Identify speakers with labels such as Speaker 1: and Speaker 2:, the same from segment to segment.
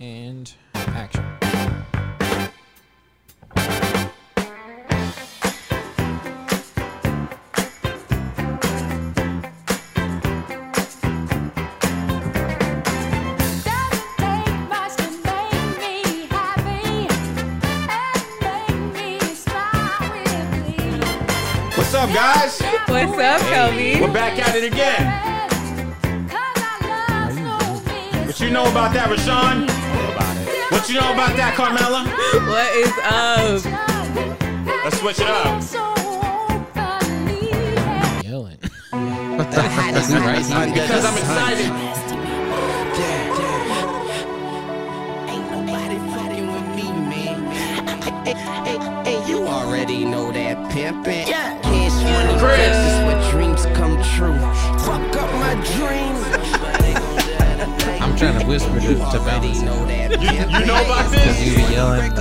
Speaker 1: and action.
Speaker 2: Doesn't take much to make me happy and make me smile with glee.
Speaker 3: What's up, guys?
Speaker 4: What's up, Kobe?
Speaker 3: We're back at it again. What you know about that, Rashawn? What you know about that, Carmella?
Speaker 4: What is up?
Speaker 3: Let's switch it up.
Speaker 1: Yelling.
Speaker 3: Because I'm excited.
Speaker 5: Ain't nobody fucking with me, man. Hey, hey, hey, you already know that pimpin'. Yeah. Cash money,
Speaker 3: Chris.
Speaker 5: this is where dreams come true. Fuck up my dreams.
Speaker 1: I'm trying to whisper to,
Speaker 5: You
Speaker 1: to
Speaker 5: already
Speaker 1: balance
Speaker 5: know that
Speaker 3: You, you know
Speaker 5: pimpin'.
Speaker 3: about
Speaker 1: because you
Speaker 3: this?
Speaker 1: be yelling like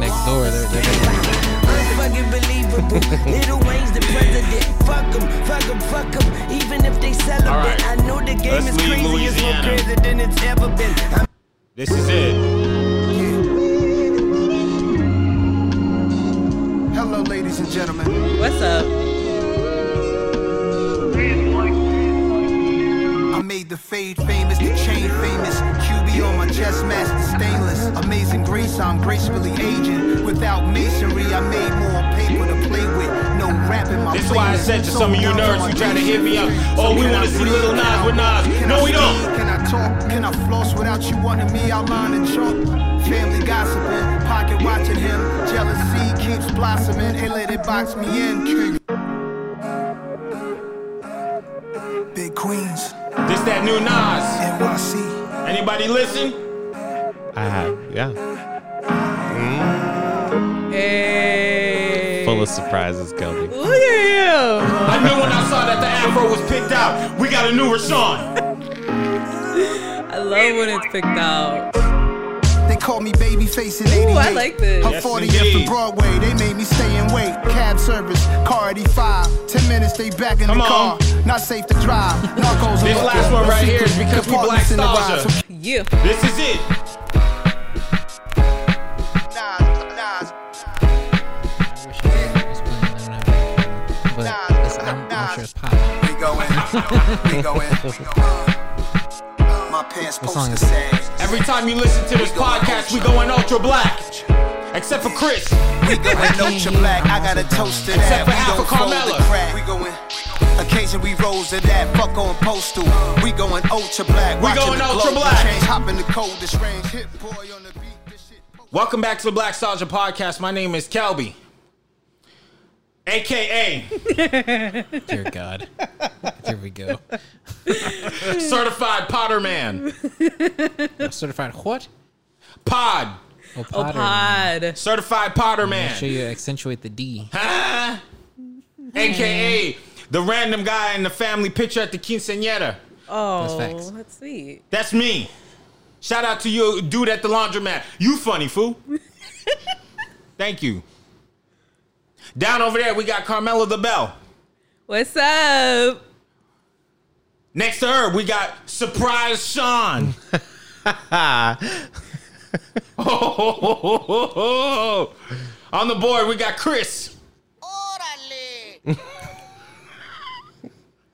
Speaker 1: next door. They're, they're
Speaker 5: Unfucking believable. Little Wayne's the president. Fuck 'em, fuck 'em, fuck 'em. Even if they
Speaker 3: All right.
Speaker 5: celebrate, I know the game
Speaker 3: Let's
Speaker 5: is
Speaker 3: leave
Speaker 5: crazy. It's more
Speaker 3: Louisiana.
Speaker 5: crazy than it's ever been. I'm
Speaker 3: This is it.
Speaker 6: Hello, ladies and gentlemen.
Speaker 4: What's up?
Speaker 6: I made the fade famous, the chain famous. QB on my chest, master stainless. Amazing grace, I'm gracefully aging. Without masonry, I made more paper to play with. No rap in my
Speaker 3: This is why I
Speaker 6: playlist.
Speaker 3: said to some of you
Speaker 6: Sold out
Speaker 3: nerds
Speaker 6: on my
Speaker 3: who try to hit me up,
Speaker 6: dreams.
Speaker 3: oh, we
Speaker 6: Can
Speaker 3: wanna
Speaker 6: I
Speaker 3: see
Speaker 6: breathe
Speaker 3: Lil Nas
Speaker 6: now?
Speaker 3: with Nas.
Speaker 6: Can
Speaker 3: No,
Speaker 6: I
Speaker 3: we don't.
Speaker 6: speak? Can I talk? Can I floss without you wanting me out line and chalk? Family gossiping, pocket watching him. Jealousy keeps blossoming. Hey, let it box me in, king. Big Queens.
Speaker 3: This that new Nas.
Speaker 6: NYC.
Speaker 3: Anybody listen? Ah, yeah.
Speaker 4: Hey.
Speaker 3: surprises, Kelly.
Speaker 4: Look at him.
Speaker 3: I knew when I saw that the afro was picked out. We got a new Rashawn.
Speaker 4: I love when it's picked out.
Speaker 6: They call me Babyface in 88.
Speaker 4: Ooh, I like this.
Speaker 6: Her
Speaker 3: Yes,
Speaker 6: 40th
Speaker 3: indeed.
Speaker 6: and Broadway, they made me stay and wait. Cab service, car 85. 10 minutes, they back in
Speaker 3: Come
Speaker 6: the
Speaker 3: on.
Speaker 6: car. Not safe to drive. Narcos
Speaker 3: This
Speaker 6: are
Speaker 3: last
Speaker 6: looking.
Speaker 3: one
Speaker 6: No
Speaker 3: right here
Speaker 6: secret
Speaker 3: is because we
Speaker 6: compartments in the
Speaker 3: Black
Speaker 6: ride.
Speaker 3: Stars are-
Speaker 4: Yeah.
Speaker 3: This is it.
Speaker 6: Nas, Nas,
Speaker 1: But it's, I'm, I'm sure it's popping.
Speaker 6: we go in. We go in. We go in. My pants
Speaker 1: What song
Speaker 6: poster
Speaker 1: is it?
Speaker 6: says.
Speaker 3: Every time you listen to this podcast, we going ultra black. Except for Chris.
Speaker 6: We goin' ultra black. I got a toast to that.
Speaker 3: Except for
Speaker 6: we
Speaker 3: half
Speaker 6: gon'
Speaker 3: of
Speaker 6: fold the
Speaker 3: Carmella.
Speaker 6: crack. We going. Occasion we rolls to that. Fuck on postal. We going ultra black.
Speaker 3: We
Speaker 6: Watchin'
Speaker 3: going
Speaker 6: the
Speaker 3: ultra
Speaker 6: globe
Speaker 3: black.
Speaker 6: Change, hop in the coldest range. Hit boy on the beat. This shit.
Speaker 3: Welcome back to the Black Soldier Podcast. My name is Kelby. AKA
Speaker 1: Dear God. Here we go.
Speaker 3: Certified Potter Man.
Speaker 1: Certified what?
Speaker 3: Pod.
Speaker 1: Oh,
Speaker 4: Oh,
Speaker 1: Potter.
Speaker 4: pod.
Speaker 3: Certified Potter Man.
Speaker 1: Make sure you accentuate the D.
Speaker 3: Huh? AKA the random guy in the family picture at the quinceanera.
Speaker 4: Oh,
Speaker 1: That's facts.
Speaker 4: let's see.
Speaker 3: That's me. Shout out to you, dude at the laundromat. You funny fool. Thank you. Down over there, we got Carmela the Bell.
Speaker 4: What's up?
Speaker 3: Next to her, we got Surprise Sean. On the board, we got Chris.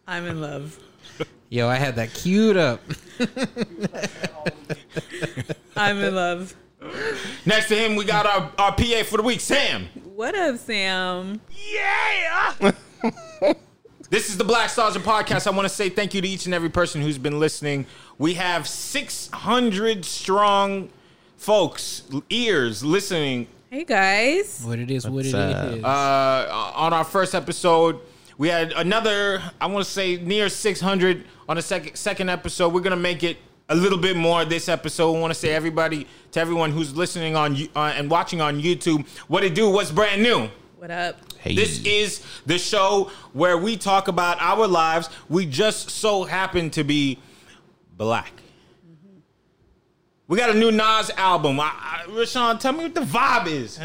Speaker 4: I'm in love.
Speaker 1: Yo, I had that queued up.
Speaker 4: I'm in love.
Speaker 3: Next to him, we got our, our PA for the week, Sam.
Speaker 4: What up, Sam?
Speaker 3: Yeah. this is the Black Sergeant Podcast. I want to say thank you to each and every person who's been listening. We have 600 strong folks, l- ears listening
Speaker 4: Hey, guys.
Speaker 1: What it is, what it is.
Speaker 3: uh, on our first episode. We had another, I want to say, near 600 on the second second episode. We're gonna make it a little bit more this episode. I want to say everybody to everyone who's listening on you- uh, and watching on YouTube, what it do? What's brand new?
Speaker 4: What up?
Speaker 3: This is the show where we talk about our lives. We just so happen to be black. We got a new Nas album. I, I, Rashawn, tell me what the vibe is.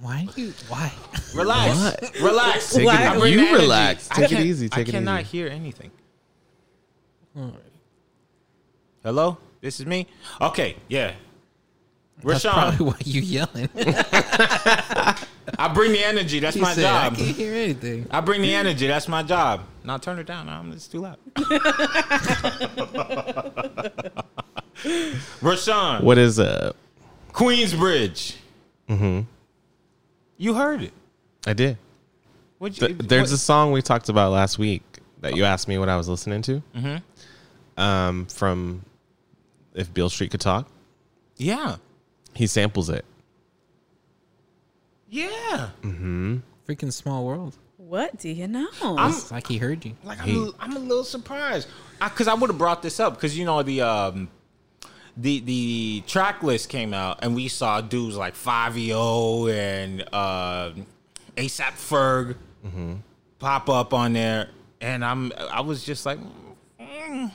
Speaker 1: why do you, why?
Speaker 3: Relax. Relax.
Speaker 4: Take it- Why?
Speaker 3: I bring
Speaker 7: you
Speaker 3: the energy.
Speaker 7: relax.
Speaker 3: I
Speaker 7: Take it
Speaker 3: can't-
Speaker 7: easy, take
Speaker 3: I
Speaker 7: it
Speaker 3: cannot
Speaker 7: easy.
Speaker 3: hear anything. Hello? This is me. Okay, yeah.
Speaker 1: That's
Speaker 3: Rashawn,
Speaker 1: probably why you yelling.
Speaker 3: I bring the energy. That's
Speaker 1: He
Speaker 3: my
Speaker 1: said, I
Speaker 3: job.
Speaker 1: can't hear anything.
Speaker 3: I bring the energy. That's my job. Now turn it down. I'm it's too loud. Rashawn,
Speaker 7: What is up?
Speaker 3: Queensbridge. Mm-hmm. You heard it.
Speaker 7: I did.
Speaker 3: What'd you,
Speaker 7: Th- there's a song we talked about last week that you asked me what I was listening to. Mm-hmm. Um, from if Beale Street could talk,
Speaker 3: yeah,
Speaker 7: he samples it.
Speaker 3: yeah.
Speaker 1: Freaking small world.
Speaker 4: What do you know?
Speaker 3: I'm-
Speaker 1: It's like he heard you.
Speaker 3: Like I'm, a, I'm a little surprised because I, would have brought this up because you know the um the the track list came out and we saw dudes like Five EO and uh, ASAP Ferg pop up on there, and I'm I was just like, mm.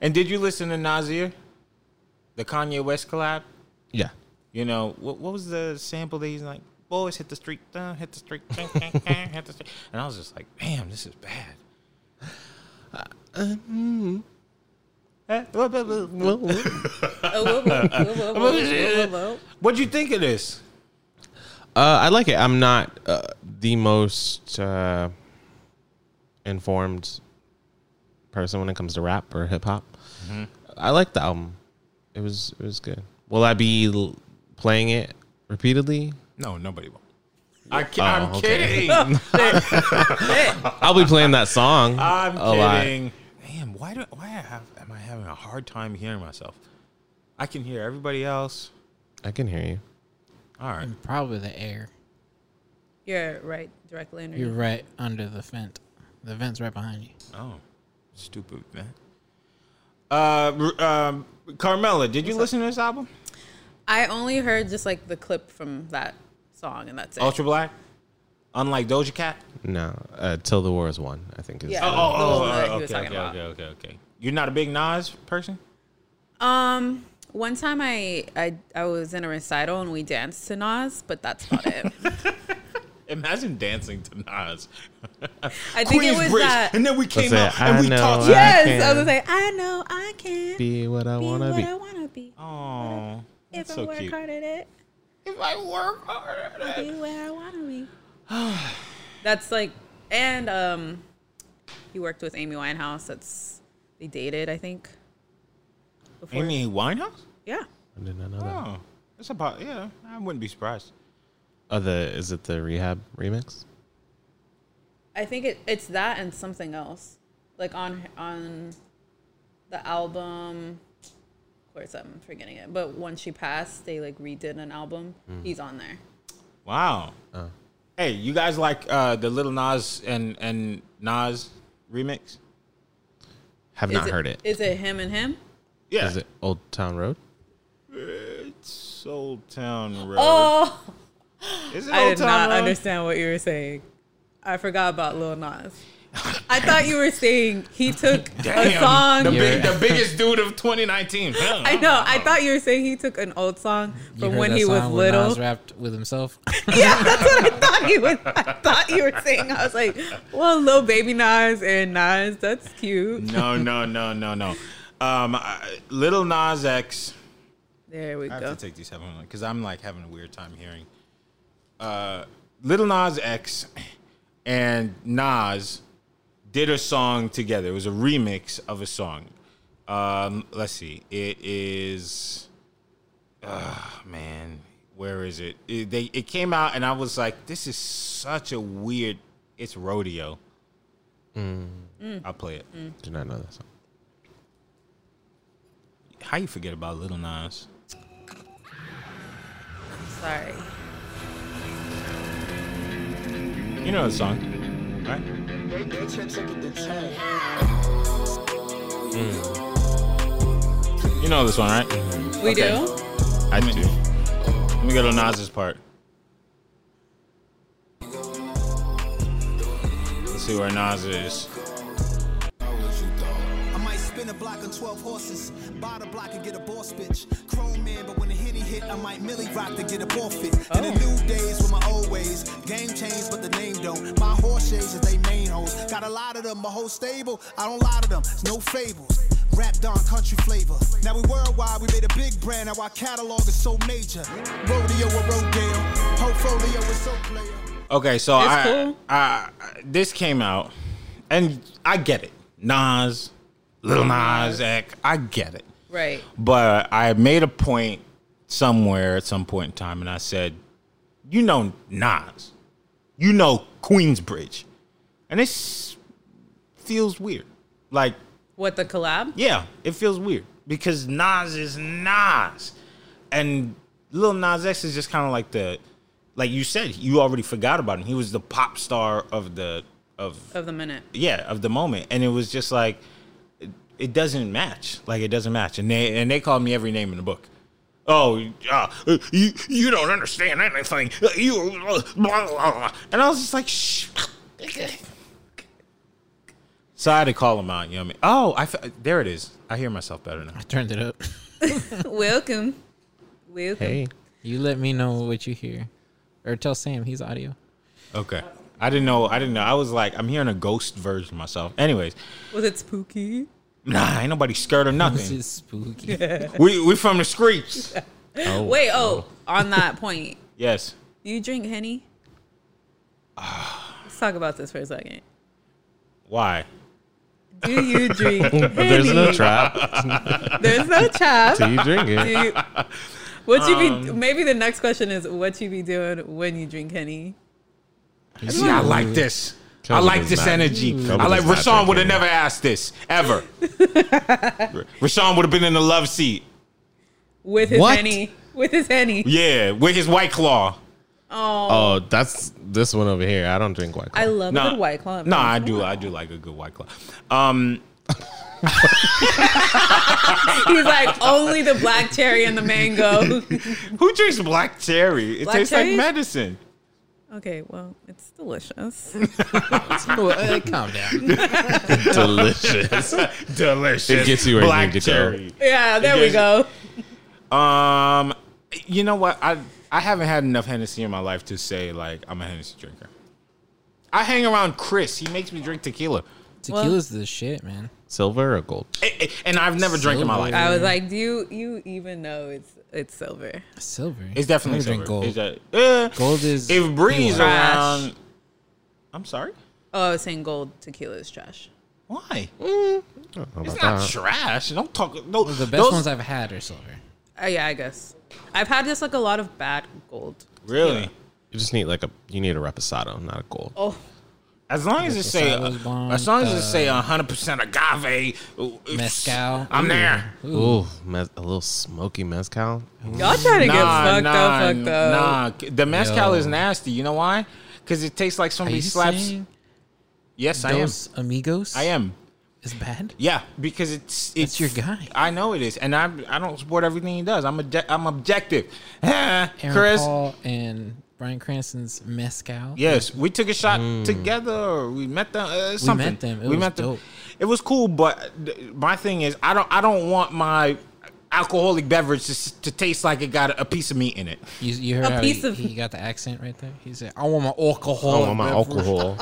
Speaker 3: and did you listen to Nasir, the Kanye West collab?
Speaker 7: Yeah.
Speaker 3: You know, what, what was the sample that he's like, boys, hit the street, uh, hit the street, gang, gang, gang, hit the street. And I was just like, damn, this is bad. Eh, blah, blah, blah, blah.
Speaker 4: Oh, whoa, whoa, whoa, whoa, whoa, whoa, whoa,
Speaker 3: What'd you think of this?
Speaker 7: Uh, I like it. I'm not uh, the most uh, informed person when it comes to rap or hip hop. I like the album. It was it was good. Will I be l- playing it repeatedly?
Speaker 3: No, nobody will. I,
Speaker 7: Oh,
Speaker 3: am
Speaker 7: okay.
Speaker 3: kidding.
Speaker 7: I'll be playing that song.
Speaker 3: I'm
Speaker 7: a lot.
Speaker 3: kidding. Damn, why do why I have, am I having a hard time hearing myself? I can hear everybody else.
Speaker 7: I can hear you.
Speaker 3: All right.
Speaker 7: Mm.
Speaker 1: Probably the air.
Speaker 4: You're right, directly
Speaker 1: You're
Speaker 4: underneath.
Speaker 1: right under the vent. The vent's right behind you.
Speaker 3: Oh, stupid man. Uh, r- um, Carmela, did you listen to this album?
Speaker 4: I only heard just like the clip from that song, and that's it.
Speaker 3: Ultra Black, unlike Doja Cat.
Speaker 7: No, uh, till the war is won. I think is
Speaker 4: Yeah.
Speaker 7: the-
Speaker 4: Oh, oh, The one that he was talking about.
Speaker 3: okay, okay. You're not a big Nas person.
Speaker 4: Um, one time I, I I was in a recital and we danced to Nas, but that's about it.
Speaker 3: Imagine dancing to Nas.
Speaker 4: I think it was
Speaker 3: Queensbridge,
Speaker 4: that.
Speaker 3: and then we came
Speaker 7: Let's
Speaker 3: out
Speaker 7: say,
Speaker 3: and
Speaker 7: "I
Speaker 3: we
Speaker 7: know
Speaker 3: talked.
Speaker 7: I
Speaker 4: Yes, I,
Speaker 7: can
Speaker 4: was like, I know I can be,
Speaker 7: be what I want to
Speaker 4: what
Speaker 7: be.
Speaker 4: I wanna be
Speaker 3: Oh,
Speaker 4: if
Speaker 3: that's
Speaker 4: I
Speaker 3: so
Speaker 4: work
Speaker 3: cute.
Speaker 4: hard at it.
Speaker 3: If I work hard at
Speaker 4: be
Speaker 3: it.
Speaker 4: where I want to be. That's like, and um, he worked with Amy Winehouse. That's they dated, I think. Before.
Speaker 3: Amy Winehouse.
Speaker 4: Yeah.
Speaker 7: I did not know that.
Speaker 3: Oh, that's about yeah. I wouldn't be surprised.
Speaker 7: Oh, the is it the rehab remix?
Speaker 4: I think it, it's that and something else, like on on the album. Of course, I'm forgetting it. But when she passed, they like redid an album.
Speaker 1: Hmm.
Speaker 4: He's on there.
Speaker 3: Wow.
Speaker 7: Uh.
Speaker 3: Hey, you guys like uh, the Little Nas and and Nas remix?
Speaker 7: Have
Speaker 4: Is
Speaker 7: not heard it.
Speaker 4: Is it him and him?
Speaker 3: Yeah.
Speaker 7: Is it Old Town Road?
Speaker 3: It's Soul Town Road.
Speaker 4: Oh,
Speaker 3: Is it
Speaker 4: I
Speaker 3: Old
Speaker 4: did
Speaker 3: Town
Speaker 4: not
Speaker 3: Road?
Speaker 4: understand what you were saying. I forgot about Lil Nas. I thought you were saying he took a
Speaker 3: Damn,
Speaker 4: song.
Speaker 3: the, big,
Speaker 1: Yeah.
Speaker 3: the biggest dude of 2019.
Speaker 4: I know. I thought you were saying he took an old song
Speaker 1: You
Speaker 4: from
Speaker 1: heard
Speaker 4: when
Speaker 1: that
Speaker 4: he was
Speaker 1: song When
Speaker 4: little.
Speaker 1: Nas rapped with himself.
Speaker 4: yeah, that's what I thought you was. I thought you were saying. I was like, well, Lil Baby Nas and Nas. That's cute.
Speaker 3: No, no, no, no, no. Um, I, Little Nas X.
Speaker 4: There we
Speaker 3: I have
Speaker 4: go.
Speaker 3: to take these headphones because I'm like having a weird time hearing. Uh, Little Nas X and Nas did a song together. It was a remix of a song. Um, let's see. It is. Ah, man, where is it? It, they, it came out, and I was like, "This is such a weird." It's rodeo. I'll play it.
Speaker 7: Do not know that song.
Speaker 3: How you forget about Little Nas?
Speaker 4: Sorry.
Speaker 3: You know the song, right? Hmm. You know this one, right?
Speaker 4: We
Speaker 3: Okay.
Speaker 4: do.
Speaker 3: I do. Let me go to Nas's part. Let's see where Nas is.
Speaker 6: I might spin a block on 12 horses, buy the block and get a boss bitch. Chrome man, but when the henny hit, I might millie rock to get a forfeit. In the new days with my old ways, game changed, but the name don't. My horse shades is they main hoes. Got a lot of them, my whole stable. I don't lie to them, it's no fables. Rap don country flavor. Now we worldwide we made a big brand. Now our catalog is so major. Rodeo or rodeo, portfolio is so player.
Speaker 3: Okay, so
Speaker 4: It's
Speaker 3: I,
Speaker 4: cool.
Speaker 3: I, this came out, and I get it. Nas, Lil Nas X, I get it.
Speaker 4: Right.
Speaker 3: But I made a point somewhere at some point in time, and I said, "You know Nas, you know Queensbridge," and this feels weird. Like,
Speaker 4: What the collab?
Speaker 3: yeah, it feels weird because Nas is Nas, and Lil Nas X is just kind of like the, like you said, you already forgot about him. He was the pop star of the of
Speaker 4: Of the minute.
Speaker 3: yeah of the moment and it was just like it, it doesn't match like it doesn't match and they and they called me every name in the book oh uh, you you don't understand anything Uh, you uh, blah, blah, blah. and i was just like shh so i had to call them out you know what i mean oh i fe- there it is i hear myself better now
Speaker 1: I turned it up.
Speaker 4: Welcome. Welcome.
Speaker 7: Hey,
Speaker 1: You let me know what you hear, or tell Sam he's audio.
Speaker 3: okay i didn't know i didn't know i was like i'm hearing a ghost version of myself anyways
Speaker 4: Was it spooky?
Speaker 3: nah ain't nobody scared or
Speaker 1: This
Speaker 3: nothing
Speaker 1: is spooky.
Speaker 3: we we from the streets
Speaker 7: oh,
Speaker 4: Wait, oh, on that point,
Speaker 3: yes
Speaker 4: you drink Henny? Let's talk about this for a second.
Speaker 3: why
Speaker 4: Do you drink Henny?
Speaker 7: there's no trap
Speaker 4: There's no trap.
Speaker 7: till you drink
Speaker 4: Do
Speaker 7: it.
Speaker 4: you- what you be?
Speaker 7: Um,
Speaker 4: Maybe the next question is what you be doing when you drink Henny?
Speaker 3: See, I like this. I
Speaker 7: Kobe
Speaker 3: like
Speaker 7: does
Speaker 3: this
Speaker 7: not-
Speaker 3: energy.
Speaker 7: Kobe
Speaker 3: I like
Speaker 7: does not
Speaker 3: Rashawn
Speaker 7: drink
Speaker 3: would have
Speaker 7: any.
Speaker 3: never asked this ever. Rashawn would have been in the love seat.
Speaker 4: With his
Speaker 7: What?
Speaker 4: Henny. With his Henny.
Speaker 3: Yeah, with his white claw.
Speaker 7: Oh, that's this one over here. I don't drink white.
Speaker 4: I
Speaker 7: Claw.
Speaker 4: love a
Speaker 3: Nah.
Speaker 4: good white claw.
Speaker 3: No, I do. I do like a good white claw. Um,
Speaker 4: He's like only the black cherry and the mango.
Speaker 3: who drinks black cherry? It
Speaker 4: Black
Speaker 3: tastes
Speaker 4: cherry?
Speaker 3: like medicine.
Speaker 4: okay, well, it's delicious.
Speaker 1: Well, uh, calm down.
Speaker 7: Delicious.
Speaker 3: Delicious.
Speaker 7: It gets you where you
Speaker 3: black
Speaker 7: need to go.
Speaker 3: cherry.
Speaker 4: Yeah, there we
Speaker 3: Yes.
Speaker 4: go.
Speaker 3: Um, you know what? I I haven't had enough Hennessy in my life to say like I'm a Hennessy drinker. I hang around Chris. He makes me drink tequila,
Speaker 1: Tequila's the shit, man.
Speaker 7: Silver or gold?
Speaker 3: Eh, eh, and I've never drank in my life.
Speaker 4: I was like, do you, you even know it's it's silver?
Speaker 1: Silver.
Speaker 3: It's definitely
Speaker 1: I drink
Speaker 3: silver.
Speaker 1: gold.
Speaker 3: It's a- eh.
Speaker 1: Gold is
Speaker 3: if Breeze
Speaker 1: Eli.
Speaker 3: around. I'm sorry.
Speaker 4: Oh, I was saying gold tequila is trash.
Speaker 3: Why?
Speaker 7: I don't know
Speaker 3: It's
Speaker 7: about
Speaker 3: not
Speaker 7: that.
Speaker 3: trash. Don't talk. No,
Speaker 1: the best
Speaker 3: those,
Speaker 1: ones I've had are silver.
Speaker 4: Uh, yeah, I guess. I've had just like a lot of bad gold.
Speaker 3: really.
Speaker 7: You just need like a you need a reposado, not a gold.
Speaker 4: Oh,
Speaker 3: As long as it say,
Speaker 1: Silas Bond,
Speaker 3: as long as
Speaker 1: uh,
Speaker 3: it say 100 percent agave ooh, it's-
Speaker 1: Mezcal.
Speaker 3: I'm
Speaker 1: Ooh.
Speaker 3: there.
Speaker 7: Ooh, mez- a little smoky mezcal.
Speaker 4: y'all try to get fucked up, fucked up.
Speaker 3: nah. The mezcal
Speaker 1: Yo.
Speaker 3: is nasty. You know why? Because it tastes like
Speaker 1: Are
Speaker 3: somebody
Speaker 1: you
Speaker 3: slaps.
Speaker 1: saying
Speaker 3: Yes, I am.
Speaker 1: Dos Amigos?
Speaker 3: I am.
Speaker 1: Is bad?
Speaker 3: Yeah, because it's it's
Speaker 1: That's your guy.
Speaker 3: I know it is, and I I don't support everything he does. I'm obje- I'm objective. Eh,
Speaker 1: Aaron
Speaker 3: Chris,
Speaker 1: Paul and Brian Cranston's mezcal.
Speaker 3: Yes, we took a shot together. We met them. Uh, something.
Speaker 1: Hmm. met them. It was dope.
Speaker 3: It was cool, but th- my thing is, I don't. I don't want my alcoholic beverage to, s- to taste like it got a piece of meat in it.
Speaker 1: You, you heard
Speaker 4: A
Speaker 1: how
Speaker 4: piece
Speaker 1: he,
Speaker 4: of-
Speaker 1: he got the accent right there. He said, "I want my alcohol."
Speaker 7: I want my alcohol.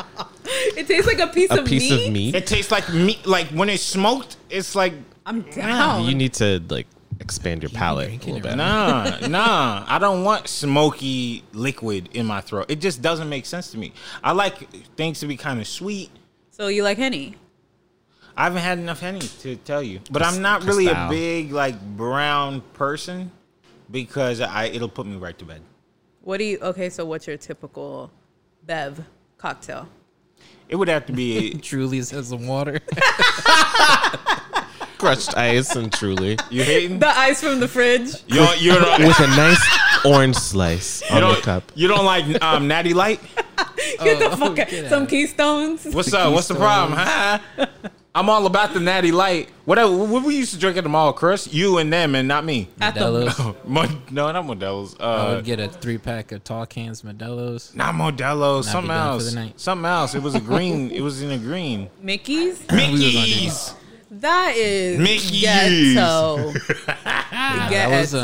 Speaker 4: It tastes like a piece
Speaker 7: a
Speaker 4: of
Speaker 7: piece
Speaker 4: meat.
Speaker 7: of meat.
Speaker 3: It tastes like meat. Like when it's smoked, it's like
Speaker 4: I'm down.
Speaker 7: You need to like expand your palate a
Speaker 1: drinking it
Speaker 7: little bit.
Speaker 3: nah, nah. I don't want smoky liquid in my throat. It just doesn't make sense to me. I like things to be kind of sweet.
Speaker 4: so you like henny?
Speaker 3: I haven't had enough henny to tell you, but
Speaker 7: Just-
Speaker 3: I'm not
Speaker 7: just
Speaker 3: really a
Speaker 7: style.
Speaker 3: big like brown person because I it'll put me right to bed.
Speaker 4: What do you? Okay, so what's your typical bev cocktail?
Speaker 3: It would have to be
Speaker 1: Truly says some water.
Speaker 7: Crushed ice and truly
Speaker 3: you hating.
Speaker 4: The ice from the fridge.
Speaker 3: You don't, you don't, you
Speaker 7: with a nice orange slice on the
Speaker 3: don't,
Speaker 7: cup.
Speaker 3: you don't like um, Natty Light?
Speaker 4: Get the fuck out.
Speaker 1: Oh, get
Speaker 4: Some
Speaker 1: out.
Speaker 4: keystones.
Speaker 3: What's up? What's the problem? Huh? I'm all about the Natty Light. What I- what we used to drink at the mall, Chris? You and them, and not me.
Speaker 4: At the,
Speaker 1: Modelo's.
Speaker 3: Mon- no, not Modelo's.
Speaker 1: I
Speaker 3: Uh,
Speaker 1: would get a three pack of tall cans Modelo's.
Speaker 3: not Modelo.
Speaker 1: be
Speaker 3: Something
Speaker 1: done for
Speaker 3: else.
Speaker 1: the night.
Speaker 3: Something else. It was a green. it was in a green.
Speaker 4: Mickey's.
Speaker 3: Mickey's.
Speaker 4: That is
Speaker 3: Mickey's.
Speaker 4: ghetto.
Speaker 1: that was, um,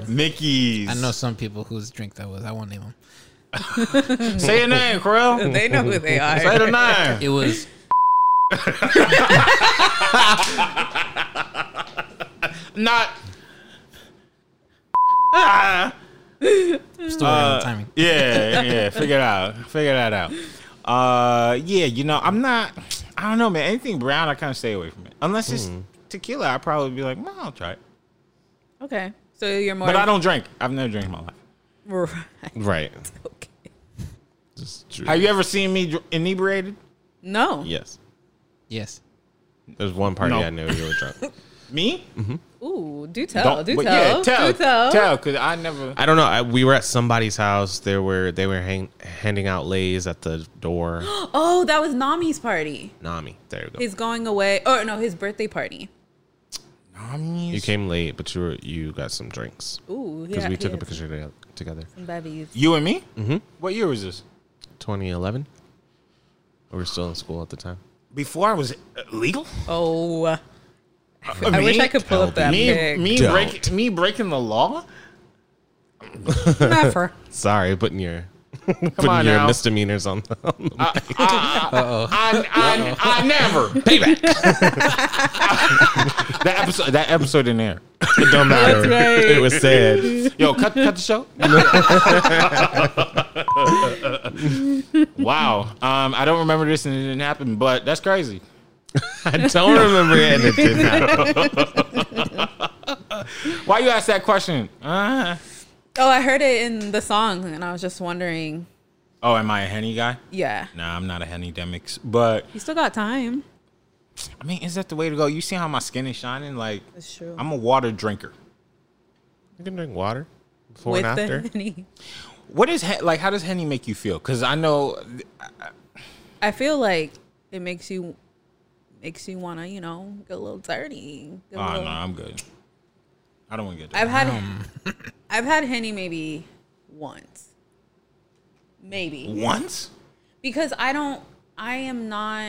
Speaker 4: ghetto.
Speaker 3: Mickey's.
Speaker 1: I know some people whose drink that was. I won't name them.
Speaker 3: Say your name, Krill.
Speaker 4: they know who they are.
Speaker 3: Say the name.
Speaker 1: It was
Speaker 3: Not Ah.
Speaker 1: Still working on the timing.
Speaker 3: Yeah, yeah. Figure it out. Figure that out. Uh, yeah. You know, I'm not. I don't know, man. Anything brown, I kind of stay away from it. Unless it's
Speaker 4: Hmm.
Speaker 3: tequila, I probably be like, no, I'll try it.
Speaker 4: Okay. So you're more.
Speaker 3: But I don't drink. I've never drank in my life.
Speaker 4: Right.
Speaker 7: Right.
Speaker 4: Okay.
Speaker 7: Just true.
Speaker 3: Have you ever seen me dr- inebriated?
Speaker 4: No.
Speaker 7: Yes.
Speaker 1: Yes.
Speaker 7: There's one party
Speaker 3: No.
Speaker 7: I knew you were drunk.
Speaker 3: Me?
Speaker 4: Ooh, do tell. Oh, do
Speaker 3: but
Speaker 4: tell.
Speaker 3: Yeah, tell.
Speaker 4: Do tell.
Speaker 3: Tell, because I never.
Speaker 7: I don't know. I, we were at somebody's house. There were they were hang, handing out lays at the door.
Speaker 4: Oh, that was Nami's party.
Speaker 7: Nami, there you go.
Speaker 4: His going away. Oh no, his birthday party.
Speaker 7: You came late, but you were, you got some drinks
Speaker 4: Ooh,
Speaker 7: because
Speaker 4: yeah.
Speaker 7: we took a picture together- together.
Speaker 4: Babies.
Speaker 3: You and me? Mm-hmm. What year was this?
Speaker 7: 2011. We were still in school at the time.
Speaker 3: Before I was uh, legal.
Speaker 4: Oh, I wish I could pull up that
Speaker 3: Me,
Speaker 4: pic.
Speaker 3: me,
Speaker 7: Don't.
Speaker 3: break, me breaking the law.
Speaker 4: Never.
Speaker 7: Sorry, putting your putting
Speaker 3: on
Speaker 7: your
Speaker 3: now.
Speaker 7: misdemeanors on. the- on the-
Speaker 3: I, I, I never payback. that episode, that episode in there.
Speaker 7: it don't matter.
Speaker 4: right.
Speaker 7: It was sad.
Speaker 3: Yo, cut, cut the show. wow, um, I don't remember this and it didn't happen, but that's crazy.
Speaker 7: I don't remember it, and it did not.
Speaker 3: Why you ask that question? Uh,
Speaker 4: Oh, I heard it in the song, and I was just wondering.
Speaker 3: oh, am I a henny guy?
Speaker 4: Yeah,
Speaker 3: Nah, I'm not a henny demix, but
Speaker 4: you still got time.
Speaker 3: I mean, is that the way to go? You see how my skin is shining? Like,
Speaker 4: That's true.
Speaker 3: I'm a water drinker.
Speaker 7: You can drink water before
Speaker 4: with
Speaker 7: and after.
Speaker 4: the honey.
Speaker 3: What is he- like? How does henny make you feel? Because I know Oh,
Speaker 4: I feel like it makes you makes you wanna, you know, get a little dirty. get a
Speaker 3: Oh,
Speaker 4: little-
Speaker 3: no, I'm good. I don't want to get
Speaker 4: I've
Speaker 3: that.
Speaker 4: had I've had henny maybe once, maybe
Speaker 3: Once?
Speaker 4: because I don't. I am not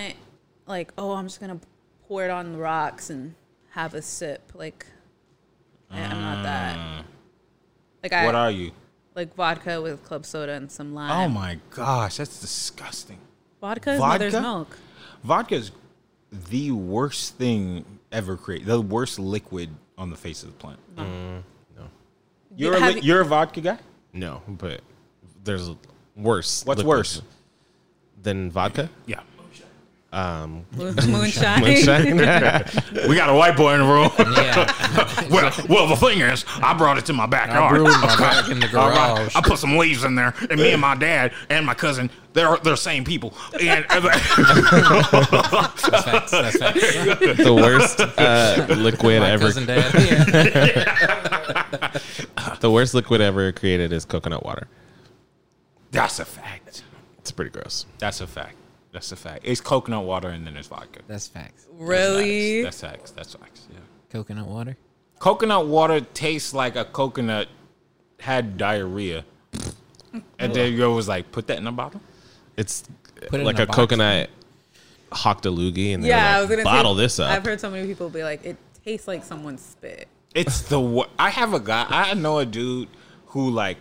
Speaker 4: like oh, I'm just gonna pour it on the rocks and have a sip. Like I, I'm not that. Like I
Speaker 3: Mm. What are you?
Speaker 4: like vodka with club soda and some lime.
Speaker 3: Oh my gosh, that's disgusting.
Speaker 4: Vodka is mother's
Speaker 3: Vodka?
Speaker 4: milk.
Speaker 3: Vodka is the worst thing ever created, the worst liquid on the face of the planet. You're, a,
Speaker 4: Have
Speaker 3: li-
Speaker 4: you-
Speaker 3: you're a vodka guy?
Speaker 7: No, but there's worse.
Speaker 3: What's
Speaker 7: liquids
Speaker 3: worse?
Speaker 7: than vodka?
Speaker 3: Yeah.
Speaker 4: Moonshine.
Speaker 7: Moonshine.
Speaker 3: We got a white boy in the room.
Speaker 1: Yeah.
Speaker 3: well, well, the thing is, I brought it to my
Speaker 1: I
Speaker 3: backyard.
Speaker 1: brewed my back in the
Speaker 3: All right.
Speaker 1: garage.
Speaker 3: I put some leaves in there, and me and my dad and my cousin, they're they're same people. And
Speaker 1: That's facts. That's facts.
Speaker 7: the worst uh, liquid
Speaker 1: My
Speaker 7: ever.
Speaker 1: cousin dad. Yeah.
Speaker 7: The worst liquid ever created is coconut water.
Speaker 3: that's a fact.
Speaker 7: It's pretty gross.
Speaker 3: That's a fact. That's a fact. It's coconut water and then it's vodka.
Speaker 1: That's facts.
Speaker 4: really?
Speaker 3: That's facts. That's facts. Yeah.
Speaker 1: Coconut water.
Speaker 3: Coconut water tastes like a coconut had diarrhea. And then girl was like, put that in a bottle?
Speaker 7: It's
Speaker 1: Put it
Speaker 7: like
Speaker 1: in
Speaker 7: a,
Speaker 1: a box.
Speaker 7: coconut hocked a loogie and
Speaker 4: Yeah, I
Speaker 7: yeah,
Speaker 4: was gonna
Speaker 7: bottle
Speaker 4: say,
Speaker 7: this up.
Speaker 4: I've heard so many people be like, it tastes like someone spit.
Speaker 3: It's the wo- I have a guy, I know a dude who like,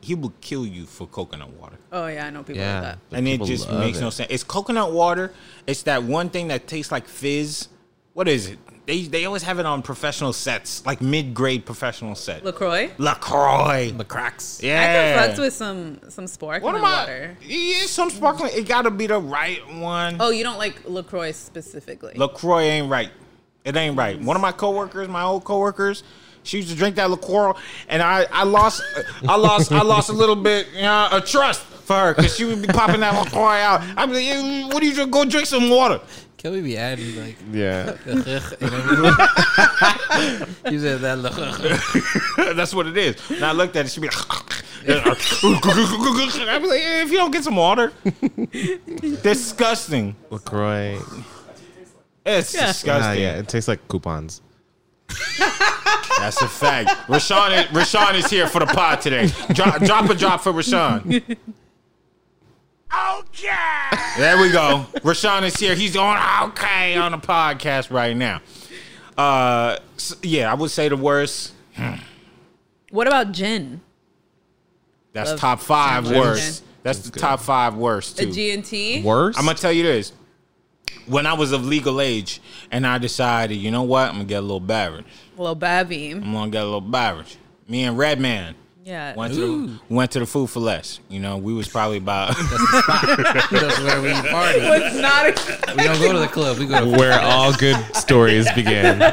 Speaker 3: he will kill you for coconut water.
Speaker 4: Oh yeah, I know people
Speaker 7: yeah,
Speaker 4: like that.
Speaker 7: but
Speaker 3: and it
Speaker 7: people
Speaker 3: just
Speaker 7: love
Speaker 3: makes no
Speaker 7: it.
Speaker 3: sense. It's coconut water. It's that one thing that tastes like fizz. What is it? They, they always have it on professional sets, like mid grade professional set.
Speaker 4: Lacroix.
Speaker 3: LaCroix.
Speaker 1: The cracks.
Speaker 3: Yeah.
Speaker 4: I can fucks with some some sparkling
Speaker 3: What am
Speaker 4: water.
Speaker 3: I? Yeah, some sparkling. It gotta be the right one.
Speaker 4: Oh, you don't like Lacroix specifically.
Speaker 3: Lacroix ain't right. It ain't right. One of my coworkers, my old coworkers, she used to drink that Lacroix, and I, I lost, I lost, I lost a little bit, you know, a trust for her because she would be popping that Lacroix out. I'd be like, "Hey, what do you drink? Go drink some water.
Speaker 1: Can we be adding like?
Speaker 7: Yeah.
Speaker 1: you said that. look.
Speaker 3: That's what it is. And I looked at it, she'd be like. I'd be like, "Eh, if you don't get some water, disgusting.
Speaker 7: LaCroix.
Speaker 3: It's
Speaker 4: Yeah.
Speaker 7: Ah,
Speaker 3: disgusting.
Speaker 7: yeah, it tastes like coupons.
Speaker 3: That's a fact. Rashawn is, Rashawn is here for the pod today. Drop, drop a drop for Rashawn. Okay. There we go. Rashawn is here. He's on okay on the podcast right now. Uh, s- yeah, I would say the worst.
Speaker 4: What about gin?
Speaker 3: That's
Speaker 4: Love
Speaker 3: top five
Speaker 4: Sounds
Speaker 3: worst.
Speaker 4: good.
Speaker 3: That's the top five worst
Speaker 4: A
Speaker 3: too.
Speaker 4: G and T.
Speaker 7: Worse?
Speaker 3: I'm gonna tell you this. When I was of legal age, and I decided, you know what, I'm gonna get a little beverage.
Speaker 4: Well, babby.
Speaker 3: I'm gonna get a little beverage. Me and Redman
Speaker 4: Yeah.
Speaker 3: went to the, went to the food for less. You know, we was probably about
Speaker 1: That's where we party.
Speaker 4: was not a-
Speaker 1: We don't go to the club. We go to
Speaker 7: Where all good stories begin.
Speaker 3: all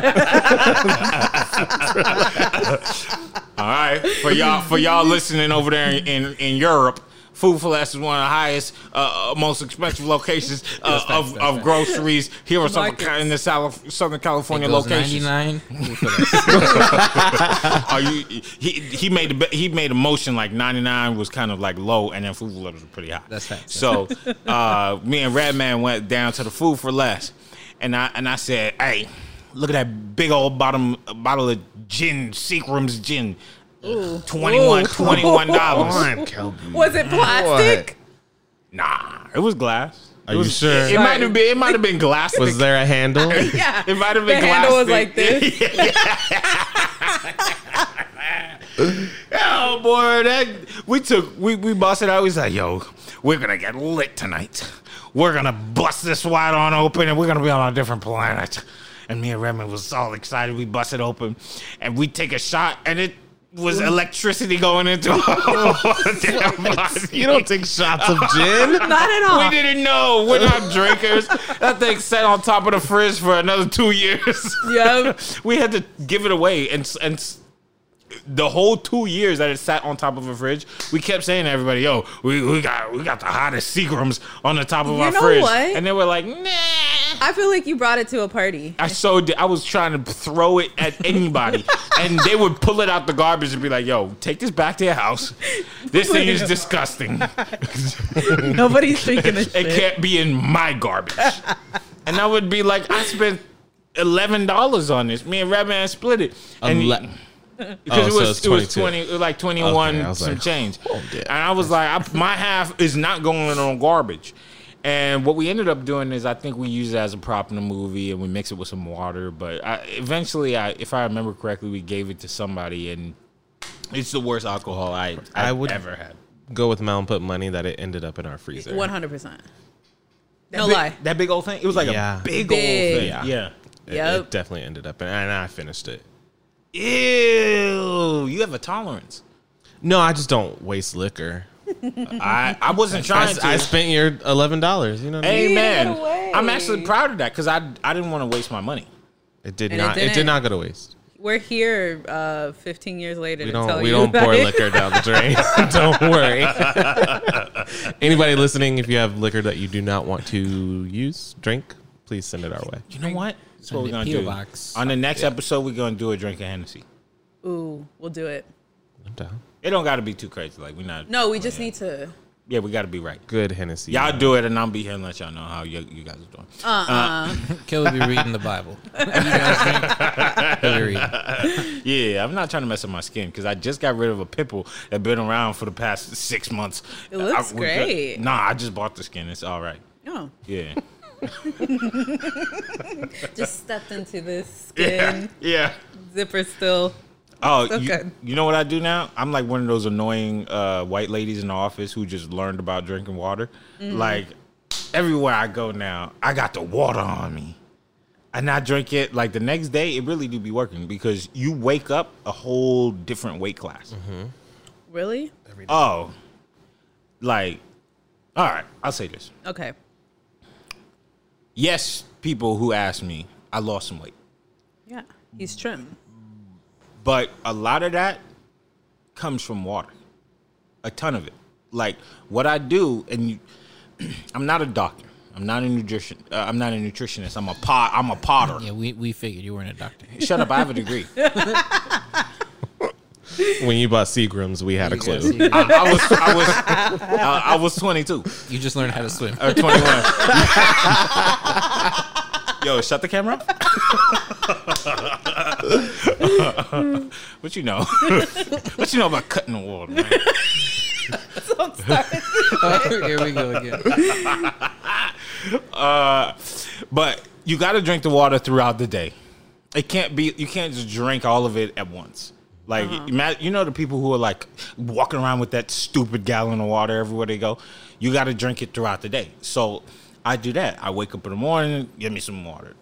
Speaker 3: right for y'all for y'all listening over there in in, in Europe. Food for Less is one of the highest, uh, uh, most expensive locations uh,
Speaker 1: facts,
Speaker 3: of,
Speaker 1: that's
Speaker 3: of
Speaker 1: facts.
Speaker 3: groceries here in Southern,
Speaker 4: Markets.
Speaker 3: in the South, Southern California
Speaker 1: ninety
Speaker 3: locations.
Speaker 1: nine.
Speaker 3: Are you? He he made the be- he made a motion like ninety nine was kind of like low, and then food for less was pretty high.
Speaker 1: That's facts.
Speaker 3: So, uh, me and Redman went down to the food for less, and I and I said, "Hey, look at that big old bottom bottle of gin, Seagram's gin, twenty one
Speaker 4: Ooh.
Speaker 3: twenty one dollars.
Speaker 4: was it plastic?
Speaker 3: Nah, it was glass.
Speaker 7: Are you sure?
Speaker 3: It might have been it might have been glass.
Speaker 7: Was there a handle?
Speaker 4: Yeah.
Speaker 3: It might have
Speaker 4: the
Speaker 3: been glass.
Speaker 4: handle was
Speaker 3: thick.
Speaker 4: like this.
Speaker 3: Oh boy, that we took we we busted out. He's like, yo, we're gonna get lit tonight. We're gonna bust this wide on open, and we're gonna be on a different planet. And me and Redmond was all excited. We bust it open, and we take a shot, and it was
Speaker 7: Mm.
Speaker 3: electricity going into our damn body.
Speaker 7: You don't take shots of gin?
Speaker 4: Not at all.
Speaker 3: We didn't know. We're not drinkers. That thing sat on top of the fridge for another two years.
Speaker 4: Yep.
Speaker 3: we had to give it away and and s- the whole two years that it sat on top of a fridge, we kept saying to everybody, "Yo, we, we got we got the hottest Seagrams on the top of
Speaker 4: You
Speaker 3: our
Speaker 4: know
Speaker 3: fridge,"
Speaker 4: what?
Speaker 3: and they were like, "Nah."
Speaker 4: I feel like you brought it to a party.
Speaker 3: I so did. I was trying to throw it at anybody, and they would pull it out the garbage and be like, "Yo, take this back to your house. This thing is disgusting.
Speaker 4: Nobody's drinking this
Speaker 3: It can't be in my garbage." And I would be like, "I spent eleven dollars on this. Me and Redman split it." And
Speaker 7: Ele-
Speaker 3: because
Speaker 7: Oh,
Speaker 3: it
Speaker 7: so
Speaker 3: was
Speaker 7: it's
Speaker 3: it was
Speaker 7: 22.
Speaker 3: twenty it was like twenty one
Speaker 7: Okay, I was
Speaker 3: some
Speaker 7: like,
Speaker 3: change,
Speaker 7: oh, dear.
Speaker 3: and I was like, I, my half is not going on garbage. And what we ended up doing is, I think we used it as a prop in the movie, and we mixed it with some water. But I, eventually, I, if I remember correctly, we gave it to somebody, and it's the worst alcohol I I
Speaker 7: I
Speaker 3: would
Speaker 7: would-
Speaker 3: ever had.
Speaker 7: Go with Mel and put money that it ended up in our freezer.
Speaker 4: One hundred percent. No lie.
Speaker 3: that big old thing. It was like
Speaker 7: Yeah.
Speaker 3: a big,
Speaker 4: Big.
Speaker 3: old thing.
Speaker 7: Yeah.
Speaker 3: Yeah.
Speaker 7: It,
Speaker 4: Yep.
Speaker 7: it definitely ended up in, and I finished it.
Speaker 3: Ew! You have a tolerance.
Speaker 7: No, I just don't waste liquor.
Speaker 3: I I wasn't
Speaker 7: I,
Speaker 3: trying to.
Speaker 7: I spent your eleven dollars. You know, what I mean?
Speaker 4: it
Speaker 3: Amen.
Speaker 4: away.
Speaker 3: I'm actually proud of that because I I didn't want to waste my money.
Speaker 7: it did
Speaker 4: And it
Speaker 7: not. It,
Speaker 4: didn't.
Speaker 7: did not go to waste.
Speaker 4: We're here uh, 15 years later
Speaker 7: We
Speaker 4: to tell
Speaker 7: don't. We
Speaker 4: you
Speaker 7: don't
Speaker 4: about
Speaker 7: pour
Speaker 4: it.
Speaker 7: liquor down the drain. don't worry. Anybody listening, if you have liquor that you do not want to use, drink, please send it our way.
Speaker 3: You know what? That's what
Speaker 1: Send
Speaker 3: we're
Speaker 1: it
Speaker 3: gonna
Speaker 1: P.O.
Speaker 3: do.
Speaker 1: Box.
Speaker 3: On the next episode, we're gonna do a drink of Hennessy.
Speaker 4: Ooh, we'll do it.
Speaker 7: I'm down.
Speaker 3: It don't gotta be too crazy. Like we not.
Speaker 4: No, we just need to.
Speaker 3: Yeah, we gotta be right.
Speaker 7: Good Hennessy.
Speaker 3: Y'all do it, and I'll be here and let y'all know how you, you guys are doing.
Speaker 4: Uh.
Speaker 1: Kelly be reading the Bible. You guys drink, Kelly read.
Speaker 3: Yeah, I'm not trying to mess up my skin because I just got rid of a pimple that been around for the past six months. It
Speaker 4: looks
Speaker 3: we good.
Speaker 4: great.
Speaker 3: Nah, I just bought the skin. It's all right.
Speaker 4: No,
Speaker 3: Yeah.
Speaker 4: just stepped into this
Speaker 3: yeah.
Speaker 4: skin
Speaker 3: Yeah.
Speaker 4: zipper still.
Speaker 3: Oh,
Speaker 4: So
Speaker 3: you,
Speaker 4: good.
Speaker 3: you know what I do now? I'm like one of those annoying uh, white ladies in the office who just learned about drinking water.
Speaker 4: Mm-hmm.
Speaker 3: Like everywhere I go now, I got the water on me. And I drink it like the next day, it really do be working because you wake up a whole different weight class.
Speaker 4: Really?
Speaker 3: Oh, like, all right, I'll say this.
Speaker 4: Okay.
Speaker 3: Yes, people who ask me, I lost some weight.
Speaker 4: Yeah, he's trim.
Speaker 3: But a lot of that comes from water, a ton of it. Like what I do, and you, I'm not a doctor. I'm not a nutrition. Uh, I'm not a nutritionist. I'm a pot. I'm a potter.
Speaker 1: Yeah, we, we figured you weren't a doctor.
Speaker 3: Shut up! I have a degree.
Speaker 7: When you bought Seagrams, we had a clue.
Speaker 1: You,
Speaker 3: I, I was I was I, I was uh, 22
Speaker 1: you just learned how to swim.
Speaker 3: or 21. Yo, shut the camera. up. what you know? what you know about cutting the water, man?
Speaker 1: Here we go again.
Speaker 3: Uh, But you got to drink the water throughout the day. It can't be you can't just drink all of it at once. Like ima- you know the people who are like walking around with that stupid gallon of water everywhere they go. You got to drink it throughout the day. So I do that. I wake up in the morning, give me some water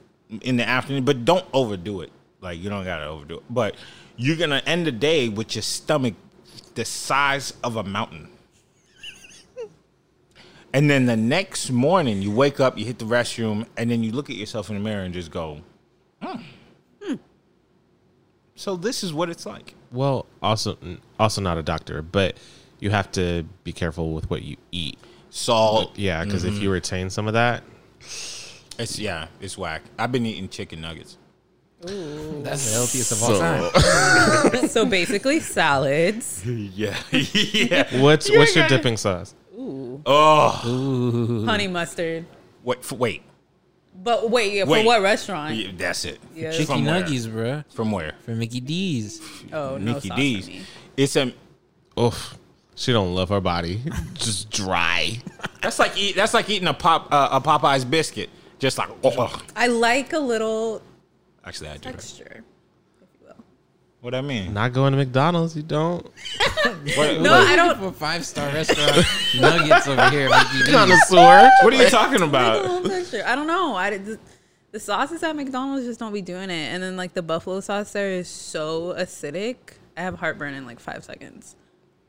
Speaker 3: in the afternoon, but don't overdo it. Like you don't got to overdo it. But you're gonna end the day with your stomach the size of a mountain. and then the next morning, you wake up, you hit the restroom, and then you look at yourself in the mirror and just go, "Hmm. So this is what it's like.
Speaker 7: Well, also also not a doctor, but you have to be careful with what you eat.
Speaker 3: Salt,
Speaker 7: Yeah, because if
Speaker 3: Mm-hmm.
Speaker 7: you retain some of that,
Speaker 3: It's yeah, it's whack. I've been eating chicken nuggets.
Speaker 1: That's the healthiest of all time.
Speaker 4: so basically, salads,
Speaker 3: Yeah, yeah.
Speaker 7: what's what's your dipping sauce?
Speaker 3: Oh,
Speaker 4: honey mustard.
Speaker 3: wait, f- wait.
Speaker 4: But wait, yeah,
Speaker 3: Wait.
Speaker 4: for what restaurant?
Speaker 3: Yeah, that's it.
Speaker 4: Yeah.
Speaker 3: From
Speaker 1: Chicken
Speaker 3: where?
Speaker 1: nuggies, bro.
Speaker 3: From where?
Speaker 1: For Mickey D's.
Speaker 4: Oh, no
Speaker 3: Mickey
Speaker 4: sauce
Speaker 3: D's.
Speaker 4: For me.
Speaker 3: It's a.
Speaker 7: Oof, she don't love her body, just dry.
Speaker 3: That's like eat, that's like eating a pop uh, a Popeyes biscuit. Just like oh, oh.
Speaker 4: I like a little
Speaker 3: actually, I do. that.
Speaker 4: texture, if you will.
Speaker 3: What I mean?
Speaker 7: Not going to McDonald's, you don't.
Speaker 3: What,
Speaker 4: No,
Speaker 3: what,
Speaker 4: I don't.
Speaker 1: For five star restaurant nuggets over here, Mickey D's.
Speaker 7: Connoisseur.
Speaker 3: what are you talking about?
Speaker 4: Little texture. I don't know. I did- the sauces at McDonald's just don't be doing it, and then like the buffalo sauce there is so acidic. I have heartburn in like five seconds,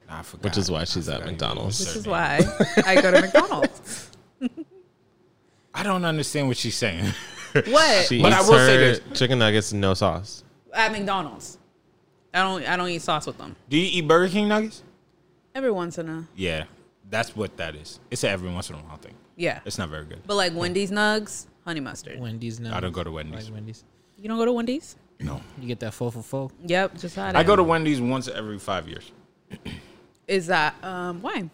Speaker 3: I forgot.
Speaker 7: Which is why she's at McDonald's.
Speaker 4: which is why I go to McDonald's.
Speaker 3: I don't understand what she's saying.
Speaker 4: What
Speaker 7: She
Speaker 3: But
Speaker 7: eats
Speaker 3: I will
Speaker 7: her
Speaker 3: say this.
Speaker 7: chicken nuggets no sauce.
Speaker 4: at McDonald's? I don't. I don't eat sauce with them.
Speaker 3: do you eat Burger King nuggets?
Speaker 4: Every once in a
Speaker 3: Yeah, that's what that is. It's a every once in a while thing.
Speaker 4: yeah,
Speaker 3: It's not very good.
Speaker 4: but like Wendy's nugs, honey mustard.
Speaker 1: Wendy's now.
Speaker 3: I don't go to Wendy's.
Speaker 1: like Wendy's.
Speaker 4: You don't go to Wendy's?
Speaker 3: No,
Speaker 1: You get that full for full.
Speaker 4: Yep, just had it.
Speaker 3: I go to Wendy's once every five years.
Speaker 4: Is that um why?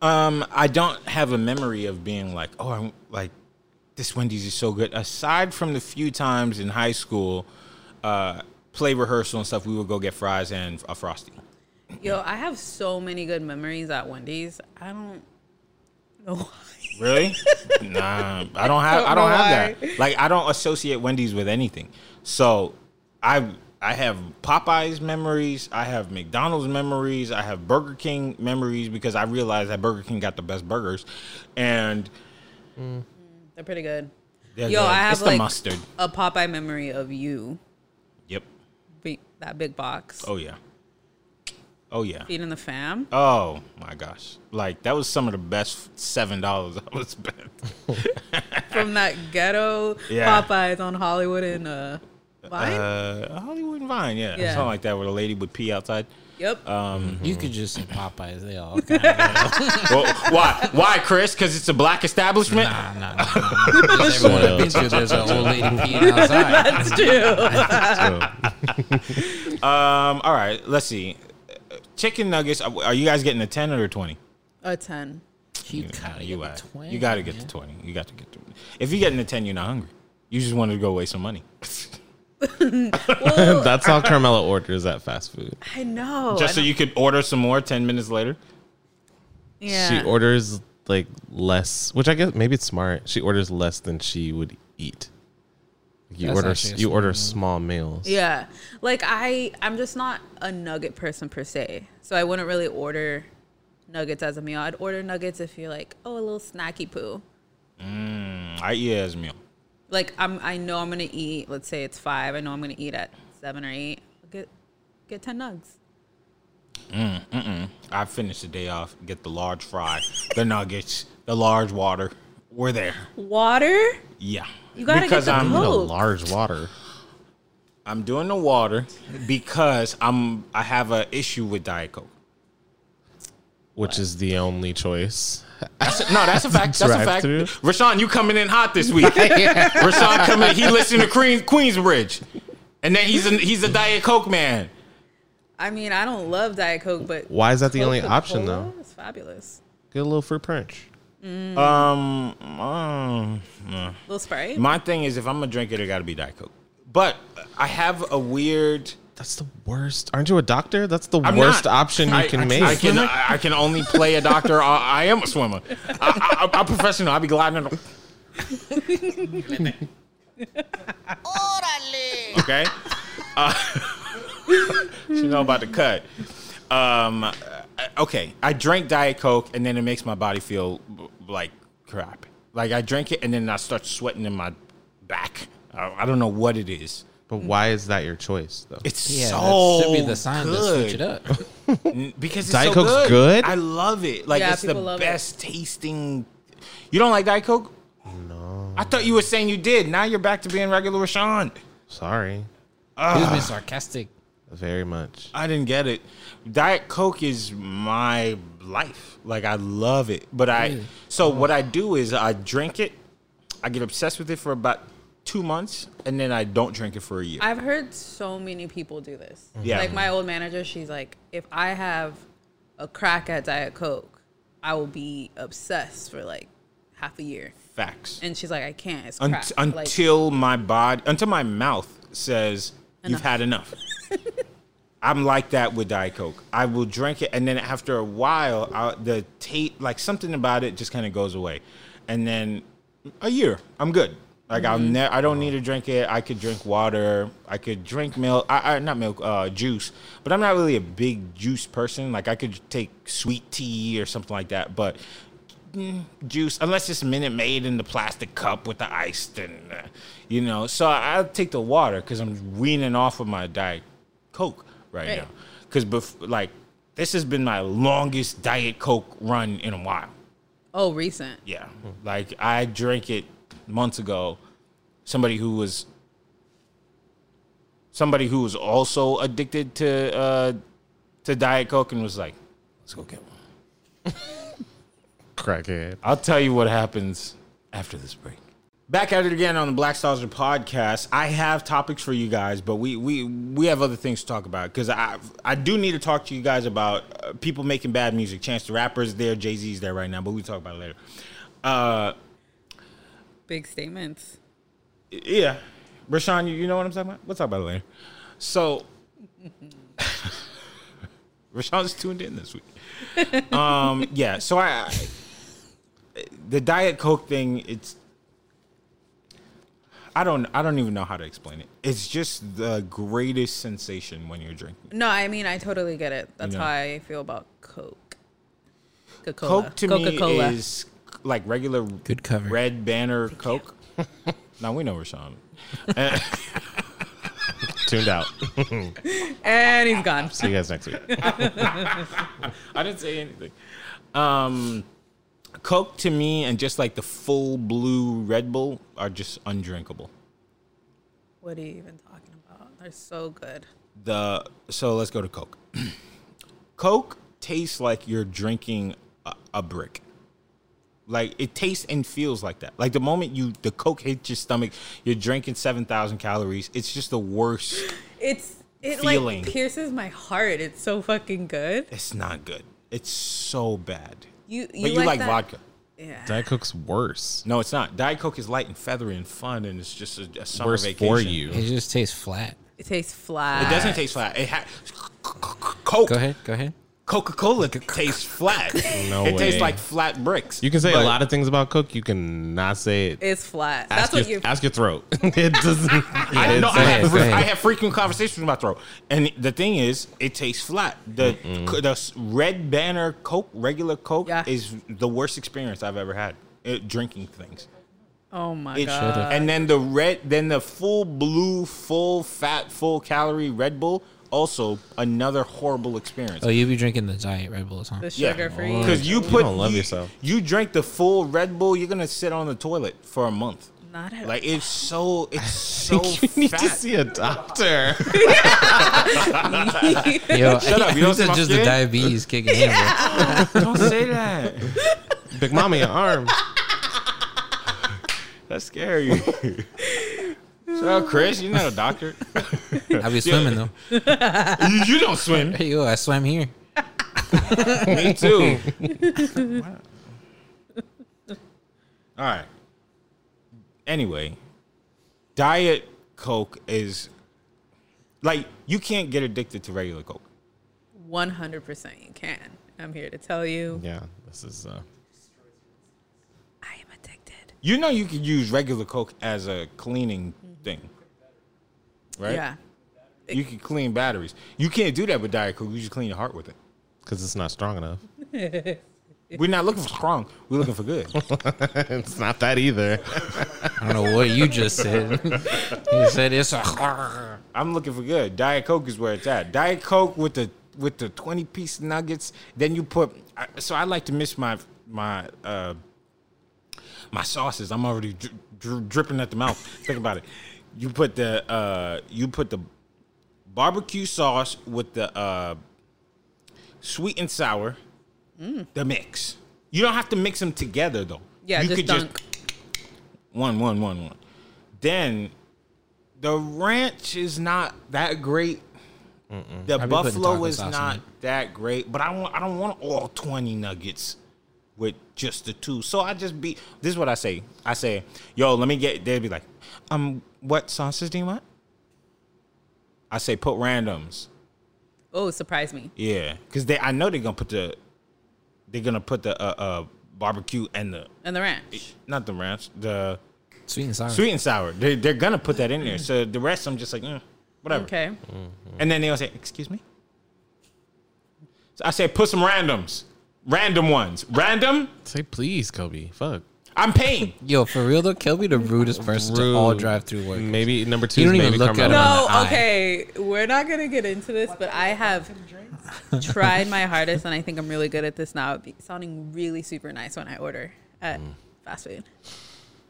Speaker 3: Um, I don't have a memory of being like, oh, I'm like, this Wendy's is so good. Aside from the few times in high school, uh, play rehearsal and stuff, we would go get fries and a frosty.
Speaker 4: Yo, I have so many good memories at Wendy's. I don't know why.
Speaker 3: Really? nah, I don't have. I don't have that. Like, I don't associate Wendy's with anything. So, I I have Popeyes memories. I have McDonald's memories. I have Burger King memories because I realized that Burger King got the best burgers, and
Speaker 4: They're pretty good.
Speaker 3: they're
Speaker 4: Yo,
Speaker 3: good.
Speaker 4: I have
Speaker 3: it's
Speaker 4: like
Speaker 3: the mustard.
Speaker 4: a Popeye memory of you,
Speaker 3: Yep.
Speaker 4: be- that big box,
Speaker 3: Oh yeah. Oh yeah.
Speaker 4: feeding the fam.
Speaker 3: Oh my gosh! Like that was some of the best seven dollars I was spent.
Speaker 4: From that ghetto
Speaker 3: Yeah.
Speaker 4: Popeyes on Hollywood and uh, Vine.
Speaker 3: Uh, Hollywood and Vine, yeah.
Speaker 4: Yeah.
Speaker 3: something like that, where the lady would pee outside.
Speaker 4: yep.
Speaker 3: uh, Mm-hmm.
Speaker 1: You could just say Popeyes. They all kind of
Speaker 3: well, why? Why, Chris? Because it's a black establishment.
Speaker 1: nah, nah, nah, nah. There's everyone I picture there's an old lady peeing outside.
Speaker 4: That's true.
Speaker 3: Um, all right, let's see. Uh, Chicken nuggets. Are are you guys getting a ten or a twenty?
Speaker 4: a 10.
Speaker 1: You gotta
Speaker 3: You,
Speaker 1: get
Speaker 3: are.
Speaker 1: the twin.
Speaker 3: you gotta get the twenty. You got to get the. If you're getting a ten, you're not hungry. You just wanted to go waste some money.
Speaker 4: Well,
Speaker 7: That's how Carmela orders at fast food.
Speaker 4: I know.
Speaker 3: just so
Speaker 4: I know.
Speaker 3: you could order some more ten minutes later.
Speaker 4: yeah.
Speaker 7: She orders like less, which I guess maybe it's smart. She orders less than she would eat. You
Speaker 1: That's
Speaker 7: order
Speaker 1: actually a
Speaker 7: you
Speaker 1: smart
Speaker 7: order
Speaker 1: move.
Speaker 7: small meals.
Speaker 4: Yeah. Like I I'm just not a nugget person per se. So I wouldn't really order nuggets as a meal. I'd order nuggets if you're like, oh, a little snacky poo.
Speaker 3: I eat it as a meal.
Speaker 4: Like I'm I know I'm gonna eat, let's say it's five, I know I'm gonna eat at seven or eight. Get get ten nugs.
Speaker 3: I finish the day off. Get the large fry, the nuggets, the large water. We're there.
Speaker 4: Water?
Speaker 3: Yeah.
Speaker 4: You gotta get
Speaker 3: because
Speaker 4: the
Speaker 3: I'm
Speaker 7: A
Speaker 4: Coke.
Speaker 7: large water.
Speaker 3: I'm doing the water because I'm I have an issue with Diet Coke.
Speaker 7: Which is the only choice.
Speaker 3: No, that's a fact. That's a fact.
Speaker 7: drive-thru?
Speaker 3: Rashawn, you coming in hot this week. Rashawn coming. He listened to Queens Queensbridge, and then he's a, he's a Diet Coke man.
Speaker 4: I mean, I don't love Diet Coke, but
Speaker 7: Why is that the only option
Speaker 4: Coca-Cola
Speaker 7: though?
Speaker 4: is fabulous.
Speaker 7: Get a little fruit punch.
Speaker 3: Um, um,
Speaker 4: Little Sprite?
Speaker 3: my thing is if I'm gonna drink it, it got to be Diet Coke. But I have a weird.
Speaker 7: That's the worst. Aren't you a doctor? That's the
Speaker 3: I'm
Speaker 7: worst
Speaker 3: not.
Speaker 7: option you
Speaker 3: I-
Speaker 7: can
Speaker 3: I,
Speaker 7: make.
Speaker 3: I can I, I can only play a doctor. I, I am a swimmer. I, I, I'm professional. I'll be gliding. in- Okay. Uh, she know about the cut. Um, uh, okay, I drink Diet Coke and then it makes my body feel b- like crap. Like I drink it and then I start sweating in my back. I, I don't know what it is,
Speaker 7: But why is that your choice though?
Speaker 3: It's
Speaker 1: Yeah,
Speaker 3: so
Speaker 1: that should be the sign
Speaker 3: good.
Speaker 1: to switch it up.
Speaker 3: because it's
Speaker 7: Diet
Speaker 3: so
Speaker 7: Coke's good?
Speaker 3: good. I love it. Like
Speaker 4: Yeah,
Speaker 3: it's the
Speaker 4: people love it.
Speaker 3: best tasting. You don't like Diet Coke? No. I thought you were saying you did. Now you're back to being regular Rashawn.
Speaker 7: Sorry,
Speaker 1: he was being sarcastic.
Speaker 7: very much.
Speaker 3: I didn't get it. Diet Coke is my life. Like I love it. But I so what I do is I drink it. I get obsessed with it for about two months, and then I don't drink it for a year.
Speaker 4: I've heard so many people do this.
Speaker 3: Mm-hmm. Yeah.
Speaker 4: Like my old manager, she's like, if I have a crack at Diet Coke, I will be obsessed for like half a year.
Speaker 3: Facts.
Speaker 4: And she's like, I can't. It's
Speaker 3: Un-
Speaker 4: crack. Like,
Speaker 3: until my body, until my mouth says you've had enough. I'm like that with Diet Coke. I will drink it, and then after a while, I, the taste, like something about it, just kind of goes away. And then a year, I'm good. Like I'll ne- I don't need to drink it. I could drink water. I could drink milk. I, I not milk, uh, juice. But I'm not really a big juice person. Like I could take sweet tea or something like that. But juice unless it's minute made in the plastic cup with the ice and uh, you know so I- i'll take the water because i'm weaning off of my diet coke right,
Speaker 4: Right.
Speaker 3: now because bef- like this has been my longest diet coke run in a while
Speaker 4: oh, recent.
Speaker 3: yeah like i drank it months ago somebody who was somebody who was also addicted to uh to diet coke and was like let's go get one
Speaker 7: Crackhead.
Speaker 3: I'll tell you what happens after this break. Back at it again on the Black Saucer podcast. I have topics for you guys, but we we we have other things to talk about because I I do need to talk to you guys about uh, people making bad music. Chance the Rapper's there, Jay Z's there right now, but we talk about it later. Uh,
Speaker 4: Big statements.
Speaker 3: yeah, Rashawn, you, you know what I'm talking about? We'll talk about it later. So, Rashawn's tuned in this week. Um, yeah, so I, I the Diet Coke thing, it's I don't I don't even know how to explain it. It's just the greatest sensation when you're drinking.
Speaker 4: No, I mean, I totally get it. That's
Speaker 3: Yeah.
Speaker 4: how I feel about Coke. Coca-Cola.
Speaker 3: Coke to
Speaker 4: Coca-Cola.
Speaker 3: me is like regular
Speaker 1: Good cover.
Speaker 3: red banner Coke. now we know Rashawn.
Speaker 7: Tuned out.
Speaker 4: And he's gone.
Speaker 7: See you guys next week.
Speaker 3: I didn't say anything. Um, Coke to me and just like the full blue Red Bull are just undrinkable.
Speaker 4: What are you even talking about? They're so good.
Speaker 3: The so let's go to Coke. Coke tastes like you're drinking a, a brick. Like it tastes and feels like that. Like the moment you the Coke hits your stomach, you're drinking seven thousand calories. It's just the worst.
Speaker 4: It's it
Speaker 3: Feeling.
Speaker 4: like pierces my heart. It's so fucking good.
Speaker 3: It's not good. It's so bad.
Speaker 4: You you,
Speaker 3: but you like
Speaker 4: that?
Speaker 3: vodka.
Speaker 4: Yeah.
Speaker 7: Diet Coke's worse.
Speaker 3: No, it's not. Diet Coke is light and feathery and fun, and it's just a, a summer
Speaker 7: Worse
Speaker 3: vacation.
Speaker 7: for you.
Speaker 1: It just tastes flat.
Speaker 4: It tastes flat.
Speaker 3: It doesn't taste flat. It ha- Coke,
Speaker 1: Go ahead. Go ahead.
Speaker 3: Coca Cola tastes flat.
Speaker 7: No
Speaker 3: it tastes
Speaker 7: way.
Speaker 3: like flat bricks.
Speaker 7: You can say
Speaker 3: But
Speaker 7: a lot of things about Coke. You cannot say it.
Speaker 4: It's flat.
Speaker 7: ask
Speaker 4: That's what
Speaker 7: your,
Speaker 4: you.
Speaker 7: ask your throat. it doesn't.
Speaker 3: I, no, I,
Speaker 1: ahead,
Speaker 3: have,
Speaker 1: go ahead.
Speaker 3: I have frequent conversations with my throat, and the thing is, it tastes flat. The co- the s- red banner Coke, regular Coke,
Speaker 4: Yeah.
Speaker 3: is the worst experience I've ever had. It, drinking things.
Speaker 4: Oh my
Speaker 3: It-
Speaker 4: god.
Speaker 3: and then the red, then the full blue, full fat, full calorie Red Bull. Also, another horrible experience.
Speaker 1: Oh, you be drinking the diet Red Bulls, huh?
Speaker 4: The sugar free.
Speaker 3: Because Oh. you put
Speaker 7: Oh. don't love yourself.
Speaker 3: You drink the full Red Bull, you're gonna sit on the toilet for a month.
Speaker 4: Not at
Speaker 3: Like it's so it's so
Speaker 7: you need
Speaker 3: fat.
Speaker 7: to see a doctor.
Speaker 1: Yo,
Speaker 3: Shut up, you
Speaker 1: I think
Speaker 3: don't see my
Speaker 1: that's just the
Speaker 3: skin?
Speaker 1: diabetes kicking in. Bro.
Speaker 3: Don't say that.
Speaker 7: Big Mama, your arm.
Speaker 3: That's scary. so Chris, you're not a doctor.
Speaker 1: I be swimming though.
Speaker 3: you, you don't swim.
Speaker 1: Hey, yo, I swam here.
Speaker 3: Me too. All right. Anyway, diet Coke is like you can't get addicted to regular Coke.
Speaker 4: One hundred percent, you can. I'm here to tell you,
Speaker 7: Yeah, this is. Uh,
Speaker 4: I am addicted.
Speaker 3: You know you could use regular Coke as a cleaning thing. Right?
Speaker 4: Yeah.
Speaker 3: You can clean batteries. You can't do that with Diet Coke. You just clean your heart with it.
Speaker 7: because it's not strong enough.
Speaker 3: We're not looking for strong. We're looking for good.
Speaker 7: it's not that either.
Speaker 1: I don't know what you just said. you said it's a.
Speaker 3: I'm looking for good. Diet Coke is where it's at. Diet Coke with the with the 20 piece nuggets. Then you put. I- So I like to mix my my uh my sauces. I'm already dri- dri- dripping at the mouth. Think about it. You put the uh you put the barbecue sauce with the uh sweet and sour. The mix. You don't have to mix them together though.
Speaker 4: Mm. Yeah,
Speaker 3: you
Speaker 4: just dunk.
Speaker 3: one, one, one, one. Then the ranch is not that great. The
Speaker 1: I've been putting
Speaker 3: buffalo
Speaker 1: taco
Speaker 3: is
Speaker 1: sauce
Speaker 3: not
Speaker 1: on
Speaker 3: that great, but I want I don't want all twenty nuggets with just the two. So I just be this is what I say. I say, yo, let me get they'd be like, um, what sauces do you want? I say put randoms.
Speaker 4: Oh, surprise me.
Speaker 3: Yeah. Cause they I know they're gonna put the they're gonna put the uh, uh barbecue and the
Speaker 4: And the ranch.
Speaker 3: not the ranch, the
Speaker 1: Sweet and sour.
Speaker 3: sweet and sour. They, they're gonna put that in there. So the rest, I'm just like, eh, whatever.
Speaker 4: Okay.
Speaker 3: And then they'll say, excuse me. So I say, put some randoms, random ones, random.
Speaker 7: Say please, Kobe. Fuck.
Speaker 3: I'm paying.
Speaker 1: Yo, for real though, Kelby the rudest person to all
Speaker 7: Rude.
Speaker 1: drive through work.
Speaker 7: Maybe number two.
Speaker 1: You
Speaker 7: is
Speaker 1: don't even
Speaker 7: maybe
Speaker 1: look at
Speaker 7: Carmelo.
Speaker 1: him.
Speaker 4: No,
Speaker 1: the eye.
Speaker 4: okay. We're not going to get into this, but I have tried my hardest, and I think I'm really good at this now, be- sounding really super nice when I order at fast food.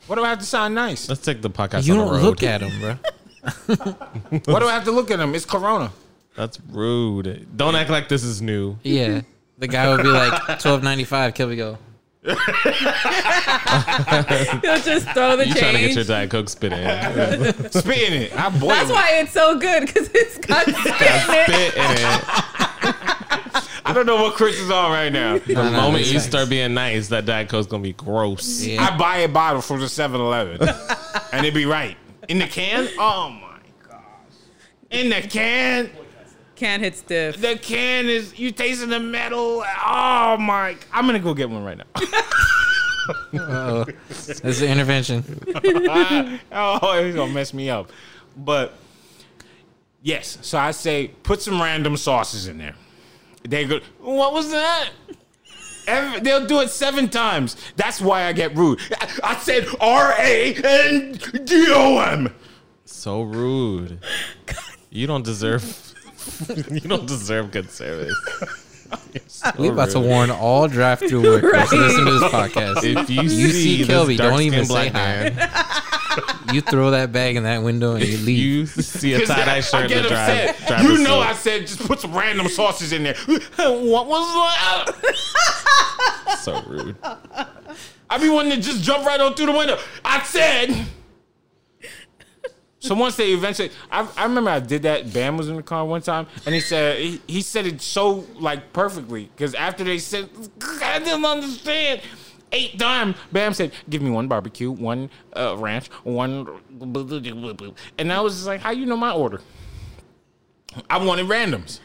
Speaker 3: What do I have to sound nice?
Speaker 7: Let's take the podcast.
Speaker 1: you
Speaker 7: on the
Speaker 1: don't
Speaker 7: road.
Speaker 1: look at him, bro.
Speaker 3: What do I have to look at them? It's Corona.
Speaker 7: That's rude. Don't act like this is new.
Speaker 1: Yeah, the guy would be like twelve ninety five. Kelby go.
Speaker 4: You'll just throw the
Speaker 7: You trying to get
Speaker 4: change.
Speaker 7: your diet coke spit in?
Speaker 3: Spitting it. I boil
Speaker 4: That's
Speaker 3: it.
Speaker 4: why it's so good, because it's got spit in it.
Speaker 7: spit in it.
Speaker 3: I don't know what Chris is on right now.
Speaker 7: The
Speaker 1: Nah, nah,
Speaker 7: moment
Speaker 1: that's
Speaker 7: you
Speaker 1: nice.
Speaker 7: start being nice, that diet coke's gonna be gross.
Speaker 1: Yeah.
Speaker 3: I buy a bottle from the 7-Eleven, and it be right in the can. Oh my gosh, in the can.
Speaker 4: Can't hit stiff.
Speaker 3: The can is you tasting the metal. Oh my! I'm gonna go get one right now.
Speaker 1: That's the intervention.
Speaker 3: oh, it's gonna mess me up. But yes, so I say put some random sauces in there. They go, what was that? Every, they'll do it seven times. That's why I get rude. I, I said R A N D O M.
Speaker 7: So rude. You don't deserve. you don't deserve good service. You're so
Speaker 1: We about to
Speaker 7: rude.
Speaker 1: warn all drive-through workers to listen to this podcast.
Speaker 7: If you,
Speaker 1: You see
Speaker 7: see,
Speaker 1: Kelby,
Speaker 7: Kelby,
Speaker 1: don't
Speaker 7: don't
Speaker 1: even
Speaker 7: even
Speaker 1: say
Speaker 7: black
Speaker 1: hi.
Speaker 7: man,
Speaker 1: You throw that bag in that window and you leave.
Speaker 7: you see a
Speaker 3: 'Cause
Speaker 7: tie
Speaker 3: I- I
Speaker 7: dye shirt in
Speaker 3: get
Speaker 7: the drive.
Speaker 3: upset.
Speaker 7: driver's
Speaker 3: You know,
Speaker 7: seat.
Speaker 3: I said just put some random sauces in there. what was that?
Speaker 7: so rude.
Speaker 3: I be wanting to just jump right on through the window. I said. So once they eventually, I, I remember I did that. Bam was in the car one time, and he said he, he said it so like perfectly because after they said I didn't understand eight times, Bam said, "Give me one barbecue, one uh, ranch, one," and I was just like, "How you know my order?" I wanted randoms.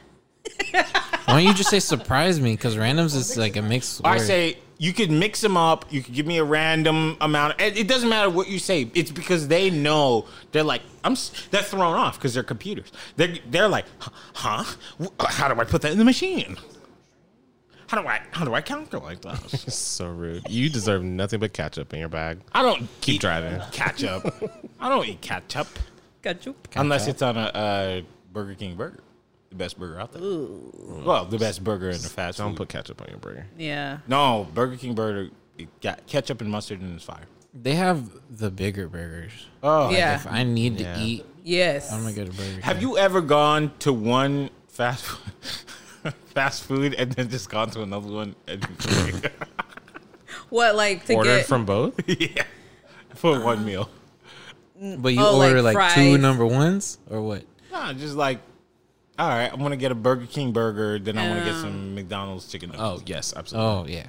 Speaker 1: Why don't you just say surprise me? Because randoms is like a mixed word.
Speaker 3: I say you could mix them up. You could give me a random amount. It it doesn't matter what you say. It's because they know they're like I'm. s- They're thrown off because they're computers. They're they're like, huh? Wh- How do I put that in the machine? How do I how do I calculate that?
Speaker 7: So rude. You deserve nothing but ketchup in your bag.
Speaker 3: I don't
Speaker 7: Keep
Speaker 3: eat
Speaker 7: driving.
Speaker 3: Ketchup. I don't eat ketchup
Speaker 4: Got you.
Speaker 3: unless it's on a uh, Burger King burger, the best burger out there. Well, the best burger in the fast
Speaker 7: Don't
Speaker 3: food.
Speaker 7: put ketchup on your burger.
Speaker 4: Yeah.
Speaker 3: no Burger King burger. It got ketchup and mustard and it's fire.
Speaker 1: they have the bigger burgers.
Speaker 3: Oh,
Speaker 4: yeah.
Speaker 1: If I need
Speaker 7: Yeah.
Speaker 1: to eat,
Speaker 4: Yes.
Speaker 1: I'm gonna get a burger.
Speaker 3: Have you ever gone to one fast food, fast food and then just gone to another one and
Speaker 4: What, like, to
Speaker 7: Ordered
Speaker 4: get.
Speaker 7: from both?
Speaker 3: for one meal?
Speaker 1: But you
Speaker 4: Oh, like
Speaker 1: order like, two
Speaker 4: fries.
Speaker 1: number ones or what?
Speaker 3: Nah, just like, all right, I'm gonna get a Burger King burger, then I'm gonna get some McDonald's chicken.
Speaker 7: Oh, yes, absolutely.
Speaker 1: Oh yeah.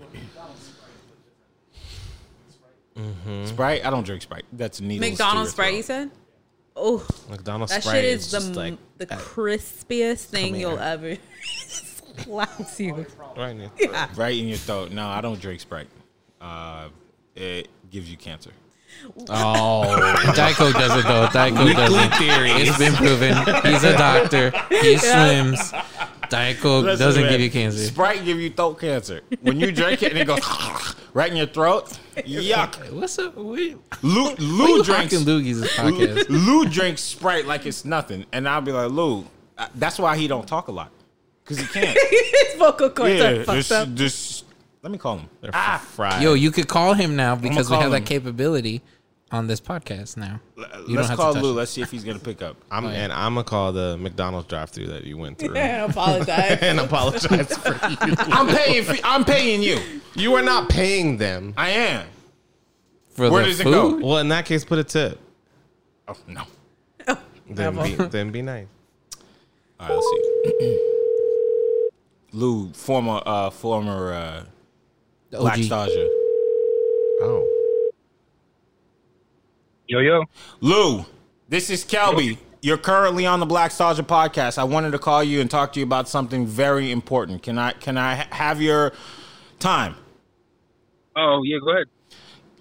Speaker 3: Um, Sprite? I don't drink Sprite. That's needless.
Speaker 4: McDonald's
Speaker 3: to your
Speaker 4: Sprite, you said? Oh,
Speaker 7: McDonald's
Speaker 4: that
Speaker 7: Sprite
Speaker 4: shit
Speaker 7: is,
Speaker 4: is the
Speaker 7: just like
Speaker 4: m the crispiest thing
Speaker 7: here.
Speaker 4: you'll ever. Slaps you.
Speaker 7: right in your
Speaker 3: throat. Right in your throat. No, I don't drink Sprite. Uh, it gives you cancer.
Speaker 1: Oh, Diet Coke does it though. Diet Coke does it.
Speaker 7: theory.
Speaker 1: It's been proven. He's a doctor. He swims. Diet Coke
Speaker 3: Listen,
Speaker 1: doesn't
Speaker 3: man,
Speaker 1: give you cancer.
Speaker 3: Sprite give you throat cancer. When you drink it and it goes right in your throat, yuck.
Speaker 1: What's up? Wait,
Speaker 3: Lou,
Speaker 1: who
Speaker 3: Lou drinks
Speaker 1: drinking Loogies'
Speaker 3: Lou,
Speaker 1: podcast?
Speaker 3: Lou drinks Sprite like it's nothing, and I'll be like, Lou, I- that's why he don't talk a lot, cause he can't.
Speaker 4: His vocal cords
Speaker 3: yeah,
Speaker 4: are fucked
Speaker 3: this,
Speaker 4: up.
Speaker 3: this. Let me call him.
Speaker 7: They're
Speaker 3: Ah,
Speaker 7: fried.
Speaker 1: Yo, you could call him now because we
Speaker 3: call
Speaker 1: have
Speaker 3: him.
Speaker 1: that capability on this podcast now. You
Speaker 3: let's call
Speaker 1: touch
Speaker 3: Lou.
Speaker 1: it.
Speaker 3: Let's see if he's gonna pick up.
Speaker 7: I'm and I'm gonna call the McDonald's drive-through that you went through
Speaker 4: I apologize.
Speaker 7: and apologize for you.
Speaker 3: I'm paying. For, I'm paying you.
Speaker 7: You are not paying them.
Speaker 3: I am.
Speaker 1: For
Speaker 3: Where
Speaker 1: the
Speaker 3: does it
Speaker 1: food?
Speaker 3: go?
Speaker 7: Well, in that case, put a tip.
Speaker 3: Oh no.
Speaker 7: Then be, then be nice.
Speaker 3: All right, let's see. Lou, former, uh, former uh,
Speaker 1: The
Speaker 3: Black
Speaker 1: OG.
Speaker 3: Stasia.
Speaker 7: Oh,
Speaker 8: Yo, yo.
Speaker 3: Lou, this is Kelby. You're currently on the Black Soldier podcast. I wanted to call you and talk to you about something very important. Can I can I ha- have your time?
Speaker 8: Oh, yeah, go ahead.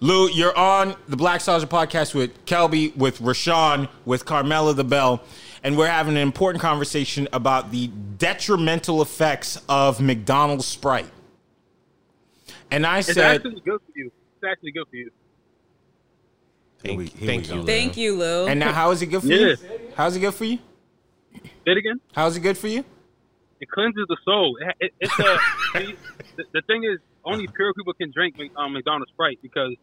Speaker 3: Lou, you're on the Black Soldier podcast with Kelby, with Rashawn, with Carmela the Bell, and we're having an important conversation about the detrimental effects of McDonald's Sprite. And I
Speaker 8: It's
Speaker 3: said,
Speaker 8: actually good for you. It's actually good for you.
Speaker 3: Here we-
Speaker 7: thank,
Speaker 3: here we
Speaker 7: thank
Speaker 3: go.
Speaker 7: you.
Speaker 4: Thank you, Lou.
Speaker 3: and now how is it good for
Speaker 8: Yes.
Speaker 3: you? How's it good for you?
Speaker 8: Say it again.
Speaker 3: How's it good for you?
Speaker 8: It cleanses the soul. It, it, it's a, the, the thing is, only pure people can drink Mc- um, McDonald's Sprite because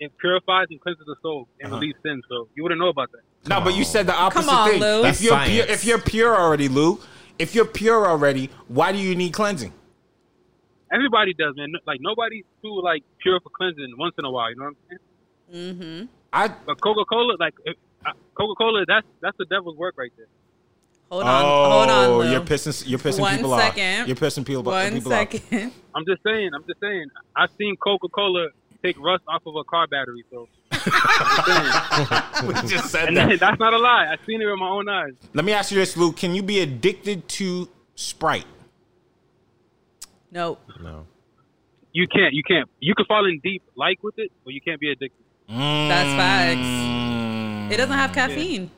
Speaker 8: it purifies and cleanses the soul and
Speaker 1: Uh-huh.
Speaker 8: relieves sin. So you wouldn't know about that.
Speaker 3: No, but you said the opposite
Speaker 4: on,
Speaker 3: thing.
Speaker 4: Lou.
Speaker 7: That's
Speaker 3: If you're pure,
Speaker 7: science.
Speaker 3: if you're pure already, Lou, if you're pure already, why do you need cleansing?
Speaker 8: Everybody does, man. No- Like nobody's too like pure for cleansing once in a while. You know what I'm saying?
Speaker 3: I
Speaker 8: But Coca Cola, like Coca Cola, that's that's the devil's work right there.
Speaker 4: hold on, hold on, Lou.
Speaker 3: Oh, you're pissing you're pissing
Speaker 4: One
Speaker 3: people off.
Speaker 4: second.
Speaker 3: You're pissing people,
Speaker 4: One
Speaker 3: people off.
Speaker 4: second.
Speaker 8: I'm just saying. I'm just saying. I've seen Coca Cola take rust off of a car battery. So
Speaker 3: We just said
Speaker 8: and
Speaker 3: that.
Speaker 8: that's not a lie. I've seen it with my own eyes.
Speaker 3: Let me ask you this, Lou. Can you be addicted to Sprite?
Speaker 4: Nope.
Speaker 7: No.
Speaker 8: You can't. You can't. You can fall in deep like with it, but you can't be addicted.
Speaker 4: That's facts. It doesn't
Speaker 3: Mm.
Speaker 4: have caffeine,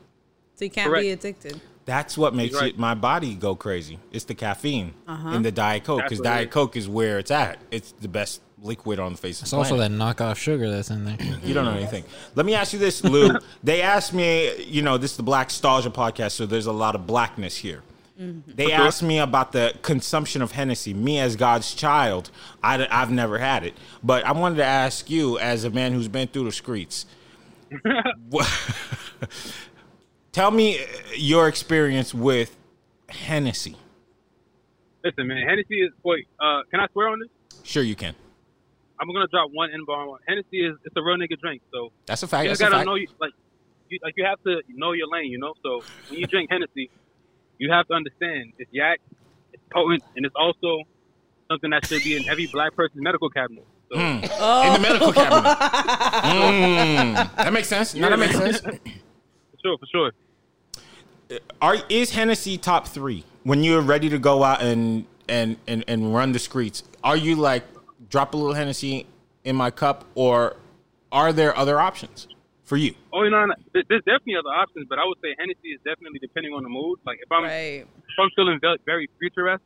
Speaker 4: so you can't be
Speaker 8: Correct.
Speaker 4: addicted.
Speaker 3: That's what makes
Speaker 8: You're right.
Speaker 3: it, my body go crazy. It's the caffeine
Speaker 4: Uh-huh.
Speaker 3: in the Diet Coke
Speaker 8: That's
Speaker 3: because
Speaker 8: what it
Speaker 3: Diet
Speaker 8: is.
Speaker 3: Coke is where it's at. It's the best liquid on the face of
Speaker 1: It's
Speaker 3: the
Speaker 1: also
Speaker 3: planet.
Speaker 1: that knockoff sugar that's in there.
Speaker 3: You don't know
Speaker 8: Mm.
Speaker 3: anything. Let me ask you this, Lou. they asked me, you know, this is the Black Stalgia podcast, so there's a lot of blackness here.
Speaker 8: Mm-hmm.
Speaker 3: They asked me about the consumption of Hennessy. Me, as God's child, I, have never had it. But I wanted to ask you, as a man who's been through the streets, wha- tell me uh, your experience with Hennessy.
Speaker 8: Listen, man. Hennessy is. Wait. Uh, can I swear on this?
Speaker 3: Sure, you can.
Speaker 8: I'm gonna drop one in bomb. Hennessy is. It's a real nigga drink. So
Speaker 3: That's a fact.
Speaker 8: you
Speaker 3: That's
Speaker 8: just
Speaker 3: a
Speaker 8: gotta
Speaker 3: fact.
Speaker 8: know you like. You, like you have to know your lane. You know. So when you drink Hennessy, you have to understand it's yak, it's potent, and it's also something that should be in every black person's medical cabinet. So
Speaker 3: In the medical cabinet. Mm. that makes sense. No, that makes sense.
Speaker 8: for sure, for sure.
Speaker 3: Are is Hennessy top three when you're ready to go out and and and, and run the streets? Are you like drop a little Hennessy in my cup, or are there other options for you?
Speaker 8: Oh, you know, and there- there's definitely other options, but I would say Hennessy is definitely depending on the mood. Like if I'm
Speaker 4: Right.
Speaker 8: if I'm feeling ve- very futuristic,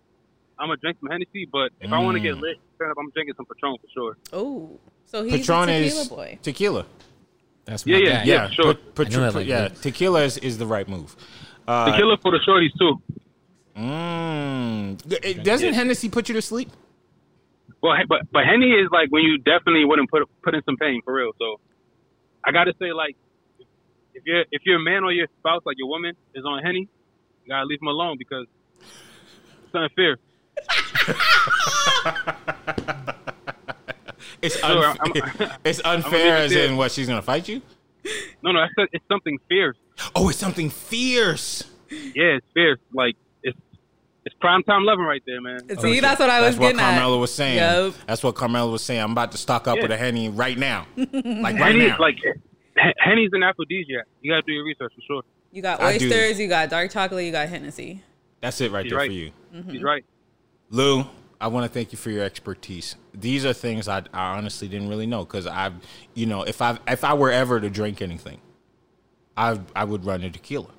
Speaker 8: I'm gonna drink some Hennessy. But if I want to get lit, straight up, I'm drinking some Patron for sure.
Speaker 4: Oh, so he's
Speaker 3: Patron
Speaker 4: a tequila
Speaker 3: is
Speaker 4: boy.
Speaker 3: tequila.
Speaker 1: That's my
Speaker 8: Yeah, yeah,
Speaker 1: guy.
Speaker 8: yeah, for sure.
Speaker 3: Pat-
Speaker 1: I knew I
Speaker 3: Patr-
Speaker 1: liked
Speaker 3: yeah,
Speaker 1: it.
Speaker 3: tequila is, is the right move.
Speaker 8: Tequila for the shorties too.
Speaker 3: Mm. It- Doesn't Hennessy put you to sleep?
Speaker 8: Well, he- but but Henny is like when you definitely wouldn't put put in some pain for real. So I gotta say, like if you're if your man or your spouse, like your woman, is on Henny, you gotta leave them alone because it's unfair.
Speaker 3: It's
Speaker 8: Sure,
Speaker 3: unf-
Speaker 8: I'm-
Speaker 3: it's
Speaker 8: leave it
Speaker 3: unfair as
Speaker 8: there.
Speaker 3: in what she's gonna fight you.
Speaker 8: No, no, I said it's something fierce.
Speaker 3: Oh, it's something fierce.
Speaker 8: Yeah, it's fierce. Like it's it's prime time loving right there, man.
Speaker 4: See, that's what I was
Speaker 3: That's what
Speaker 4: getting at.
Speaker 3: Carmela was saying.
Speaker 4: Yup.
Speaker 3: That's what Carmela was saying. I'm about to stock up
Speaker 8: Yeah.
Speaker 3: with a henny right now, like right
Speaker 8: Henny,
Speaker 3: now.
Speaker 8: like Hen- Henny's an aphrodisiac. You gotta do your research for sure.
Speaker 4: You got
Speaker 3: I do.
Speaker 4: oysters, you got dark chocolate, you got Hennessy.
Speaker 3: That's it right
Speaker 8: She's
Speaker 3: there
Speaker 8: right.
Speaker 3: for you.
Speaker 8: He's right.
Speaker 3: Lou, I want to thank you for your expertise. These are things I, I honestly didn't really know because I've, you know, if I if I were ever to drink anything, I I would run to tequila,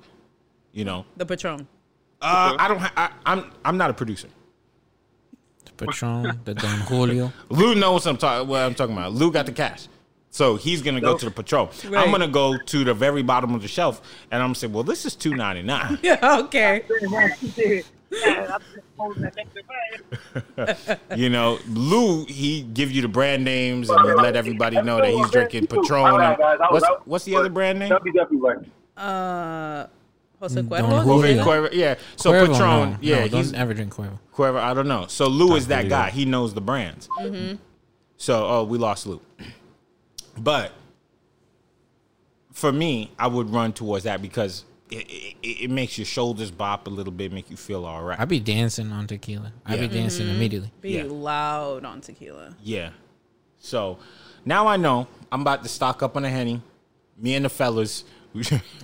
Speaker 3: you know.
Speaker 4: The Patron.
Speaker 3: Uh, I don't. Ha- I, I'm. I'm not a producer.
Speaker 1: The Patron, the Don Julio.
Speaker 3: Lou knows what I'm, talk- what I'm talking about. Lou got the cash. So he's gonna go
Speaker 8: Nope.
Speaker 3: to the patrol.
Speaker 4: Right.
Speaker 3: I'm gonna go to the very bottom of the shelf, and I'm gonna say, "Well, this is two ninety nine.
Speaker 4: Yeah, okay.
Speaker 3: you know, Lou he give you the brand names and he let everybody know that he's drinking Patron. And what's, what's the other brand name?
Speaker 8: WW.
Speaker 4: Uh, Jose
Speaker 3: Mm,
Speaker 1: Don
Speaker 4: Cuervo.
Speaker 1: Julio.
Speaker 3: Jose Cuervo. Yeah. So
Speaker 1: Cuervo,
Speaker 3: Patron.
Speaker 1: no.
Speaker 3: yeah.
Speaker 1: no,
Speaker 3: he's
Speaker 1: don't ever drink Cuervo.
Speaker 3: Cuervo. I don't know. So Lou is that
Speaker 7: Julio.
Speaker 3: guy. He knows the brands. So oh, we lost Lou. But for me, I would run towards that because it, it, it makes your shoulders bop a little bit, make you feel all right.
Speaker 1: I'd be dancing on tequila. I'd
Speaker 3: Yeah.
Speaker 1: be dancing
Speaker 4: Mm-hmm.
Speaker 1: immediately.
Speaker 4: Be
Speaker 3: Yeah.
Speaker 4: loud on tequila.
Speaker 3: Yeah. So now I know I'm about to stock up on a henny. Me and the fellas.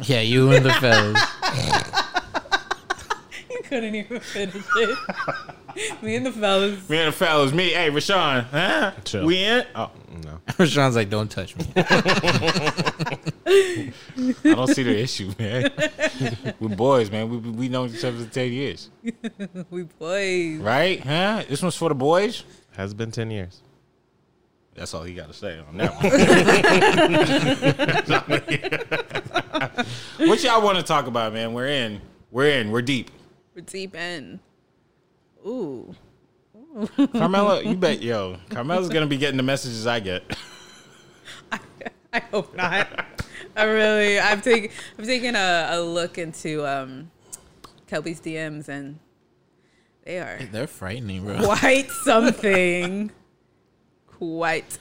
Speaker 1: Yeah, you and the fellas.
Speaker 4: You couldn't even finish it. Me and the fellas.
Speaker 3: Me and the fellas, me, hey, Rashawn, huh?
Speaker 7: Chill.
Speaker 3: We in? Oh,
Speaker 7: No.
Speaker 1: Sean's like, don't touch me.
Speaker 3: I don't see the issue, man. We're boys, man. We, we we know each other for 10 years,
Speaker 4: We boys.
Speaker 3: right? Huh? This one's for the boys?
Speaker 7: Has been 10 years.
Speaker 3: That's all he got to say on that one. what y'all want to talk about, man? We're in. We're in. We're deep.
Speaker 4: We're deep in. Ooh.
Speaker 3: Carmela, you bet, yo, Carmela's going to be getting the messages I get.
Speaker 4: I hope not. I really, I've taken, I've taken a, a look into um, Kelby's DMs, and they are
Speaker 1: They're frightening, bro.
Speaker 4: quite something. quite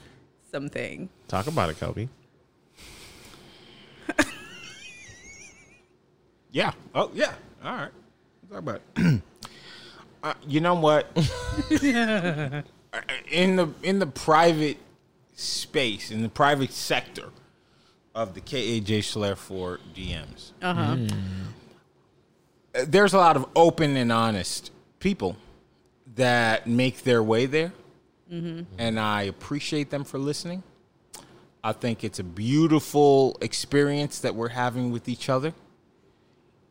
Speaker 4: something.
Speaker 7: Talk about it, Kobe.
Speaker 3: Yeah. Oh, yeah. All right. Talk about it. uh, you know what? Uh, in the in the private space, in the private sector of the KAJ Slayer for DMs,
Speaker 4: Uh huh.
Speaker 3: uh, there's a lot of open and honest people that make their way there, and I appreciate them for listening. I think it's a beautiful experience that we're having with each other,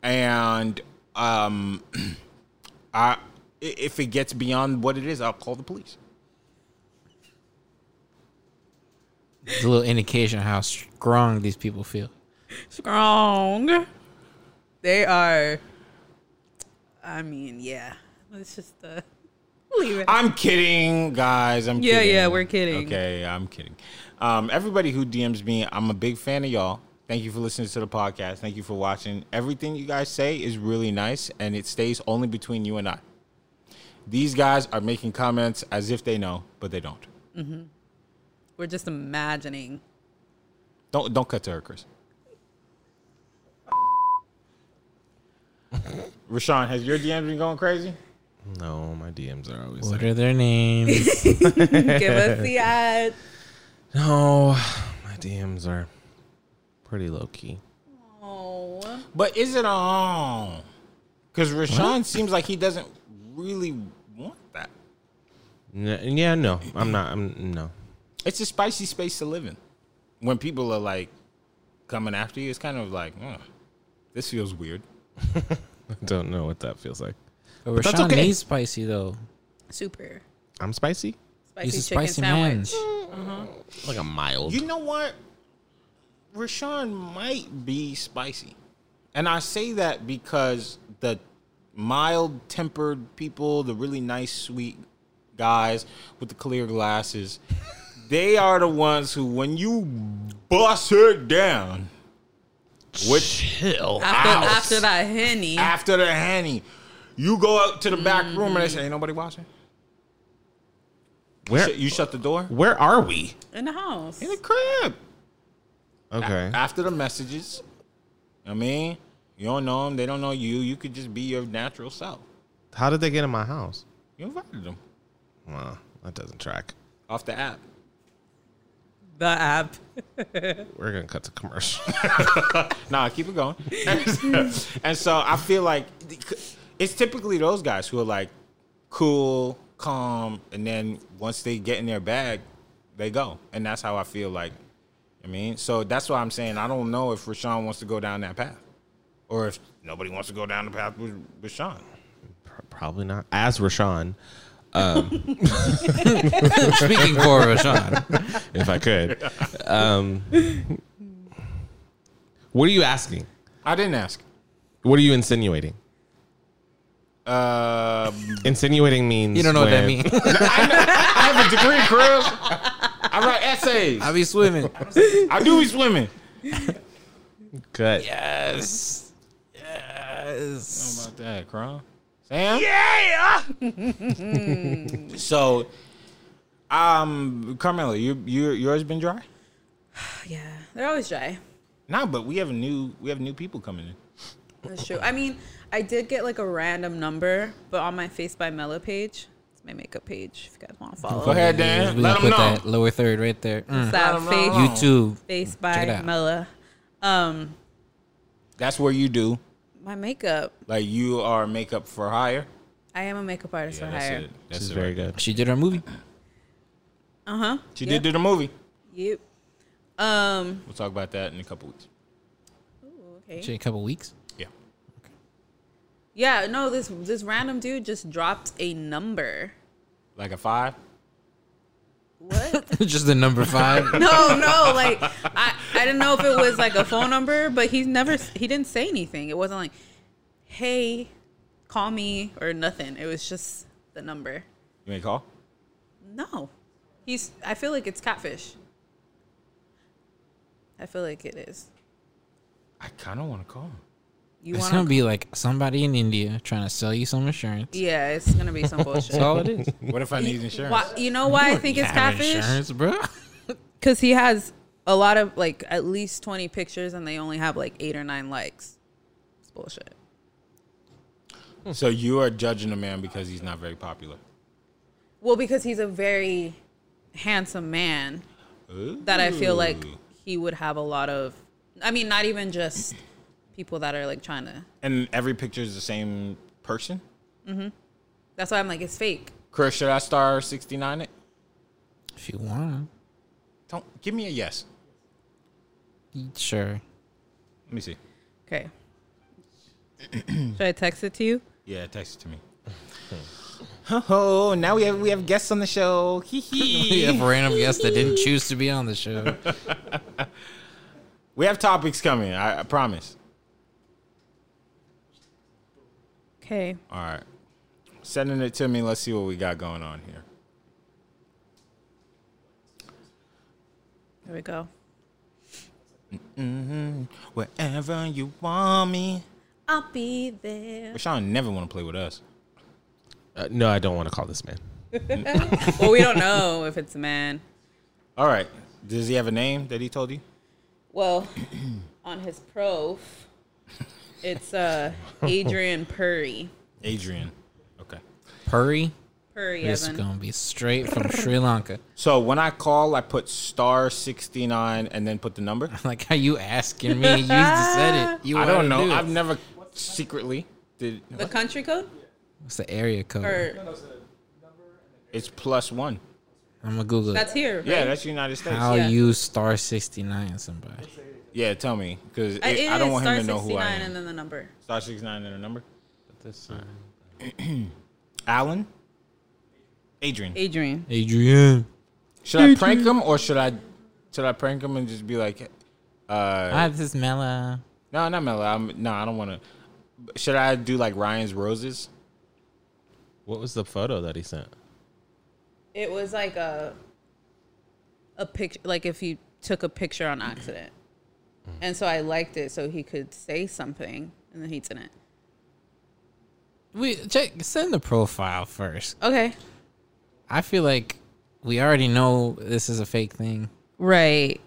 Speaker 3: and um, I i- if it gets beyond what it is, I'll call the police.
Speaker 1: It's a little indication of how strong these people feel.
Speaker 4: Strong. They are. I mean, yeah. Let's just uh, leave it.
Speaker 3: I'm kidding, guys. I'm
Speaker 4: Yeah,
Speaker 3: kidding.
Speaker 4: yeah, we're kidding.
Speaker 3: Okay, I'm kidding. Um, everybody who DMs me, I'm a big fan of y'all. Thank you for listening to the podcast. Thank you for watching. Everything you guys say is really nice, and it stays only between you and I. These guys are making comments as if they know, but they don't.
Speaker 4: We're just imagining.
Speaker 3: Don't don't cut to her, Chris. Rashawn, has your DMs been going crazy?
Speaker 7: No, my DMs are always
Speaker 1: What
Speaker 7: like,
Speaker 1: are their names?
Speaker 4: Give us the ad.
Speaker 7: no, my DMs are pretty low key.
Speaker 4: Oh.
Speaker 3: But is it all? Because Rashawn seems like he doesn't really want that.
Speaker 7: N- yeah, no, I'm not. I'm no.
Speaker 3: It's a spicy space to live in. When people are like coming after you, it's kind of like, oh, this feels weird.
Speaker 7: I don't know what that feels like.
Speaker 1: But
Speaker 7: that's
Speaker 1: Oh, Rashawn
Speaker 7: okay.
Speaker 1: needs spicy though.
Speaker 4: Super.
Speaker 7: I'm spicy.
Speaker 4: Spicy
Speaker 1: He's a
Speaker 4: chicken
Speaker 1: spicy
Speaker 4: sandwich.
Speaker 1: man.
Speaker 7: Like a mild.
Speaker 3: You know what? Rashawn might be spicy. And I say that because the mild tempered people, the really nice, sweet guys with the clear glasses, they are the ones who, when you bust her down, which
Speaker 7: Chill.
Speaker 4: After,
Speaker 3: Ouch.
Speaker 4: after that henny,
Speaker 3: after the henny, you go out to the back room and they say, Ain't nobody watching.
Speaker 7: Where
Speaker 3: Shut- you shut the door?
Speaker 7: where are we?
Speaker 4: in the house.
Speaker 3: In the crib.
Speaker 7: Okay.
Speaker 3: After the messages, I mean, you don't know them, they don't know you. You could just be your natural self.
Speaker 7: How did they get in my house?
Speaker 3: You invited them
Speaker 7: Well, that doesn't track.
Speaker 3: off the app.
Speaker 4: The app.
Speaker 7: We're gonna cut to commercial.
Speaker 3: Nah, keep it going. and so I feel like it's typically those guys who are like cool, calm, and then once they get in their bag, they go. And that's how I feel like. I mean, so that's why I'm saying I don't know if Rashawn wants to go down that path. or if nobody wants to go down the path with, with Sean.
Speaker 7: Probably not. As Rashawn,
Speaker 1: Speaking for Rashawn.
Speaker 7: if I could. um, what are you asking?
Speaker 3: I didn't ask.
Speaker 7: What are you insinuating?
Speaker 3: Uh,
Speaker 7: Insinuating means
Speaker 1: You don't know what that
Speaker 7: when-
Speaker 1: means.
Speaker 3: I have a degree, Chris. I write essays.
Speaker 1: I be swimming.
Speaker 3: I do be swimming.
Speaker 7: Good.
Speaker 1: Yes. Yes.
Speaker 3: How about that, Cron? Sam? Yeah. so, um, Carmela, you you yours been dry?
Speaker 4: Yeah, they're always dry.
Speaker 3: Nah, but we have new we have new people coming in.
Speaker 4: That's true. I mean, I did get like a random number, but on my Face by Mellow page, it's my makeup page. If you guys want to follow,
Speaker 3: Go ahead, Dan.
Speaker 1: We
Speaker 3: Let
Speaker 1: gonna
Speaker 3: them
Speaker 1: put
Speaker 3: know.
Speaker 1: that lower third right there. Mm.
Speaker 4: It's at face,
Speaker 1: YouTube.
Speaker 4: face
Speaker 1: it
Speaker 4: by
Speaker 1: out.
Speaker 4: Mellow. Um,
Speaker 3: That's where you do
Speaker 4: my makeup.
Speaker 3: like you are makeup for hire.
Speaker 4: I am a makeup artist for
Speaker 3: that's
Speaker 4: hire.
Speaker 3: it. That's
Speaker 7: She's
Speaker 3: it
Speaker 7: very
Speaker 3: right
Speaker 7: good.
Speaker 1: She did her movie.
Speaker 3: there. She did do the movie.
Speaker 4: Yep. Um.
Speaker 3: We'll talk about that in a couple weeks.
Speaker 4: ooh, okay.
Speaker 1: She in a couple weeks.
Speaker 3: Yeah.
Speaker 4: Yeah. No. This this random dude just dropped a number.
Speaker 3: Like a five.
Speaker 4: What?
Speaker 1: Just the number five.
Speaker 4: no, no. Like I, I didn't know if it was like a phone number, but he's never he didn't say anything. It wasn't like, hey, call me or nothing. It was just the number.
Speaker 3: You ain't call.
Speaker 4: No, he's. I feel like it's catfish. I feel like it is.
Speaker 3: I kind of want to call him.
Speaker 4: You
Speaker 1: It's
Speaker 4: want
Speaker 1: gonna
Speaker 4: to?
Speaker 1: be like somebody in India trying to sell you some insurance.
Speaker 4: Yeah, it's gonna be some bullshit.
Speaker 1: all it is.
Speaker 3: What if I need insurance?
Speaker 4: Why, you know why I think it's catfish?
Speaker 1: insurance, bro.
Speaker 4: Because he has a lot of like at least twenty pictures, and they only have like eight or nine likes. It's bullshit.
Speaker 3: So you are judging a man because he's not very popular.
Speaker 4: Well, because he's a very handsome man
Speaker 3: Ooh.
Speaker 4: that I feel like he would have a lot of. I mean, not even just people that are like trying to.
Speaker 3: And every picture is the same person.
Speaker 4: That's why I'm like, it's fake.
Speaker 3: Chris, should I star 69 it?
Speaker 1: If you want,
Speaker 3: Don't give me a yes.
Speaker 1: sure.
Speaker 3: Let me see.
Speaker 4: Okay. Should I text it to you?
Speaker 3: Yeah, text it to me. oh, now we have we have guests on the show. Hee
Speaker 1: We have
Speaker 3: hee.
Speaker 1: random guests that didn't choose to be on the show.
Speaker 3: we have topics coming. I, I promise.
Speaker 4: Okay.
Speaker 3: All right, sending it to me. Let's see what we got going on here.
Speaker 4: There we go.
Speaker 3: Wherever you want me.
Speaker 4: I'll be there.
Speaker 3: Rashawn never want to play with us.
Speaker 7: Uh, no, I don't want to call this man.
Speaker 4: Well, we don't know if it's a man.
Speaker 3: All right. Does he have a name that he told you?
Speaker 4: Well, on his prof, it's uh Adrian Purry.
Speaker 3: Adrian. Okay.
Speaker 1: Purry
Speaker 4: Purry,
Speaker 1: is
Speaker 4: Evan.
Speaker 1: gonna be straight from Sri Lanka.
Speaker 3: So when I call, I put star sixty nine and then put the number.
Speaker 1: Like how you asking me? You just said it. You
Speaker 3: I don't
Speaker 1: already
Speaker 3: know.
Speaker 1: knew it.
Speaker 3: I've never secretly did.
Speaker 4: The country code?
Speaker 1: What's the area code?
Speaker 4: Or
Speaker 3: It's plus one.
Speaker 1: I'm gonna Google
Speaker 4: that's
Speaker 1: it.
Speaker 4: here.
Speaker 3: Yeah,
Speaker 4: right?
Speaker 3: that's United States.
Speaker 1: How
Speaker 4: yeah.
Speaker 1: you star sixty nine somebody?
Speaker 3: Yeah, tell me because
Speaker 4: I, it
Speaker 3: I don't
Speaker 4: is
Speaker 3: want him to
Speaker 4: star
Speaker 3: know who I
Speaker 4: 69
Speaker 3: am.
Speaker 4: and then the number.
Speaker 3: star sixty nine and a number. Alan, Adrian.
Speaker 4: Adrian.
Speaker 1: Adrian.
Speaker 3: Should I prank him or should I should I prank him and just be like, uh,
Speaker 1: Hi, this is Mela.
Speaker 3: no, not Mela. I'm, no, I don't want to. Should I do like Ryan's roses?
Speaker 7: What was the photo that he sent?
Speaker 4: It was like a a picture like if you took a picture on accident. And so I liked it so he could say something and then he didn't.
Speaker 1: We check. Send the profile first.
Speaker 4: Okay.
Speaker 1: I feel like we already know this is a fake thing.
Speaker 4: Right.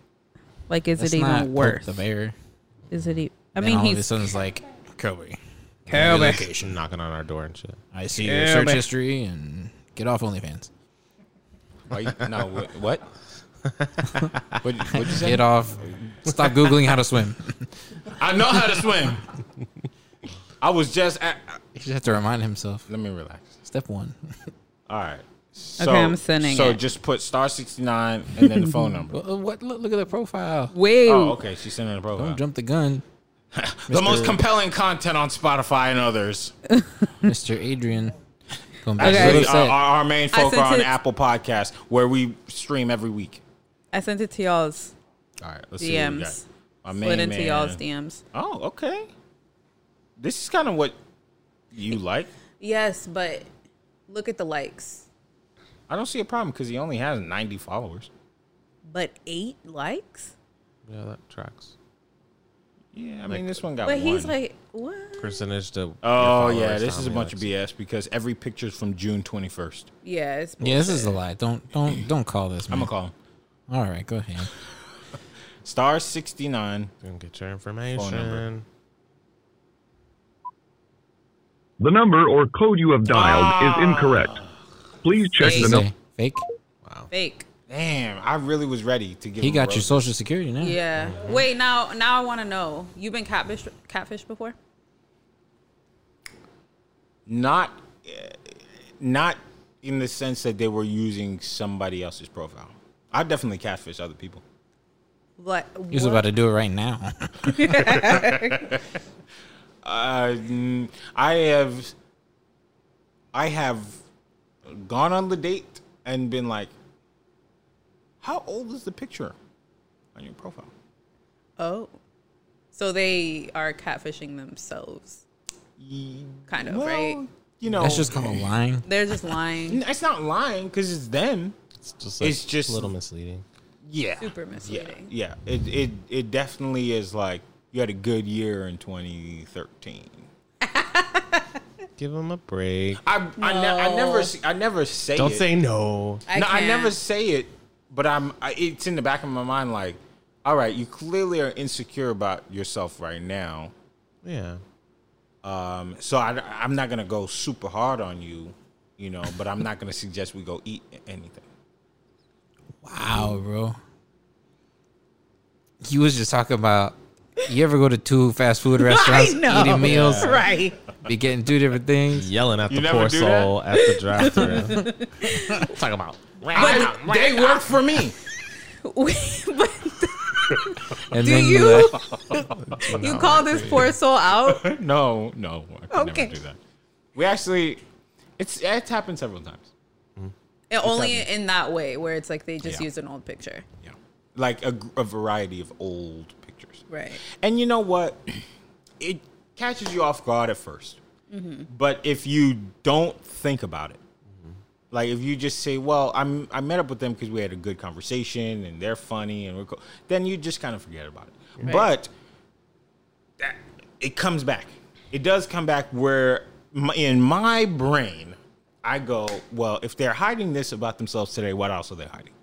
Speaker 4: Like is
Speaker 1: Let's
Speaker 4: it
Speaker 1: not
Speaker 4: even
Speaker 1: poke
Speaker 4: worse?
Speaker 1: The bear.
Speaker 4: Is it e- I
Speaker 1: I
Speaker 4: mean
Speaker 1: all of a
Speaker 4: he's
Speaker 1: sudden it's like Kobe.
Speaker 7: Relocation knocking on our door and shit.
Speaker 1: I see your search history and get off OnlyFans.
Speaker 3: Why you- no, wh- what? what? What'd you say?
Speaker 1: Get off. Stop googling how to swim.
Speaker 3: I know how to swim. I was just. At,
Speaker 1: He just have to remind himself.
Speaker 3: let me relax.
Speaker 1: Step one.
Speaker 3: All right. So,
Speaker 4: I'm sending
Speaker 3: So
Speaker 4: it.
Speaker 3: just put star sixty nine and then the phone number.
Speaker 1: Uh, what? Look, look at the profile.
Speaker 4: Wait.
Speaker 3: Oh, okay. She's sending a profile.
Speaker 1: Don't jump the gun.
Speaker 3: The most compelling content on Spotify and others.
Speaker 1: Mr. Adrian. Going back to what
Speaker 3: Actually,
Speaker 1: he
Speaker 3: our,
Speaker 1: said.
Speaker 3: our our main folk
Speaker 4: since
Speaker 3: are on
Speaker 4: it's-
Speaker 3: Apple Podcasts, where we stream every week.
Speaker 4: I sent it to y'all's
Speaker 3: All right, let's see what we got.
Speaker 4: DMs.
Speaker 3: My
Speaker 4: Slid
Speaker 3: main
Speaker 4: into
Speaker 3: man.
Speaker 4: y'all's DMs.
Speaker 3: Oh, okay. This is kind of what you like.
Speaker 4: Yes, but look at the likes.
Speaker 3: I don't see a problem because he only has 90 followers.
Speaker 4: But eight likes?
Speaker 7: Yeah, that tracks.
Speaker 3: Yeah, I mean, this one got
Speaker 4: But
Speaker 3: one.
Speaker 4: he's like, what?
Speaker 7: Percentage to.
Speaker 3: oh, yeah, this is a bunch of BS because every picture's from June 21st.
Speaker 4: Yeah, it's
Speaker 1: Yeah, this is a
Speaker 4: bullshit.
Speaker 1: lie. Don't don't don't call this.
Speaker 3: I'm
Speaker 1: Man.
Speaker 3: going to call him.
Speaker 1: All right, go ahead.
Speaker 3: Star 69.
Speaker 7: You can get your information.
Speaker 9: The number or code you have dialed
Speaker 3: Ah,
Speaker 9: is incorrect. Please check
Speaker 1: Easy.
Speaker 9: the number.
Speaker 1: Fake.
Speaker 4: fake.
Speaker 3: Damn, I really was ready to give
Speaker 1: He
Speaker 3: him
Speaker 1: got your
Speaker 3: roses.
Speaker 1: social security now.
Speaker 4: Yeah. Wait, now now I want to know. You've been catfish catfish before?
Speaker 3: Not, eh, not in the sense that they were using somebody else's profile. I definitely catfish other people.
Speaker 4: Like
Speaker 1: He was
Speaker 4: what?
Speaker 1: about to do it right now.
Speaker 3: Uh, mm, I have, I have gone on the date and been like, "How old is the picture on your profile?"
Speaker 4: Oh. So they are catfishing themselves. Kind of,
Speaker 3: Well,
Speaker 4: right?
Speaker 3: You know,
Speaker 1: That's just called lying.
Speaker 4: They're just lying.
Speaker 3: It's not lying because it's them.
Speaker 7: It's just
Speaker 3: It's just-
Speaker 7: a little misleading.
Speaker 3: Yeah.
Speaker 4: Super
Speaker 3: Yeah.
Speaker 4: misleading.
Speaker 3: Yeah. It it it definitely is like you had a good year in 2013.
Speaker 7: Give him a break.
Speaker 3: I I, ne- I
Speaker 4: No.
Speaker 3: never s- I never say
Speaker 7: Don't
Speaker 3: it.
Speaker 7: say no.
Speaker 4: I
Speaker 3: no, I
Speaker 4: can't.
Speaker 3: never say it, but I'm. I, it's in the back of my mind, like, all right, you clearly are insecure about yourself right now,
Speaker 7: Yeah.
Speaker 3: um, so I, I'm not gonna go super hard on you, you know, but I'm not gonna suggest we go eat anything.
Speaker 1: Wow, bro. He was just talking about. You ever go to two fast food restaurants, eating meals,
Speaker 4: Right.
Speaker 1: be getting two different things?
Speaker 7: Yelling at the
Speaker 3: never
Speaker 7: poor
Speaker 3: do
Speaker 7: soul at the drive through. Talk about.
Speaker 3: But they work for me.
Speaker 4: but
Speaker 1: And
Speaker 4: do
Speaker 1: then
Speaker 4: you
Speaker 1: you like,
Speaker 4: you call this poor soul out?
Speaker 3: No, no, I could
Speaker 4: Okay.
Speaker 3: never do that. We actually, it's it's happened several times.
Speaker 4: And only in that way where it's like they just
Speaker 3: Yeah.
Speaker 4: use an old picture.
Speaker 3: Yeah, like a, gr- a variety of old pictures.
Speaker 4: Right.
Speaker 3: And you know what? It catches you off guard at 1st But if you don't think about it, like if you just say, "Well, I'm I met up with them because we had a good conversation and they're funny and we're cool," then you just kind of forget about it. But that, it comes back. It does come back where my, in my brain I go, "Well, if they're hiding this about themselves today, what else are they hiding?"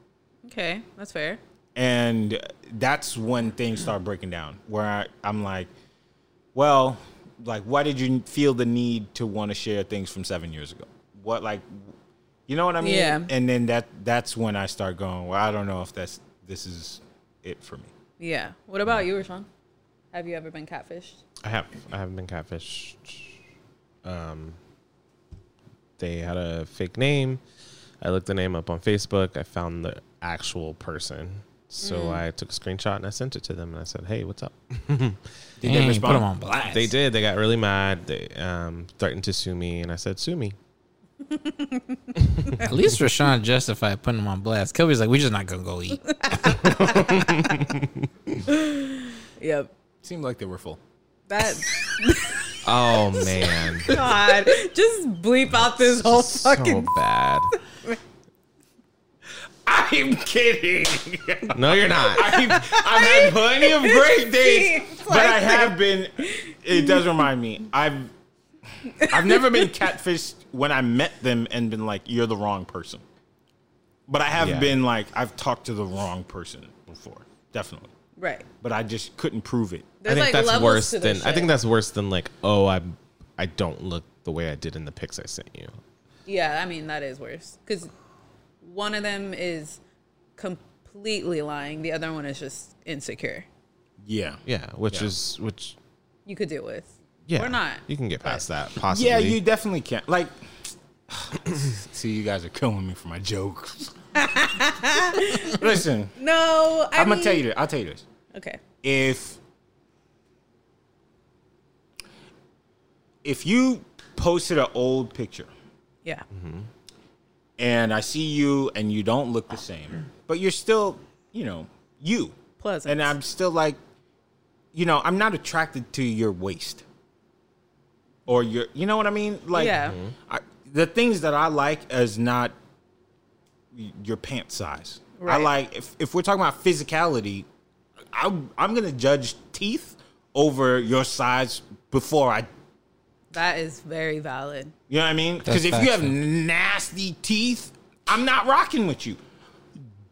Speaker 4: Okay, that's fair.
Speaker 3: and that's when things start breaking down where I, i'm like well like why did you feel the need to want to share things from seven years ago what like you know what i mean
Speaker 4: Yeah.
Speaker 3: and then that that's when i start going well i don't know if that's this is it for me
Speaker 4: Yeah. What about you, Rashawn? Have you ever been catfished?
Speaker 7: I have I haven't been catfished. Um, they had a fake name. I looked the name up on Facebook. I found the actual person. So
Speaker 4: Mm.
Speaker 7: I took a screenshot and I sent it to them and I said, "Hey, what's up?"
Speaker 3: did
Speaker 1: dang, put him on blast.
Speaker 7: They did. They got really mad. They um, threatened to sue me and I said, "Sue me."
Speaker 1: At least Rashawn justified putting him on blast. Kobe's like, we're just not gonna go eat.
Speaker 4: Yep.
Speaker 3: seemed like they were full
Speaker 4: That
Speaker 7: Oh man,
Speaker 4: God. Just bleep out this whole fucking
Speaker 7: so bad.
Speaker 3: i'm kidding
Speaker 7: No, you're not.
Speaker 3: I've, I've had plenty of great days,
Speaker 4: It's
Speaker 3: but I
Speaker 4: like-
Speaker 3: have been. It does remind me. I've I've never been catfished when I met them and been like, "You're the wrong person." But I have
Speaker 7: Yeah.
Speaker 3: been like, I've talked to the wrong person before, definitely.
Speaker 4: Right.
Speaker 3: But I just couldn't prove it.
Speaker 7: I
Speaker 4: There's
Speaker 7: think
Speaker 4: like
Speaker 7: that's
Speaker 4: levels
Speaker 7: worse
Speaker 4: to this
Speaker 7: than I think
Speaker 4: shit.
Speaker 7: that's worse than like, "Oh, I I don't look the way I did in the pics I sent you."
Speaker 4: Yeah, I mean that is worse because one of them is completely lying. The other one is just insecure.
Speaker 3: Yeah,
Speaker 7: Yeah, which
Speaker 3: Yeah.
Speaker 7: is which
Speaker 4: You could deal with.
Speaker 7: Yeah,
Speaker 4: Or not.
Speaker 7: You can get past that, possibly.
Speaker 3: yeah, you definitely can't. Like, see, you guys are killing me for my jokes. Listen,
Speaker 4: No, I
Speaker 3: I'm
Speaker 4: mean,
Speaker 3: gonna tell you this. I'll tell you this.
Speaker 4: Okay.
Speaker 3: if if you posted an old picture
Speaker 4: Yeah.
Speaker 3: and I see you and you don't look the same, but you're still, you know, you.
Speaker 4: Pleasant.
Speaker 3: And I'm still like, you know, I'm not attracted to your waist or your, you know what I mean? Like,
Speaker 4: Yeah. Mhm.
Speaker 3: I, the things that I like is not y- your pant size. I
Speaker 4: Right.
Speaker 3: like, if, if we're talking about physicality, I'm, I'm going to judge teeth over your size before I
Speaker 4: That is very valid.
Speaker 3: you know what I mean?
Speaker 1: That's
Speaker 3: Because if you have
Speaker 1: factual.
Speaker 3: nasty teeth, I'm not rocking with you.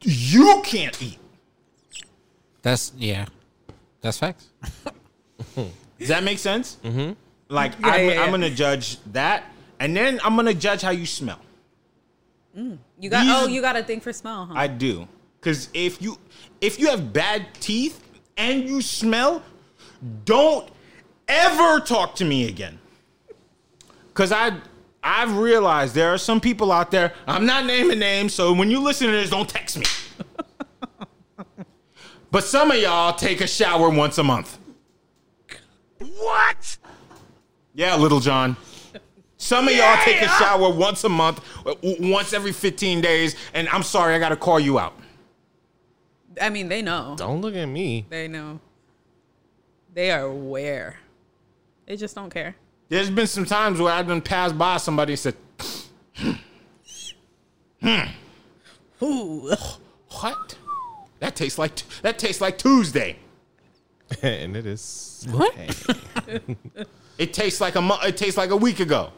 Speaker 3: You can't eat.
Speaker 1: That's yeah. That's facts.
Speaker 3: Does that make sense? Mm-hmm. Like I'm,
Speaker 4: yeah, yeah.
Speaker 3: I'm gonna judge that, and then I'm gonna judge how you smell.
Speaker 4: You got
Speaker 3: These-
Speaker 4: oh, you got a thing for smell, huh?
Speaker 3: I do, because if you if you have bad teeth and you smell, don't ever talk to me again. Because I I've realized there are some people out there. I'm not naming names, so when you listen to this, don't text me. but some of y'all take a shower once a month. What? Yeah, little John. Some of y'all take a shower once a month, w- w- once every 15 days, and I'm sorry, I gotta call you out.
Speaker 4: I mean, they know.
Speaker 7: Don't look at me.
Speaker 4: They know. They are aware. They just don't care.
Speaker 3: There's been some times where I've been passed by somebody and said,
Speaker 4: Ooh.
Speaker 3: "What? That tastes like that tastes like Tuesday.
Speaker 7: and it is.
Speaker 4: What?
Speaker 3: It tastes like a mo- it tastes like a week ago."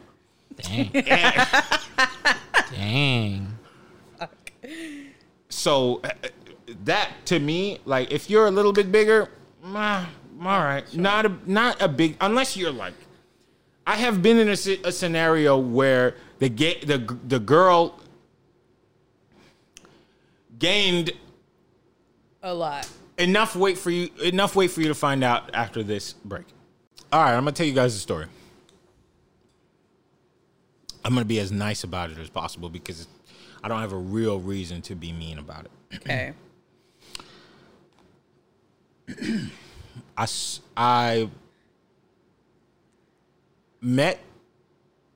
Speaker 1: Dang. Dang.
Speaker 3: So uh, uh, that to me, like, if you're a little bit bigger, nah, I'm all right, not a not a big unless you're like. I have been in a, sce- a scenario where the ga- the g- the girl gained
Speaker 4: A lot.
Speaker 3: enough weight for you enough weight for you to find out after this break. All right, I'm gonna tell you guys the story. I'm gonna be as nice about it as possible because I don't have a real reason to be mean about it.
Speaker 4: Okay.
Speaker 3: I, s- I met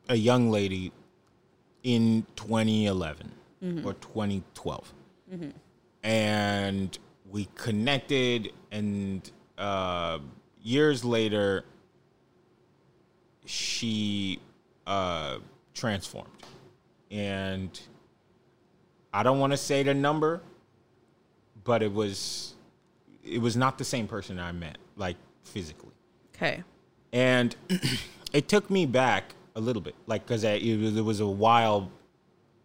Speaker 3: a young lady in 2011 or 2012. And we connected, and uh, years later, she uh, transformed. And I don't want to say the number, but it was it was not the same person I met, like physically.
Speaker 4: Okay.
Speaker 3: And it took me back a little bit, like because it, was- it was a while,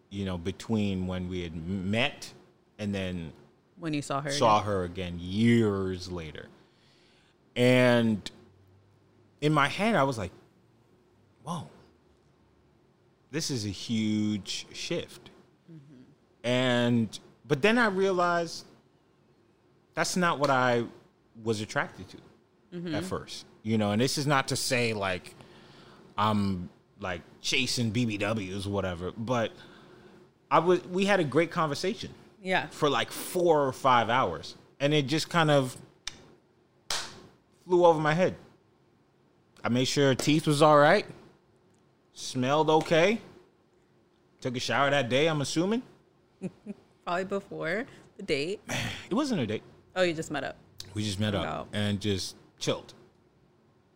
Speaker 3: you know, between when we had met and then
Speaker 4: When you saw her.
Speaker 3: saw her again years later. And in my head, I was like, whoa, this is a huge shift. And, but then I realized that's not what I was attracted to at first, you know, and this is not to say like I'm like chasing BBWs, whatever, but I was, we had a great conversation
Speaker 4: Yeah.
Speaker 3: for like four or five hours, and it just kind of flew over my head. I made sure her teeth was all right, smelled okay, took a shower that day. I'm assuming
Speaker 4: Probably before the date.
Speaker 3: it wasn't a date.
Speaker 4: Oh, you just met up.
Speaker 3: We just met up
Speaker 4: Wow.
Speaker 3: and just chilled.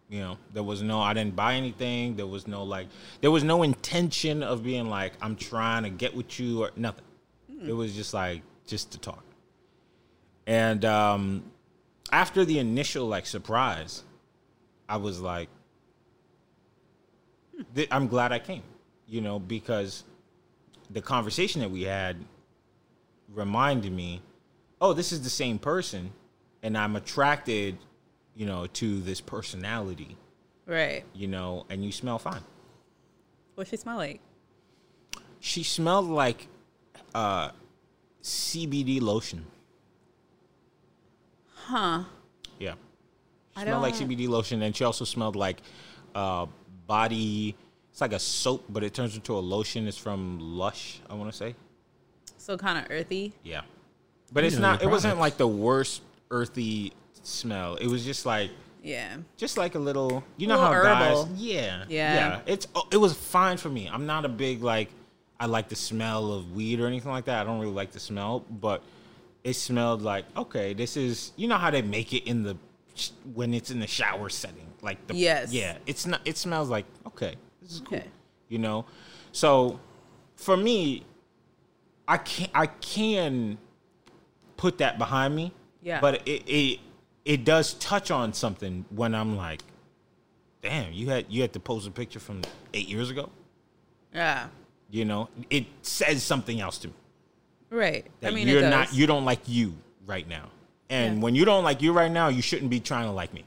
Speaker 3: You know, there was no, I didn't buy anything. There was no like, there was no intention of being like, I'm trying to get with you or nothing. It was just like, just to talk. And um, after the initial like surprise, I was like, th- I'm glad I came, you know, because the conversation that we had reminded me, oh, this is the same person, and I'm attracted, you know, to this personality,
Speaker 4: Right.
Speaker 3: you know, and you smell fine.
Speaker 4: What she smell like?
Speaker 3: She smelled like uh, CBD lotion.
Speaker 4: Huh.
Speaker 3: Yeah, she
Speaker 4: I
Speaker 3: smelled like
Speaker 4: don't-
Speaker 3: CBD lotion, and she also smelled like uh, body. It's like a soap, but it turns into a lotion. It's from Lush, I want to say.
Speaker 4: So kind of earthy.
Speaker 3: Yeah. But it's
Speaker 1: know
Speaker 3: not
Speaker 1: the
Speaker 3: it wasn't
Speaker 1: products.
Speaker 3: like the worst earthy smell. It was just like
Speaker 4: Yeah.
Speaker 3: Just like a little, you know how
Speaker 4: Little herbal.
Speaker 3: guys, yeah,
Speaker 4: Yeah.
Speaker 3: It's oh, it was fine for me. I'm not a big like I like the smell of weed or anything like that. I don't really like the smell, but it smelled like okay, this is you know how they make it in the sh- when it's in the shower setting, like the
Speaker 4: Yes.
Speaker 3: yeah. It's not. It smells like okay, this is cool.
Speaker 4: Okay.
Speaker 3: You know, so for me, I can I can put that behind me.
Speaker 4: Yeah.
Speaker 3: But it it it does touch on something when I'm like, damn, you had you had to post a picture from eight years ago.
Speaker 4: Yeah.
Speaker 3: You know, it says something else to me
Speaker 4: Right.
Speaker 3: that
Speaker 4: I mean,
Speaker 3: you're
Speaker 4: it does.
Speaker 3: not you don't like you right now. And
Speaker 4: Yeah.
Speaker 3: when you don't like you right now, you shouldn't be trying to like me.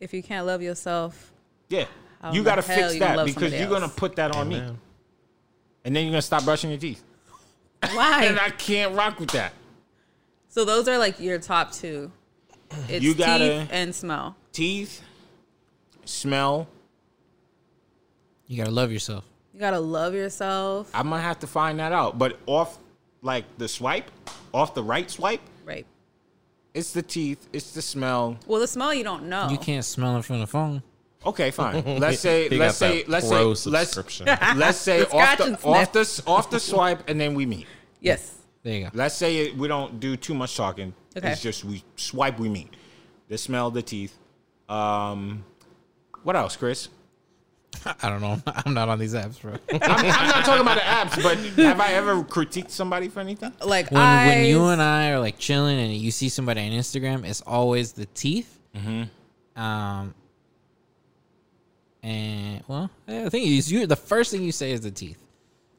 Speaker 4: if you can't love yourself,
Speaker 3: Yeah.
Speaker 4: How
Speaker 3: you
Speaker 4: in
Speaker 3: got to
Speaker 4: the hell
Speaker 3: fix
Speaker 4: you gonna
Speaker 3: that
Speaker 4: love
Speaker 3: because
Speaker 4: somebody
Speaker 3: you're going to
Speaker 4: else?
Speaker 3: put that on me.
Speaker 7: Amen.
Speaker 3: And then you're going to stop brushing your teeth. And
Speaker 4: why?
Speaker 3: I can't rock with that.
Speaker 4: so those are like your top two. It's
Speaker 3: You gotta-
Speaker 4: teeth and smell.
Speaker 3: Teeth, smell,
Speaker 1: You gotta love yourself.
Speaker 4: You gotta love yourself.
Speaker 3: I'm gonna have to find that out. But off like the swipe, off the right swipe,
Speaker 4: right.
Speaker 3: it's the teeth, it's the smell.
Speaker 4: Well, the smell you don't know.
Speaker 1: You can't smell it from the phone.
Speaker 3: Okay, fine. Let's say
Speaker 7: They
Speaker 3: let's
Speaker 7: got that
Speaker 3: say let's
Speaker 7: pro
Speaker 3: say let's
Speaker 7: subscription.
Speaker 3: let's say off
Speaker 4: Scratch
Speaker 3: the
Speaker 4: and sniff.
Speaker 3: off the off the swipe and then we meet.
Speaker 4: Yes.
Speaker 1: There you go.
Speaker 3: Let's say it, we don't do too much talking.
Speaker 4: Okay.
Speaker 3: It's just we swipe we meet. The smell, the teeth. Um what else, Chris?
Speaker 1: I don't know. I'm not on these apps, bro.
Speaker 3: I'm, I'm not talking about the apps, but have I ever critiqued somebody for anything?
Speaker 4: Like
Speaker 1: when
Speaker 4: eyes.
Speaker 1: when you and I are like chilling and you see somebody on Instagram, it's always the teeth.
Speaker 3: Mm-hmm.
Speaker 1: Um, and well, I think is you. The first thing you say is the teeth.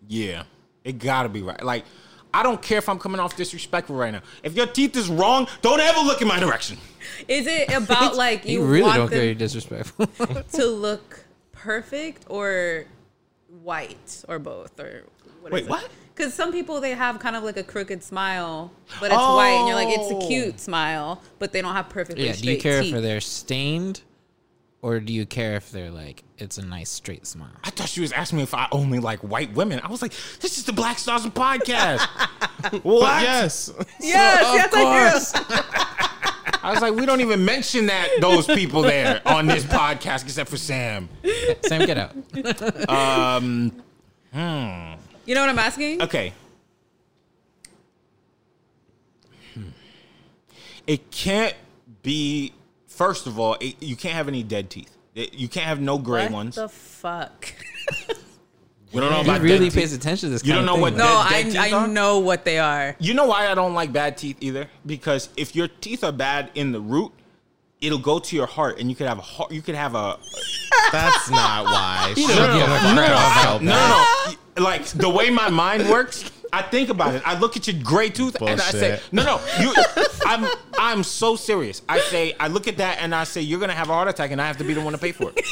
Speaker 3: Yeah. It gotta be right. Like, I don't care if I'm coming off disrespectful right now. If your teeth is wrong, don't ever look in my direction.
Speaker 4: is it about like you,
Speaker 1: You, really
Speaker 4: want
Speaker 1: don't care. You're
Speaker 4: them
Speaker 1: disrespectful.
Speaker 4: to look perfect or white or both or what
Speaker 3: Wait, what?
Speaker 4: Because some people they have kind of like a crooked smile, but it's white, and you're like it's
Speaker 3: Oh.
Speaker 4: a cute smile, but they don't have perfectly
Speaker 1: yeah.
Speaker 4: straight
Speaker 1: Do you care
Speaker 4: teeth.
Speaker 1: if they're stained, or do you care if they're like it's a nice straight smile?
Speaker 3: I thought she was asking me if I only like white women. I was like, this is the Black Stars podcast. what?
Speaker 7: But yes.
Speaker 4: Yes, yes, I do.
Speaker 3: I was like, we don't even mention that those people there on this podcast except for Sam.
Speaker 1: Sam, get out.
Speaker 4: You know what I'm asking?
Speaker 3: Okay. Hmm. It can't be. First of all, it, you can't have any dead teeth. It- you can't have no gray
Speaker 4: what
Speaker 3: ones.
Speaker 4: the fuck?
Speaker 3: we don't know
Speaker 1: He
Speaker 3: about
Speaker 1: really
Speaker 3: dead teeth.
Speaker 1: pays attention to this.
Speaker 3: You
Speaker 1: kind
Speaker 3: don't
Speaker 1: of
Speaker 3: know what
Speaker 1: thing.
Speaker 4: No,
Speaker 3: Dead-
Speaker 4: I,
Speaker 3: dead teeth
Speaker 4: I
Speaker 3: are?
Speaker 4: know what they are.
Speaker 3: You know why I don't like bad teeth either? Because if your teeth are bad in the root, it'll go to your heart, and you could have a heart. You could have a
Speaker 7: That's not why. You
Speaker 1: don't give a fuck
Speaker 3: no, no, no. Like the way my mind works, I think about it. I look at your gray tooth and I say,
Speaker 7: Bullshit.
Speaker 3: "No, no, you." I'm I'm so serious. I say, I look at that and I say, "You're gonna have a heart attack," and I have to be the one to pay for it.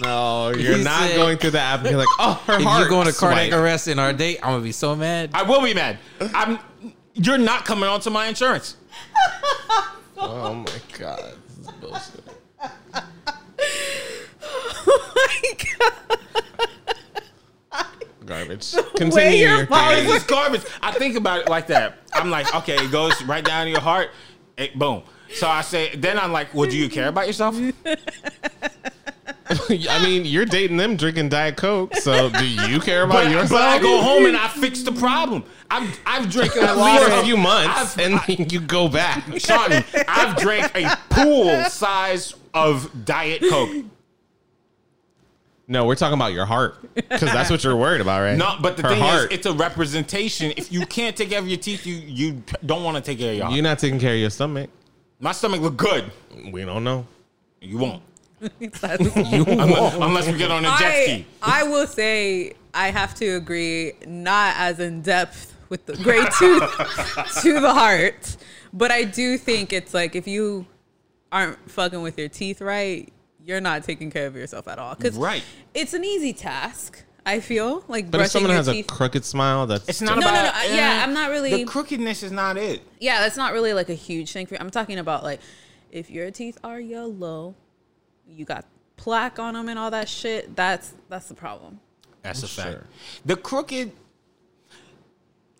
Speaker 7: No, you're
Speaker 1: He
Speaker 7: not
Speaker 1: said-
Speaker 7: going through the app and be like, oh, her
Speaker 1: If
Speaker 7: heart.
Speaker 1: you're going to cardiac
Speaker 7: swipe.
Speaker 1: arrest in our date, I'm gonna be so mad.
Speaker 3: I will be mad. I'm. You're not coming onto my insurance.
Speaker 7: Oh my god, this is bullshit. Garbage. Continue
Speaker 4: your
Speaker 7: your
Speaker 3: This
Speaker 7: thing.
Speaker 3: is garbage. I think about it like that. I'm like, okay, it goes right down to your heart. It, boom. So I say, then I'm like, well, do you care about yourself?
Speaker 7: I mean, you're dating them drinking Diet Coke, so do you care about
Speaker 3: But,
Speaker 7: yourself?
Speaker 3: but I go home and I fix the problem. I've I've drinking a
Speaker 7: At
Speaker 3: lot
Speaker 7: least
Speaker 3: of
Speaker 7: a few months,
Speaker 3: I've-
Speaker 7: and then you go back.
Speaker 3: Sean, I've drank a pool size of Diet Coke.
Speaker 7: No, we're talking about your heart because that's what you're worried about, right?
Speaker 3: No, but the
Speaker 7: Her
Speaker 3: thing
Speaker 7: heart.
Speaker 3: is, it's a representation. If you can't take care of your teeth, you you don't want to take care of your heart.
Speaker 7: you're not taking care of your stomach.
Speaker 3: My stomach look good.
Speaker 7: We don't know.
Speaker 3: You won't.
Speaker 4: That's-
Speaker 3: Unless, unless we get on a jet
Speaker 4: I,
Speaker 3: ski.
Speaker 4: I will say I have to agree, not as in depth with the gray tooth to the heart, but I do think it's like if you aren't fucking with your teeth right, you're not taking care of yourself at all. 'Cause
Speaker 3: Right.
Speaker 4: it's an easy task. I feel like
Speaker 7: But
Speaker 4: brushing
Speaker 7: if someone
Speaker 4: your
Speaker 7: has
Speaker 4: teeth.
Speaker 7: a crooked smile, that's
Speaker 3: It's not
Speaker 4: No, no,
Speaker 3: about.
Speaker 4: no, I- yeah,
Speaker 3: eh,
Speaker 4: I'm not really-
Speaker 3: The crookedness is not it.
Speaker 4: yeah, that's not really like a huge thing for I'm talking about like if your teeth are yellow, you got plaque on them and all that shit. That's that's the problem.
Speaker 3: That's a fact.
Speaker 7: Sure.
Speaker 3: The crooked.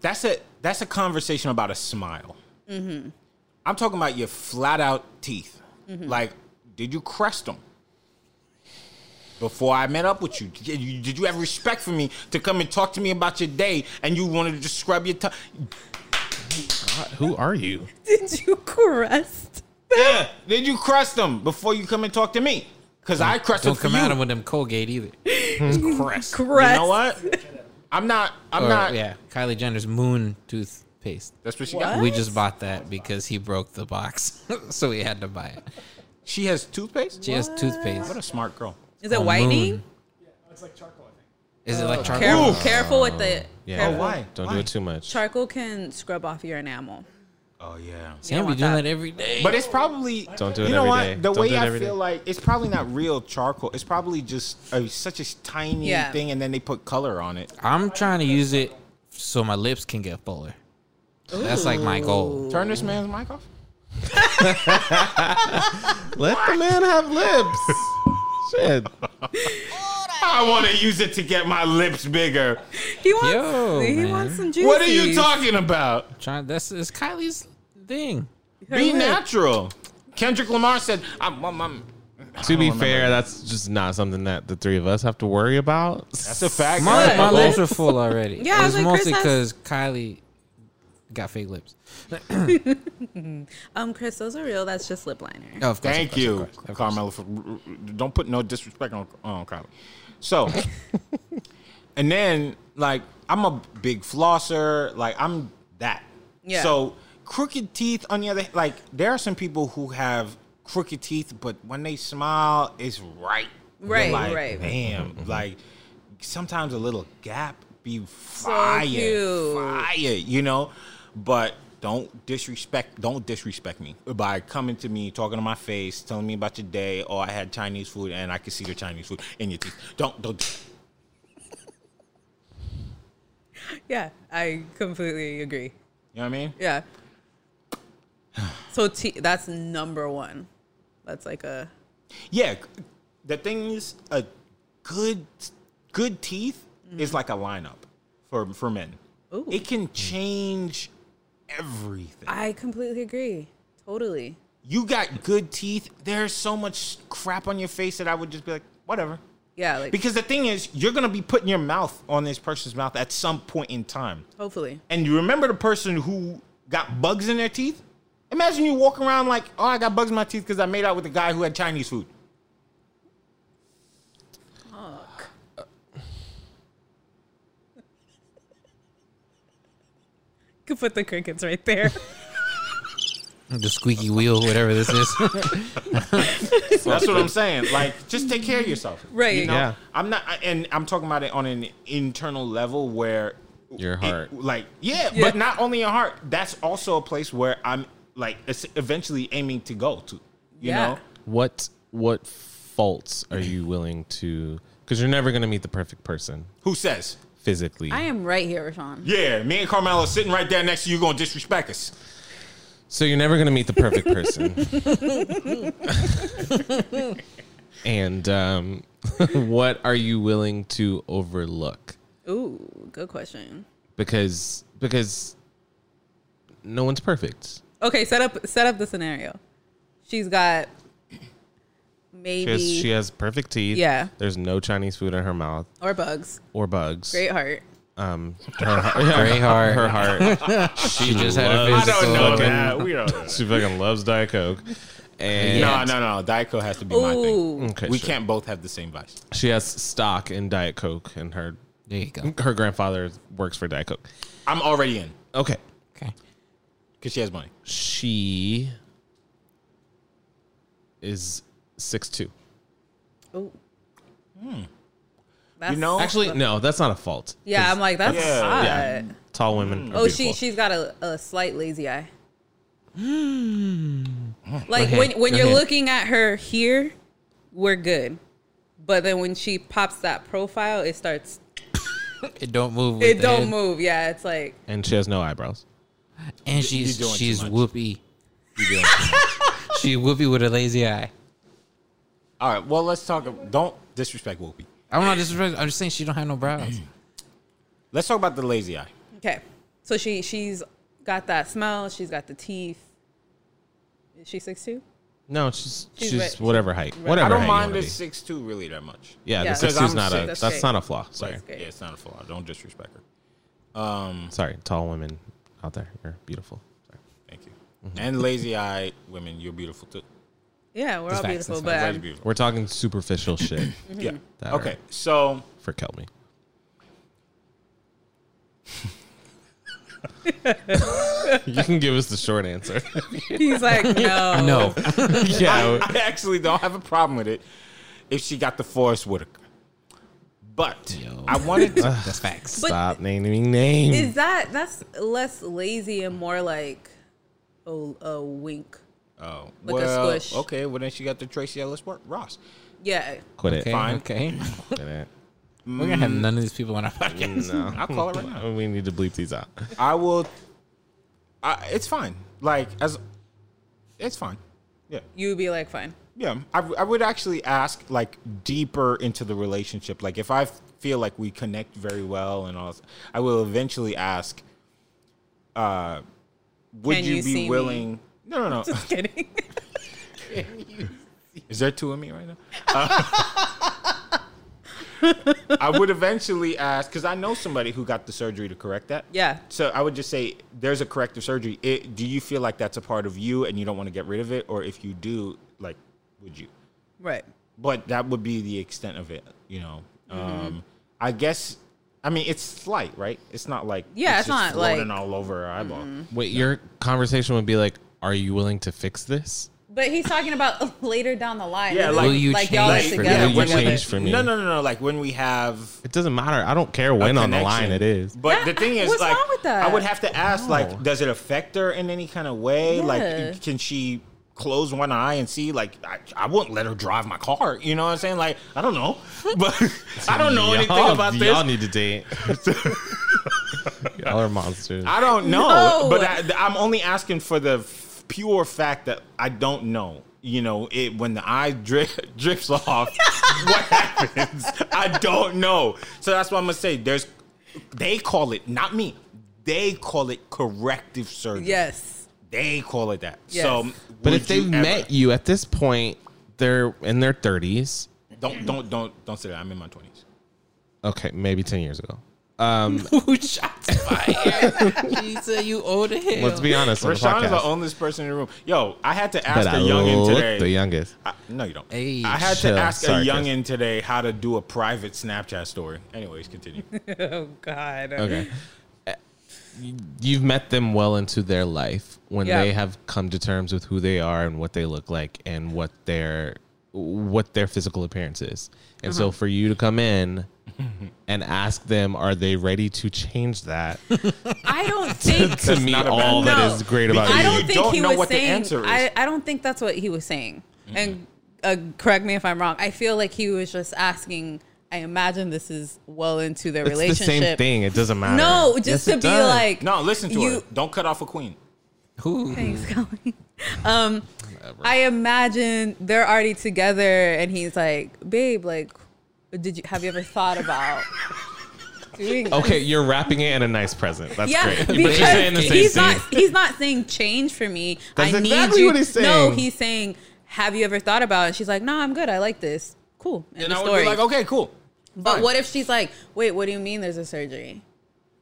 Speaker 3: That's a that's a conversation about a smile. Mm-hmm. I'm talking about your flat out teeth.
Speaker 4: Mm-hmm.
Speaker 3: Like, did you crush them? Before I met up with you, did you, did you have respect for me to come and talk to me about your day and you wanted to just scrub your tongue?
Speaker 7: Who are you?
Speaker 4: Did you caress?
Speaker 3: Yeah. Did you crush them before you come and talk to me? Because I crushed them
Speaker 1: Don't
Speaker 3: for
Speaker 1: come
Speaker 3: you.
Speaker 1: at him with them Colgate either.
Speaker 3: Crest.
Speaker 4: Crest.
Speaker 3: You know what? I'm not. I'm
Speaker 1: Or,
Speaker 3: not.
Speaker 1: yeah, Kylie Jenner's moon toothpaste.
Speaker 3: That's what she
Speaker 4: What?
Speaker 3: got.
Speaker 1: We just bought that because he broke the box, so we had to buy it.
Speaker 3: She has toothpaste.
Speaker 1: She has toothpates.
Speaker 3: What a smart girl.
Speaker 4: Is it
Speaker 1: A
Speaker 4: whitening?
Speaker 1: moon. Is it like charcoal?
Speaker 4: Careful, careful with the
Speaker 7: Yeah.
Speaker 4: careful.
Speaker 3: why?
Speaker 7: Don't
Speaker 3: Why?
Speaker 7: do it too much.
Speaker 4: charcoal can scrub off your enamel.
Speaker 3: Oh yeah.
Speaker 1: Sam be
Speaker 4: want
Speaker 1: doing
Speaker 4: that.
Speaker 1: that every day.
Speaker 3: But it's probably
Speaker 7: Don't do it
Speaker 3: You know
Speaker 7: every
Speaker 3: what?
Speaker 7: day.
Speaker 3: The
Speaker 7: Don't
Speaker 3: way
Speaker 7: do it
Speaker 3: I feel
Speaker 7: every day.
Speaker 3: like it's probably not real charcoal. It's probably just a, such a tiny
Speaker 4: Yeah.
Speaker 3: thing, and then they put color on it.
Speaker 1: I'm trying to use it so my lips can get fuller. That's like my goal.
Speaker 3: Turn this man's mic off.
Speaker 7: Let the man have lips. Shit.
Speaker 3: I want to use it to get my lips bigger.
Speaker 4: He wants
Speaker 1: Yo,
Speaker 4: he
Speaker 1: man.
Speaker 4: wants some juice.
Speaker 3: What are you talking about?
Speaker 1: Trying that's it's Kylie's thing.
Speaker 3: Be natural. Kendrick Lamar said, "I'm." I'm, I'm
Speaker 7: To be fair, that's just not something that the three of us have to worry about.
Speaker 3: that's a fact.
Speaker 1: My,
Speaker 4: What?
Speaker 1: my lips are
Speaker 4: What?
Speaker 1: full already.
Speaker 4: Yeah, I
Speaker 1: it's
Speaker 4: was like, Chris
Speaker 1: mostly because
Speaker 4: has-
Speaker 1: Kylie got fake lips.
Speaker 4: Um, Chris, those are real. That's just lip liner.
Speaker 1: No, of course,
Speaker 3: Thank
Speaker 1: of course, of
Speaker 3: you,
Speaker 1: course, of course.
Speaker 3: Carmelo. For, don't put no disrespect on, on Carmelo. So, and then like I'm a big flosser. Like I'm that.
Speaker 4: Yeah.
Speaker 3: So crooked teeth. On the other, like there are some people who have crooked teeth, but when they smile, it's right. You're
Speaker 4: Right,
Speaker 3: like,
Speaker 4: right.
Speaker 1: Mm-hmm.
Speaker 3: Damn. Like sometimes a little gap be fire,
Speaker 4: cute.
Speaker 3: fire. You know, but don't disrespect. Don't disrespect me by coming to me, talking to my face, telling me about your day. Or I had Chinese food and I could see the Chinese food in your teeth. Don't don't. do-
Speaker 4: Yeah, I completely agree.
Speaker 3: You know what I mean?
Speaker 4: Yeah. So te- that's number one. That's like a
Speaker 3: Yeah, c- the thing is, a good good teeth is like a lineup for for men.
Speaker 4: Mm-hmm. Ooh.
Speaker 3: It can change everything.
Speaker 4: I completely agree. Totally.
Speaker 3: you got good teeth. There's so much crap on your face that I would just be like, whatever.
Speaker 4: Yeah, like
Speaker 3: Because the thing is, you're gonna be putting your mouth on this person's mouth at some point in time.
Speaker 4: hopefully.
Speaker 3: And you remember the person who got bugs in their teeth? Imagine you walk around like, oh, I got bugs in my teeth because I made out with a guy who had Chinese food.
Speaker 4: Could put the crickets right there.
Speaker 1: The squeaky wheel, whatever this is.
Speaker 3: That's what I'm saying. Like, just take care of yourself.
Speaker 4: Right.
Speaker 3: You know?
Speaker 7: Yeah.
Speaker 3: I'm not, I- and I'm talking about it on an internal level where
Speaker 7: Your
Speaker 3: it-
Speaker 7: heart.
Speaker 3: like, yeah,
Speaker 4: Yeah.
Speaker 3: but not only your heart. That's also a place where I'm like es- eventually aiming to go to. You
Speaker 4: Yeah.
Speaker 3: know,
Speaker 7: What what faults are you willing to because you're never gonna meet the perfect person
Speaker 3: who says?
Speaker 7: physically.
Speaker 4: I am right here, Rashawn.
Speaker 3: Yeah, me and Carmelo sitting right there next to you, going to disrespect us.
Speaker 7: So you're never gonna meet the perfect person. and um, what are you willing to overlook?
Speaker 4: Ooh, good question.
Speaker 7: Because because no one's perfect.
Speaker 4: Okay, set up set up the scenario. She's got
Speaker 7: She
Speaker 4: maybe
Speaker 7: has, she has perfect teeth.
Speaker 4: Yeah.
Speaker 7: There's no Chinese food in her mouth
Speaker 4: or bugs.
Speaker 7: or bugs.
Speaker 4: Great heart.
Speaker 7: Um, her, her,
Speaker 1: Great heart.
Speaker 7: her heart.
Speaker 1: She just had a
Speaker 7: loves-
Speaker 3: I
Speaker 1: physical.
Speaker 3: don't
Speaker 4: Oh,
Speaker 3: know
Speaker 7: fucking-
Speaker 3: that. We don't. Know that.
Speaker 7: she fucking loves Diet Coke. And
Speaker 3: No, no, no. Diet Coke has to be my thing.
Speaker 4: Ooh.
Speaker 7: Okay,
Speaker 3: we
Speaker 7: sure.
Speaker 3: can't both have the same vice.
Speaker 7: She has stock in Diet Coke, and her
Speaker 1: There you go.
Speaker 7: her grandfather works for Diet Coke.
Speaker 3: I'm already in
Speaker 7: Okay,
Speaker 1: Okay.
Speaker 3: because she has money.
Speaker 7: she is six two.
Speaker 4: Ooh. That's,
Speaker 3: Hmm. You know,
Speaker 7: Actually, no, that's not a fault.
Speaker 4: Yeah, I'm like that's
Speaker 3: Yeah.
Speaker 4: hot.
Speaker 7: Yeah. Tall women. Are
Speaker 4: Oh, she
Speaker 7: beautiful.
Speaker 4: she's got a, a slight lazy eye. like when
Speaker 1: ahead,
Speaker 4: when
Speaker 1: Hmm. go
Speaker 4: you're
Speaker 1: ahead.
Speaker 4: looking at her here, we're good. But then when she pops that profile, it starts.
Speaker 1: It don't move. With
Speaker 4: It
Speaker 1: the
Speaker 4: don't
Speaker 1: head.
Speaker 4: move. Yeah, it's like
Speaker 7: and she has no eyebrows.
Speaker 1: And she's
Speaker 3: doing too
Speaker 1: she's
Speaker 3: much.
Speaker 1: whoopy. She whoopy with a lazy eye.
Speaker 3: All right. Well, let's talk. Don't disrespect Whoopi.
Speaker 1: I'm not disrespecting. I'm just saying she don't have no brows.
Speaker 3: Let's talk about the lazy eye.
Speaker 4: okay. So she she's got that smell. She's got the teeth. Is she six two?
Speaker 7: No, she's she's,
Speaker 4: She's right-
Speaker 7: whatever height.
Speaker 4: right.
Speaker 7: Whatever
Speaker 3: I don't
Speaker 7: height
Speaker 3: mind
Speaker 7: you
Speaker 3: the
Speaker 7: wanna be.
Speaker 3: six two really that much.
Speaker 7: Yeah,
Speaker 4: Yeah,
Speaker 7: the six
Speaker 4: because
Speaker 7: is
Speaker 3: I'm
Speaker 7: not a
Speaker 3: six.
Speaker 7: that's,
Speaker 4: That's great.
Speaker 7: not a flaw. Sorry,
Speaker 4: That's great.
Speaker 3: Yeah, it's not a flaw. Don't disrespect her.
Speaker 7: sorry, tall women out there, you're beautiful. Sorry.
Speaker 3: Thank you. And lazy eyed women, you're beautiful too.
Speaker 4: Yeah, Mm-hmm. we're all
Speaker 1: facts,
Speaker 4: beautiful,
Speaker 1: that's
Speaker 4: but
Speaker 3: Everybody's
Speaker 4: I'm-
Speaker 3: beautiful.
Speaker 7: We're talking superficial shit.
Speaker 3: Yeah.
Speaker 7: That
Speaker 3: Okay.
Speaker 7: are-
Speaker 3: So
Speaker 7: for Kelmy. you can give us the short answer.
Speaker 4: he's like, no,
Speaker 1: No,
Speaker 7: yeah,
Speaker 3: I actually don't have a problem with it if she got the Forest Whitaker. But
Speaker 1: Yo.
Speaker 3: I wanted to,
Speaker 1: that's facts.
Speaker 7: stop naming names.
Speaker 4: Is that that's less lazy and more like a, a wink?
Speaker 3: oh,
Speaker 4: Like a
Speaker 3: well,
Speaker 4: squish.
Speaker 3: okay. Well, then she got the Tracy Ellis Wa- Ross.
Speaker 4: Yeah,
Speaker 7: Quit it.
Speaker 1: Okay,
Speaker 3: Fine.
Speaker 1: okay.
Speaker 7: Quit it.
Speaker 1: We're gonna have none of these people on our podcast.
Speaker 7: No,
Speaker 3: I'll call it right now.
Speaker 7: we need to bleep these out.
Speaker 3: I will. I, it's fine. Like as, it's fine. Yeah,
Speaker 4: you'd be like, fine.
Speaker 3: yeah. I, I would actually ask like deeper into the relationship. Like if I feel like we connect very well and all, I will eventually ask. Uh, would
Speaker 4: Can
Speaker 3: you,
Speaker 4: you
Speaker 3: be
Speaker 4: see me?
Speaker 3: willing? No, no, no.
Speaker 4: Kidding.
Speaker 3: Is there two of me right now? Uh, I would eventually ask because I know somebody who got the surgery to correct that.
Speaker 4: Yeah.
Speaker 3: So I would just say, there's a corrective surgery. It, do you feel like that's a part of you and you don't want to get rid of it, or if you do, like, would you?
Speaker 4: right.
Speaker 3: But that would be the extent of it, you know.
Speaker 4: Mm-hmm.
Speaker 3: Um, I guess. I mean, it's slight, right? It's not like
Speaker 4: Yeah, it's
Speaker 3: just
Speaker 4: not,
Speaker 3: floating
Speaker 4: like- Mm-hmm.
Speaker 3: all over her eyeball.
Speaker 7: Wait, your conversation would be like, "Are you willing to fix this?"
Speaker 4: But he's talking about later down the line.
Speaker 3: Yeah, like- Will
Speaker 1: you
Speaker 4: like y'all
Speaker 1: change
Speaker 4: are
Speaker 1: for
Speaker 4: together.
Speaker 7: me? Will you
Speaker 4: together.
Speaker 7: change for me?
Speaker 3: No, no, no, no. Like when we have
Speaker 7: It doesn't matter. I don't care when
Speaker 3: a
Speaker 7: on the
Speaker 3: connection.
Speaker 7: line it is.
Speaker 3: But the
Speaker 4: Yeah,
Speaker 3: thing is,
Speaker 4: what's
Speaker 3: like,
Speaker 4: wrong with that?
Speaker 3: I would have to ask, like, does it affect her in any kind of way?
Speaker 4: Yeah.
Speaker 3: Like, can she close one eye and see? Like, I, I wouldn't let her drive my car. You know what I'm saying? Like, I don't know, but I don't know anything
Speaker 7: Y'all-
Speaker 3: about
Speaker 7: Y'all need
Speaker 3: this.
Speaker 7: to date. y'all are monsters.
Speaker 3: I don't know,
Speaker 4: No.
Speaker 3: but I, I'm only asking for the f- pure fact that I don't know. You know, it when the eye dri- drifts off, what happens? I don't know. So that's why I'm gonna say there's. They call it not me. They call it corrective surgery.
Speaker 4: Yes.
Speaker 3: They call it that.
Speaker 4: Yes.
Speaker 3: So,
Speaker 7: but
Speaker 3: would
Speaker 7: if they've
Speaker 3: you ever-
Speaker 7: met you at this point, they're in their thirties.
Speaker 3: don't don't don't don't say that. I'm in my twenties.
Speaker 7: Okay, maybe ten years ago.
Speaker 1: Who shots fired? She said you old as hell.
Speaker 7: Let's be honest. On the
Speaker 3: Rashawn is the
Speaker 7: podcast,
Speaker 3: oldest person in the room. Yo, I had to ask
Speaker 7: but
Speaker 3: a
Speaker 7: I
Speaker 3: youngin
Speaker 7: look
Speaker 3: today.
Speaker 7: the youngest.
Speaker 3: I- no, you don't.
Speaker 1: Hey,
Speaker 3: I had
Speaker 7: chill.
Speaker 3: to ask
Speaker 7: Sorry,
Speaker 3: a
Speaker 7: Chris.
Speaker 3: youngin today how to do a private Snapchat story. Anyways, continue.
Speaker 4: Oh God.
Speaker 7: Okay. Eh, You've met them well into their life when
Speaker 4: Yeah.
Speaker 7: they have come to terms with who they are and what they look like and what their what their physical appearance is. And so
Speaker 4: Uh-huh.
Speaker 7: for you to come in and ask them are they ready to change that
Speaker 4: I don't think.
Speaker 7: to me
Speaker 3: not a bad-
Speaker 7: all that
Speaker 4: No.
Speaker 7: is great about
Speaker 4: I
Speaker 7: you.
Speaker 4: don't
Speaker 3: You
Speaker 4: think
Speaker 3: don't
Speaker 4: he
Speaker 3: know
Speaker 4: was
Speaker 3: what the
Speaker 4: saying.
Speaker 3: answer is.
Speaker 4: I, I don't think that's what he was saying. And uh, correct me if I'm wrong. I feel like he was just asking. I imagine this is well into their
Speaker 7: it's the
Speaker 4: relationship.
Speaker 7: same thing. It doesn't matter.
Speaker 4: No,
Speaker 1: Yes,
Speaker 4: just
Speaker 1: it
Speaker 4: to be
Speaker 1: does.
Speaker 4: like.
Speaker 3: no, listen to
Speaker 4: you,
Speaker 3: her. Don't cut off a queen.
Speaker 1: Who?
Speaker 4: Thanks, Colleen. Um, I imagine they're already together, and he's like, "Babe, like, did you have you ever thought about doing?" this?"
Speaker 7: Okay, you're wrapping it in a nice present. That's
Speaker 4: Yeah,
Speaker 7: great. But you're
Speaker 4: because
Speaker 7: saying the same
Speaker 4: he's
Speaker 7: thing.
Speaker 4: not he's not saying change for me.
Speaker 7: That's
Speaker 4: I need
Speaker 7: exactly
Speaker 4: you.
Speaker 7: what he's
Speaker 4: No,
Speaker 7: saying.
Speaker 4: he's saying, "Have you ever thought about?" it? And she's like, "No, I'm good. I like this. Cool." End
Speaker 3: And
Speaker 4: of
Speaker 3: I would
Speaker 4: story.
Speaker 3: be like, okay, cool.
Speaker 4: but
Speaker 3: fine.
Speaker 4: what if she's like, "Wait, what do you mean? There's a surgery?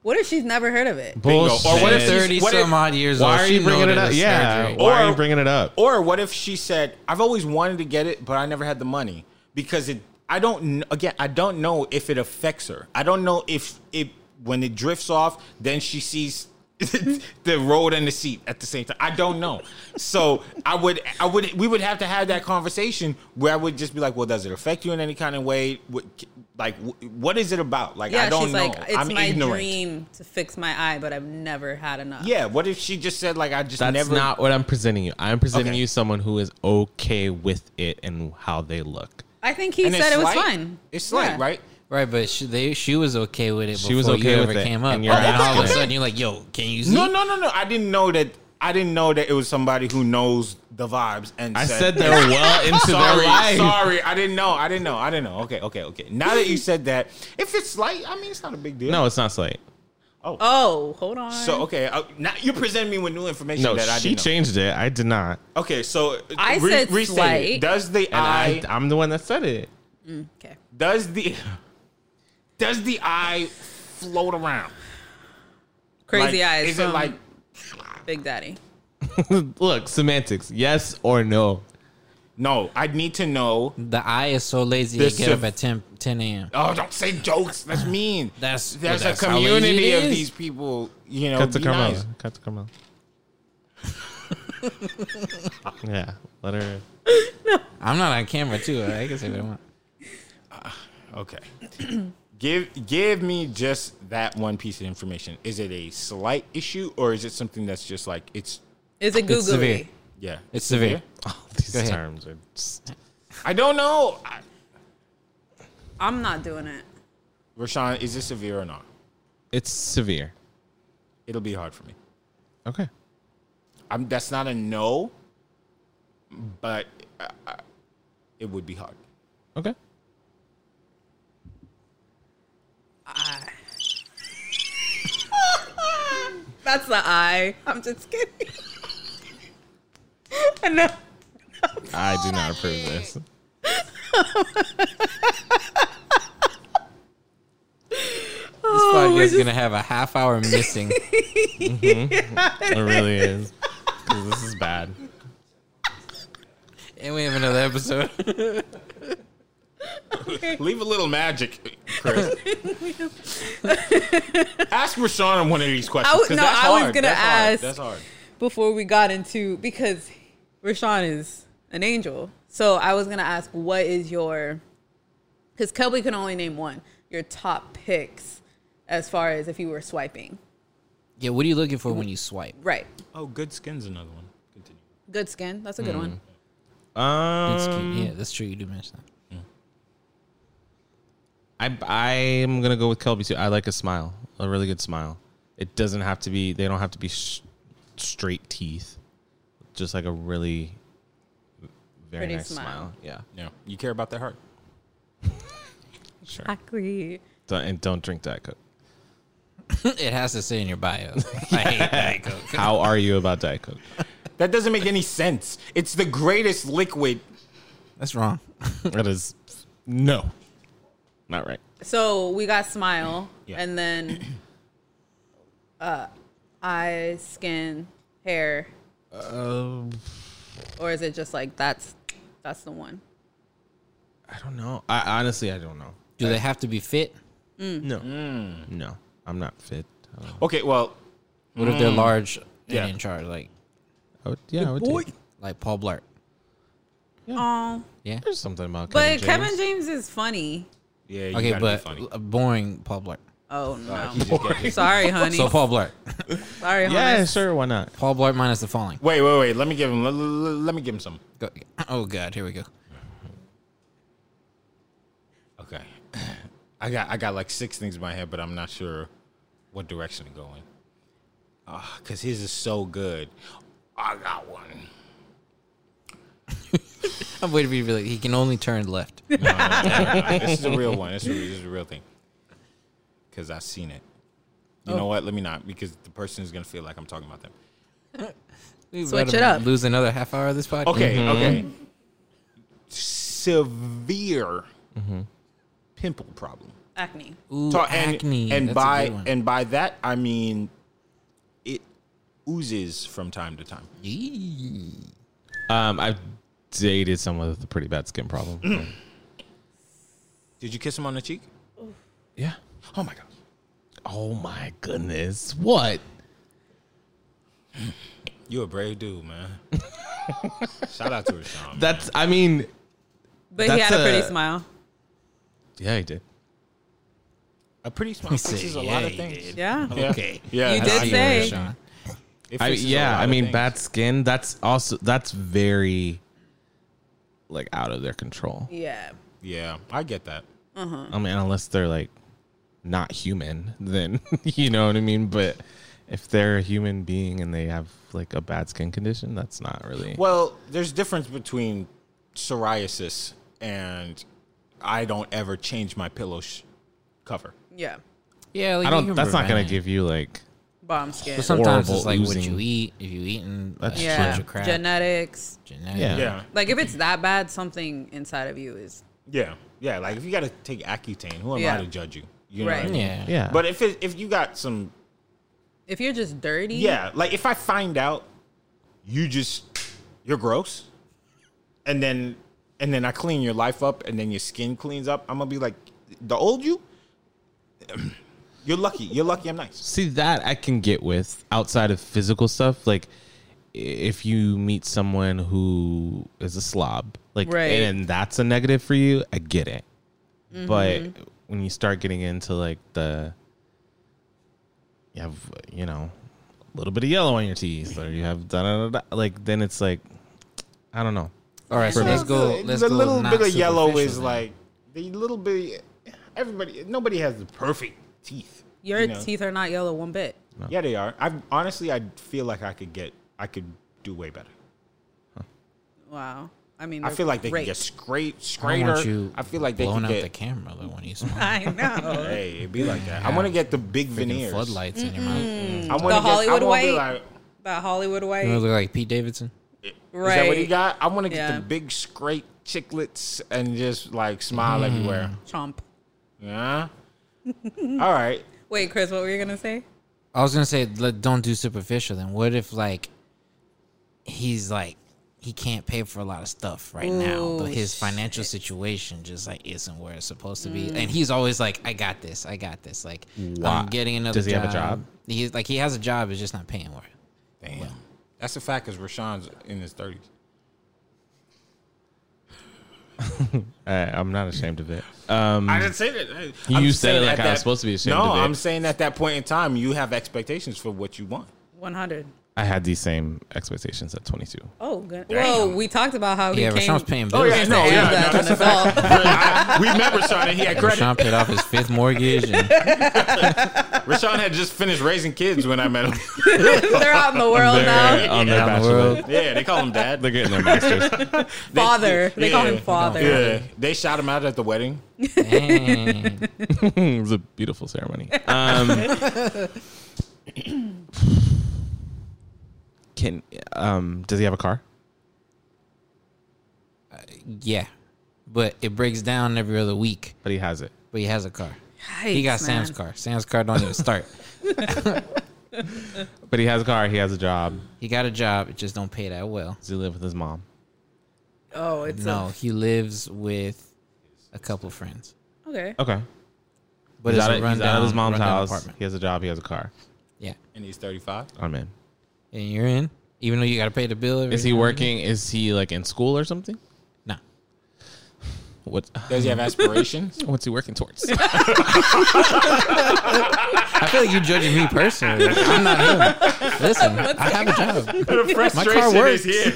Speaker 4: What if she's never heard of it?"
Speaker 7: Bullshit.
Speaker 3: Or what if she's-
Speaker 1: Oh, Thirty
Speaker 3: what if-
Speaker 1: some odd years old.
Speaker 7: Why are
Speaker 1: she
Speaker 7: you bringing
Speaker 1: know
Speaker 7: it
Speaker 1: that
Speaker 7: up?
Speaker 1: it's
Speaker 7: Yeah. Oh.
Speaker 1: surgery.
Speaker 7: Why are you
Speaker 3: Or-
Speaker 7: bringing it up?
Speaker 3: Or what if she said, "I've always wanted to get it, but I never had the money because it." I don't kn- again. I don't know if it affects her. I don't know if it when it drifts off, then she sees the road and the seat at the same time. I don't know. So I would, I would, we would have to have that conversation where I would just be like, "Well, does it affect you in any kind of way? What, like, wh- what is it about? Like,
Speaker 4: yeah,
Speaker 3: I don't
Speaker 4: she's
Speaker 3: know.
Speaker 4: like, "It's
Speaker 3: I'm
Speaker 4: my
Speaker 3: ignorant."
Speaker 4: dream to fix my eye, but I've never had enough."
Speaker 3: Yeah. What if she just said like, "I just
Speaker 7: That's
Speaker 3: never."
Speaker 7: not what I'm presenting you. I'm presenting
Speaker 3: Okay.
Speaker 7: you someone who is okay with it and how they look.
Speaker 4: I think he
Speaker 3: and it's
Speaker 4: said it was
Speaker 3: slight.
Speaker 4: fine.
Speaker 3: It's like
Speaker 4: Yeah.
Speaker 3: right.
Speaker 1: Right, but she, they, she was okay with it.
Speaker 7: She
Speaker 1: She
Speaker 7: was
Speaker 1: was
Speaker 7: okay
Speaker 1: you
Speaker 7: with
Speaker 1: ever
Speaker 7: it,
Speaker 1: Came up,
Speaker 7: and
Speaker 1: and
Speaker 7: you're
Speaker 1: then all of a
Speaker 7: okay.
Speaker 1: sudden you're like, "Yo, can you see?"
Speaker 3: No, no, no, no. I didn't know that. I didn't know that it was somebody who knows the vibes. And
Speaker 7: I said they're well into
Speaker 3: Sorry,
Speaker 7: their life.
Speaker 3: sorry. I didn't know. I didn't know. I didn't know. Okay, okay, okay. Now that you said that, if it's light, I mean, it's not a big deal.
Speaker 7: No, it's not slight.
Speaker 4: Oh, hold on.
Speaker 3: So okay, uh, now you're presenting me with new information
Speaker 7: No,
Speaker 3: that I
Speaker 7: she
Speaker 3: didn't know.
Speaker 7: changed it. I did not.
Speaker 3: Okay, so uh,
Speaker 4: I said
Speaker 3: restate
Speaker 4: slight.
Speaker 3: it. Does the
Speaker 7: And
Speaker 3: eye
Speaker 7: I, I'm the one that said it.
Speaker 4: okay.
Speaker 3: does the does the eye float around?
Speaker 4: Crazy
Speaker 3: Like,
Speaker 4: eyes. um,
Speaker 3: Is
Speaker 4: from
Speaker 3: it like
Speaker 4: Big Daddy?
Speaker 7: Look, semantics. Yes or no?
Speaker 3: no? I need to know.
Speaker 1: The eye is so lazy
Speaker 3: This
Speaker 1: to get
Speaker 3: is-
Speaker 1: up at 10, 10 a.m.
Speaker 3: Oh, don't say jokes. That's mean.
Speaker 1: That's-
Speaker 3: there's
Speaker 1: that's
Speaker 3: a
Speaker 1: how lazy
Speaker 3: community
Speaker 1: it
Speaker 3: of
Speaker 1: is.
Speaker 3: these people. You know,
Speaker 7: Cut to
Speaker 3: be
Speaker 7: Carmela.
Speaker 3: nice.
Speaker 7: Cut to Carmela. yeah, let her.
Speaker 1: I'm not on camera too. I can say what I want.
Speaker 3: Okay. give give me just that one piece of information. Is it a slight issue or is it something that's just like it's
Speaker 4: Is it
Speaker 1: It's severe.
Speaker 4: googly?
Speaker 3: yeah
Speaker 1: It's severe.
Speaker 7: All these
Speaker 1: ahead.
Speaker 7: terms are. Just,
Speaker 3: I don't know. I,
Speaker 4: I'm not doing it.
Speaker 3: Rashawn, is it severe or not?
Speaker 7: it's severe.
Speaker 3: It'll be hard for me.
Speaker 7: Okay.
Speaker 3: I'm that's not a no, but uh, uh, it would be hard.
Speaker 7: Okay.
Speaker 4: That's the eye. I'm just kidding. I know.
Speaker 7: I do not approve this.
Speaker 1: This podcast is gonna have a half hour missing.
Speaker 7: It really is. 'Cause this is bad.
Speaker 1: and we have another episode.
Speaker 3: Leave a little magic, Chris. Ask Rashawn one of these questions.
Speaker 4: I would-
Speaker 3: 'cause
Speaker 4: no,
Speaker 3: that's
Speaker 4: I was
Speaker 3: hard.
Speaker 4: gonna
Speaker 3: That's hard.
Speaker 4: ask.
Speaker 3: That's hard.
Speaker 4: Before we got into because Rashawn is an angel, so I was gonna ask what is your because Kelby can only name one your top picks as far as if you were swiping
Speaker 1: yeah, what are you looking for when you swipe?
Speaker 4: right.
Speaker 3: Oh, good skin's another one. Continue.
Speaker 4: Good skin. That's a good one.
Speaker 7: Um,
Speaker 1: That's cute. Yeah, that's true. You do mention that.
Speaker 7: I I'm gonna go with Kelby too. I like a smile, a really good smile. It doesn't have to be. They don't have to be sh- straight teeth. Just like a really very
Speaker 4: Pretty
Speaker 7: nice smile.
Speaker 4: smile.
Speaker 7: Yeah.
Speaker 3: Yeah, you care about their heart.
Speaker 1: Mm.
Speaker 7: Sure.
Speaker 4: Exactly.
Speaker 7: Don't, and don't drink Diet Coke.
Speaker 1: it has to say in your bio. I hate Diet Coke.
Speaker 7: How are you about Diet Coke?
Speaker 3: That doesn't make any sense. It's the greatest liquid.
Speaker 1: That's wrong.
Speaker 7: That is no, not right.
Speaker 4: So we got smile,
Speaker 3: Yeah.
Speaker 4: and then uh, eye, skin, hair,
Speaker 7: Um,
Speaker 4: or is it just like that's that's the one?
Speaker 7: I don't know. I honestly I don't know.
Speaker 1: Do they have to be fit?
Speaker 7: No, no, I'm not fit. I don't know.
Speaker 3: Okay, well,
Speaker 1: What if they're large and
Speaker 3: Yeah.
Speaker 1: in charge, like
Speaker 7: I would, Oh, yeah, I would take-
Speaker 1: like Paul Blart?
Speaker 4: Oh,
Speaker 1: Yeah.
Speaker 7: There's something about
Speaker 4: but
Speaker 7: Kevin James.
Speaker 4: Kevin James is funny.
Speaker 3: yeah, you
Speaker 1: Okay,
Speaker 3: gotta
Speaker 1: but
Speaker 3: be funny.
Speaker 1: a boring Paul Blart.
Speaker 4: Oh no, sorry, honey.
Speaker 1: So Paul Blart,
Speaker 4: sorry, honey.
Speaker 7: Yeah, sure. Why not?
Speaker 1: Paul Blart minus the falling.
Speaker 3: Wait, wait, wait. Let me give him. Let, let- let me give him some.
Speaker 1: Go, oh God, here we go.
Speaker 3: Okay, I got I got like six things in my head, but I'm not sure what direction to go in. Ah, cause his is so good. I got one.
Speaker 1: I'm waiting for you to be like, he can only turn left.
Speaker 3: This is a real one. This is a, this is a real thing. Cause I've seen it. You
Speaker 1: Oh.
Speaker 3: know what? Let me not, because the person is gonna feel like I'm talking about them.
Speaker 1: We've
Speaker 4: Switch
Speaker 1: gotta
Speaker 4: it up.
Speaker 1: Lose another half hour of this podcast.
Speaker 3: Okay, okay.
Speaker 1: Mm-hmm.
Speaker 3: Severe pimple problem.
Speaker 4: acne.
Speaker 1: Mm-hmm. Ooh,
Speaker 3: Ta- and,
Speaker 1: acne.
Speaker 3: and
Speaker 1: That's a
Speaker 3: by
Speaker 1: good one.
Speaker 3: and by that I mean it oozes from time to time.
Speaker 1: Yee.
Speaker 7: Um, I've dated someone with a pretty bad skin problem.
Speaker 3: Did you kiss him on the cheek?
Speaker 7: yeah.
Speaker 3: Oh my god.
Speaker 7: Oh my goodness. What?
Speaker 3: You a brave dude, man. Shout out to Rashawn. man.
Speaker 7: That's. I mean.
Speaker 4: But he
Speaker 7: That's
Speaker 4: had a pretty
Speaker 7: a-
Speaker 4: smile.
Speaker 7: Yeah, I did.
Speaker 3: a pretty smile
Speaker 1: said,
Speaker 3: fixes a lot
Speaker 1: "Yeah,
Speaker 3: of
Speaker 1: you
Speaker 3: things.
Speaker 4: Yeah,
Speaker 3: Yeah.
Speaker 1: Okay.
Speaker 3: Yeah.
Speaker 4: You
Speaker 3: it
Speaker 1: I
Speaker 4: did
Speaker 1: see
Speaker 3: fixes
Speaker 1: you,
Speaker 4: say.
Speaker 1: Rashawn.
Speaker 3: a
Speaker 7: I
Speaker 3: lot
Speaker 7: yeah.
Speaker 3: of
Speaker 7: I mean,
Speaker 3: things.
Speaker 7: bad skin. That's also. That's very. Like out of their control.
Speaker 4: yeah.
Speaker 3: Yeah, I get that.
Speaker 7: I mean, unless they're like, not human, then you know what I mean. But if they're a human being and they have like a bad skin condition, that's not really.
Speaker 3: Well, there's difference between psoriasis and I don't ever change my pillow sh- cover.
Speaker 4: Yeah.
Speaker 1: Yeah, like
Speaker 7: I
Speaker 1: you
Speaker 7: don't.
Speaker 1: can
Speaker 7: That's not gonna
Speaker 1: prevent it.
Speaker 7: give you like.
Speaker 4: Bomb skin.
Speaker 1: But sometimes
Speaker 7: horrible
Speaker 1: it's like what
Speaker 7: oozing.
Speaker 1: you eat. If you eating a
Speaker 7: That's
Speaker 4: yeah,
Speaker 1: bunch of crap,
Speaker 4: genetics.
Speaker 1: genetic-
Speaker 7: Yeah.
Speaker 3: Yeah.
Speaker 4: Like if it's that bad, something inside of you is
Speaker 3: Yeah. Yeah. Like if you got to take Accutane, who am
Speaker 4: Yeah.
Speaker 3: I to judge you? You know
Speaker 4: Right.
Speaker 3: what I mean?
Speaker 1: yeah,
Speaker 7: Yeah.
Speaker 3: But if it, if you got some,
Speaker 4: if you're just dirty.
Speaker 3: yeah, like if I find out you just you're gross, and then and then I clean your life up, and then your skin cleans up, I'm gonna be like, the old you. You're lucky. You're lucky. I'm nice.
Speaker 7: See that I can get with outside of physical stuff. Like i- if you meet someone who is a slob, like
Speaker 4: Right.
Speaker 7: and that's a negative for you, I get it. But when you start getting into like the you have you know a little bit of yellow on your teeth, or you have da da da, da like then it's like I don't know.
Speaker 1: All right, so let's go. Let's
Speaker 3: the
Speaker 1: go
Speaker 3: little
Speaker 1: not
Speaker 3: bit of yellow
Speaker 1: superficial
Speaker 3: is
Speaker 1: then.
Speaker 3: like the little bit. Everybody, nobody has the perfect teeth.
Speaker 4: your
Speaker 3: you know?
Speaker 4: teeth are not yellow one bit.
Speaker 3: Yeah, they are. I honestly, I feel like I could get, I could do way better.
Speaker 4: Wow. I mean,
Speaker 3: I
Speaker 4: they're
Speaker 3: feel like they
Speaker 4: great.
Speaker 3: can get
Speaker 1: I
Speaker 3: scrape,
Speaker 1: don't
Speaker 3: straighter.
Speaker 1: want you
Speaker 3: I feel like they
Speaker 1: blowing
Speaker 3: can
Speaker 1: out
Speaker 3: get.
Speaker 1: the camera though when you smoke.
Speaker 4: I know.
Speaker 3: hey, it'd be like that. I want to get the big veneers.
Speaker 1: floodlights in your mouth.
Speaker 3: I want
Speaker 4: The
Speaker 3: to get.
Speaker 4: Hollywood
Speaker 3: I wanna be
Speaker 4: white?
Speaker 3: like,
Speaker 4: that Hollywood white.
Speaker 1: You look like Pete Davidson.
Speaker 4: right.
Speaker 3: Is that what he got? I want to get
Speaker 4: Yeah.
Speaker 3: the big scrape chiclets and just like smile everywhere.
Speaker 4: Chomp.
Speaker 3: Yeah. All right.
Speaker 4: Wait, Chris, what were you gonna say?
Speaker 1: I was gonna say let, don't do superficial. Then what if like he's like he can't pay for a lot of stuff right now, but
Speaker 4: Ooh,
Speaker 1: his financial situation just like isn't where it's supposed to be,
Speaker 4: Mm.
Speaker 1: and he's always like, "I got this, I got this." Like
Speaker 7: Why?
Speaker 1: I'm getting another.
Speaker 7: Does he have a job?
Speaker 1: He's like he has a job, it's just not paying for it.
Speaker 3: Damn. That's a fact, cause Rashawn's in his thirties.
Speaker 7: I, I'm not ashamed of it.
Speaker 3: I didn't say that.
Speaker 7: You
Speaker 3: I'm
Speaker 7: said it
Speaker 3: saying
Speaker 7: like
Speaker 3: at
Speaker 7: I was supposed to be ashamed
Speaker 3: No,
Speaker 7: of it.
Speaker 3: I'm saying at that point in time, you have expectations for what you want.
Speaker 4: One hundred.
Speaker 7: I had these same expectations at 22.
Speaker 4: Oh, good. Whoa, we talked about how Oh, he
Speaker 1: Yeah,
Speaker 4: came.
Speaker 1: Rashawn's paying bills.
Speaker 3: yeah, no,
Speaker 4: to
Speaker 3: yeah,
Speaker 4: that
Speaker 3: no,
Speaker 4: as an adult.
Speaker 3: I, we met Rashawn and he had credit.
Speaker 1: Rashawn paid off his fifth mortgage, and
Speaker 3: Rashawn had just finished raising kids when I met him.
Speaker 4: They're out in the world now.
Speaker 7: on their
Speaker 1: around the
Speaker 7: bachelor.
Speaker 1: world.
Speaker 3: Yeah, they call him dad.
Speaker 7: They're getting their masters.
Speaker 4: Father. They call him
Speaker 3: yeah.
Speaker 4: father.
Speaker 3: Yeah, they shot him out at the wedding.
Speaker 1: Dang.
Speaker 7: Mm, it was a beautiful ceremony. Um, can um, does he have a car?
Speaker 1: yeah, but it breaks down every other week.
Speaker 7: But he has it.
Speaker 1: But he has a car.
Speaker 4: Yikes,
Speaker 1: He got
Speaker 4: man.
Speaker 1: Sam's car. Sam's car don't even start.
Speaker 7: But he has a car. He has a job.
Speaker 1: He got a job, it just don't pay that well.
Speaker 7: Does he live with his mom?
Speaker 4: Oh, it's
Speaker 1: No, he lives with a couple friends.
Speaker 4: A, okay.
Speaker 7: Okay.
Speaker 1: But
Speaker 7: he's
Speaker 1: it's
Speaker 7: out,
Speaker 1: a
Speaker 7: of,
Speaker 1: rundown,
Speaker 7: he's out of his mom's
Speaker 1: rundown
Speaker 7: house.
Speaker 1: apartment.
Speaker 7: He has a job. He has a car.
Speaker 1: Yeah.
Speaker 3: And he's 35.
Speaker 7: I'm in.
Speaker 1: And you're in, even though you got to pay the bill. Every
Speaker 7: Is he working? Is he like in school or something?
Speaker 1: No.
Speaker 7: What
Speaker 3: Does he have aspirations?
Speaker 7: What's he working towards?
Speaker 1: I feel like you judging me personally. I'm not him. Listen, I have a job. My car works.
Speaker 3: here.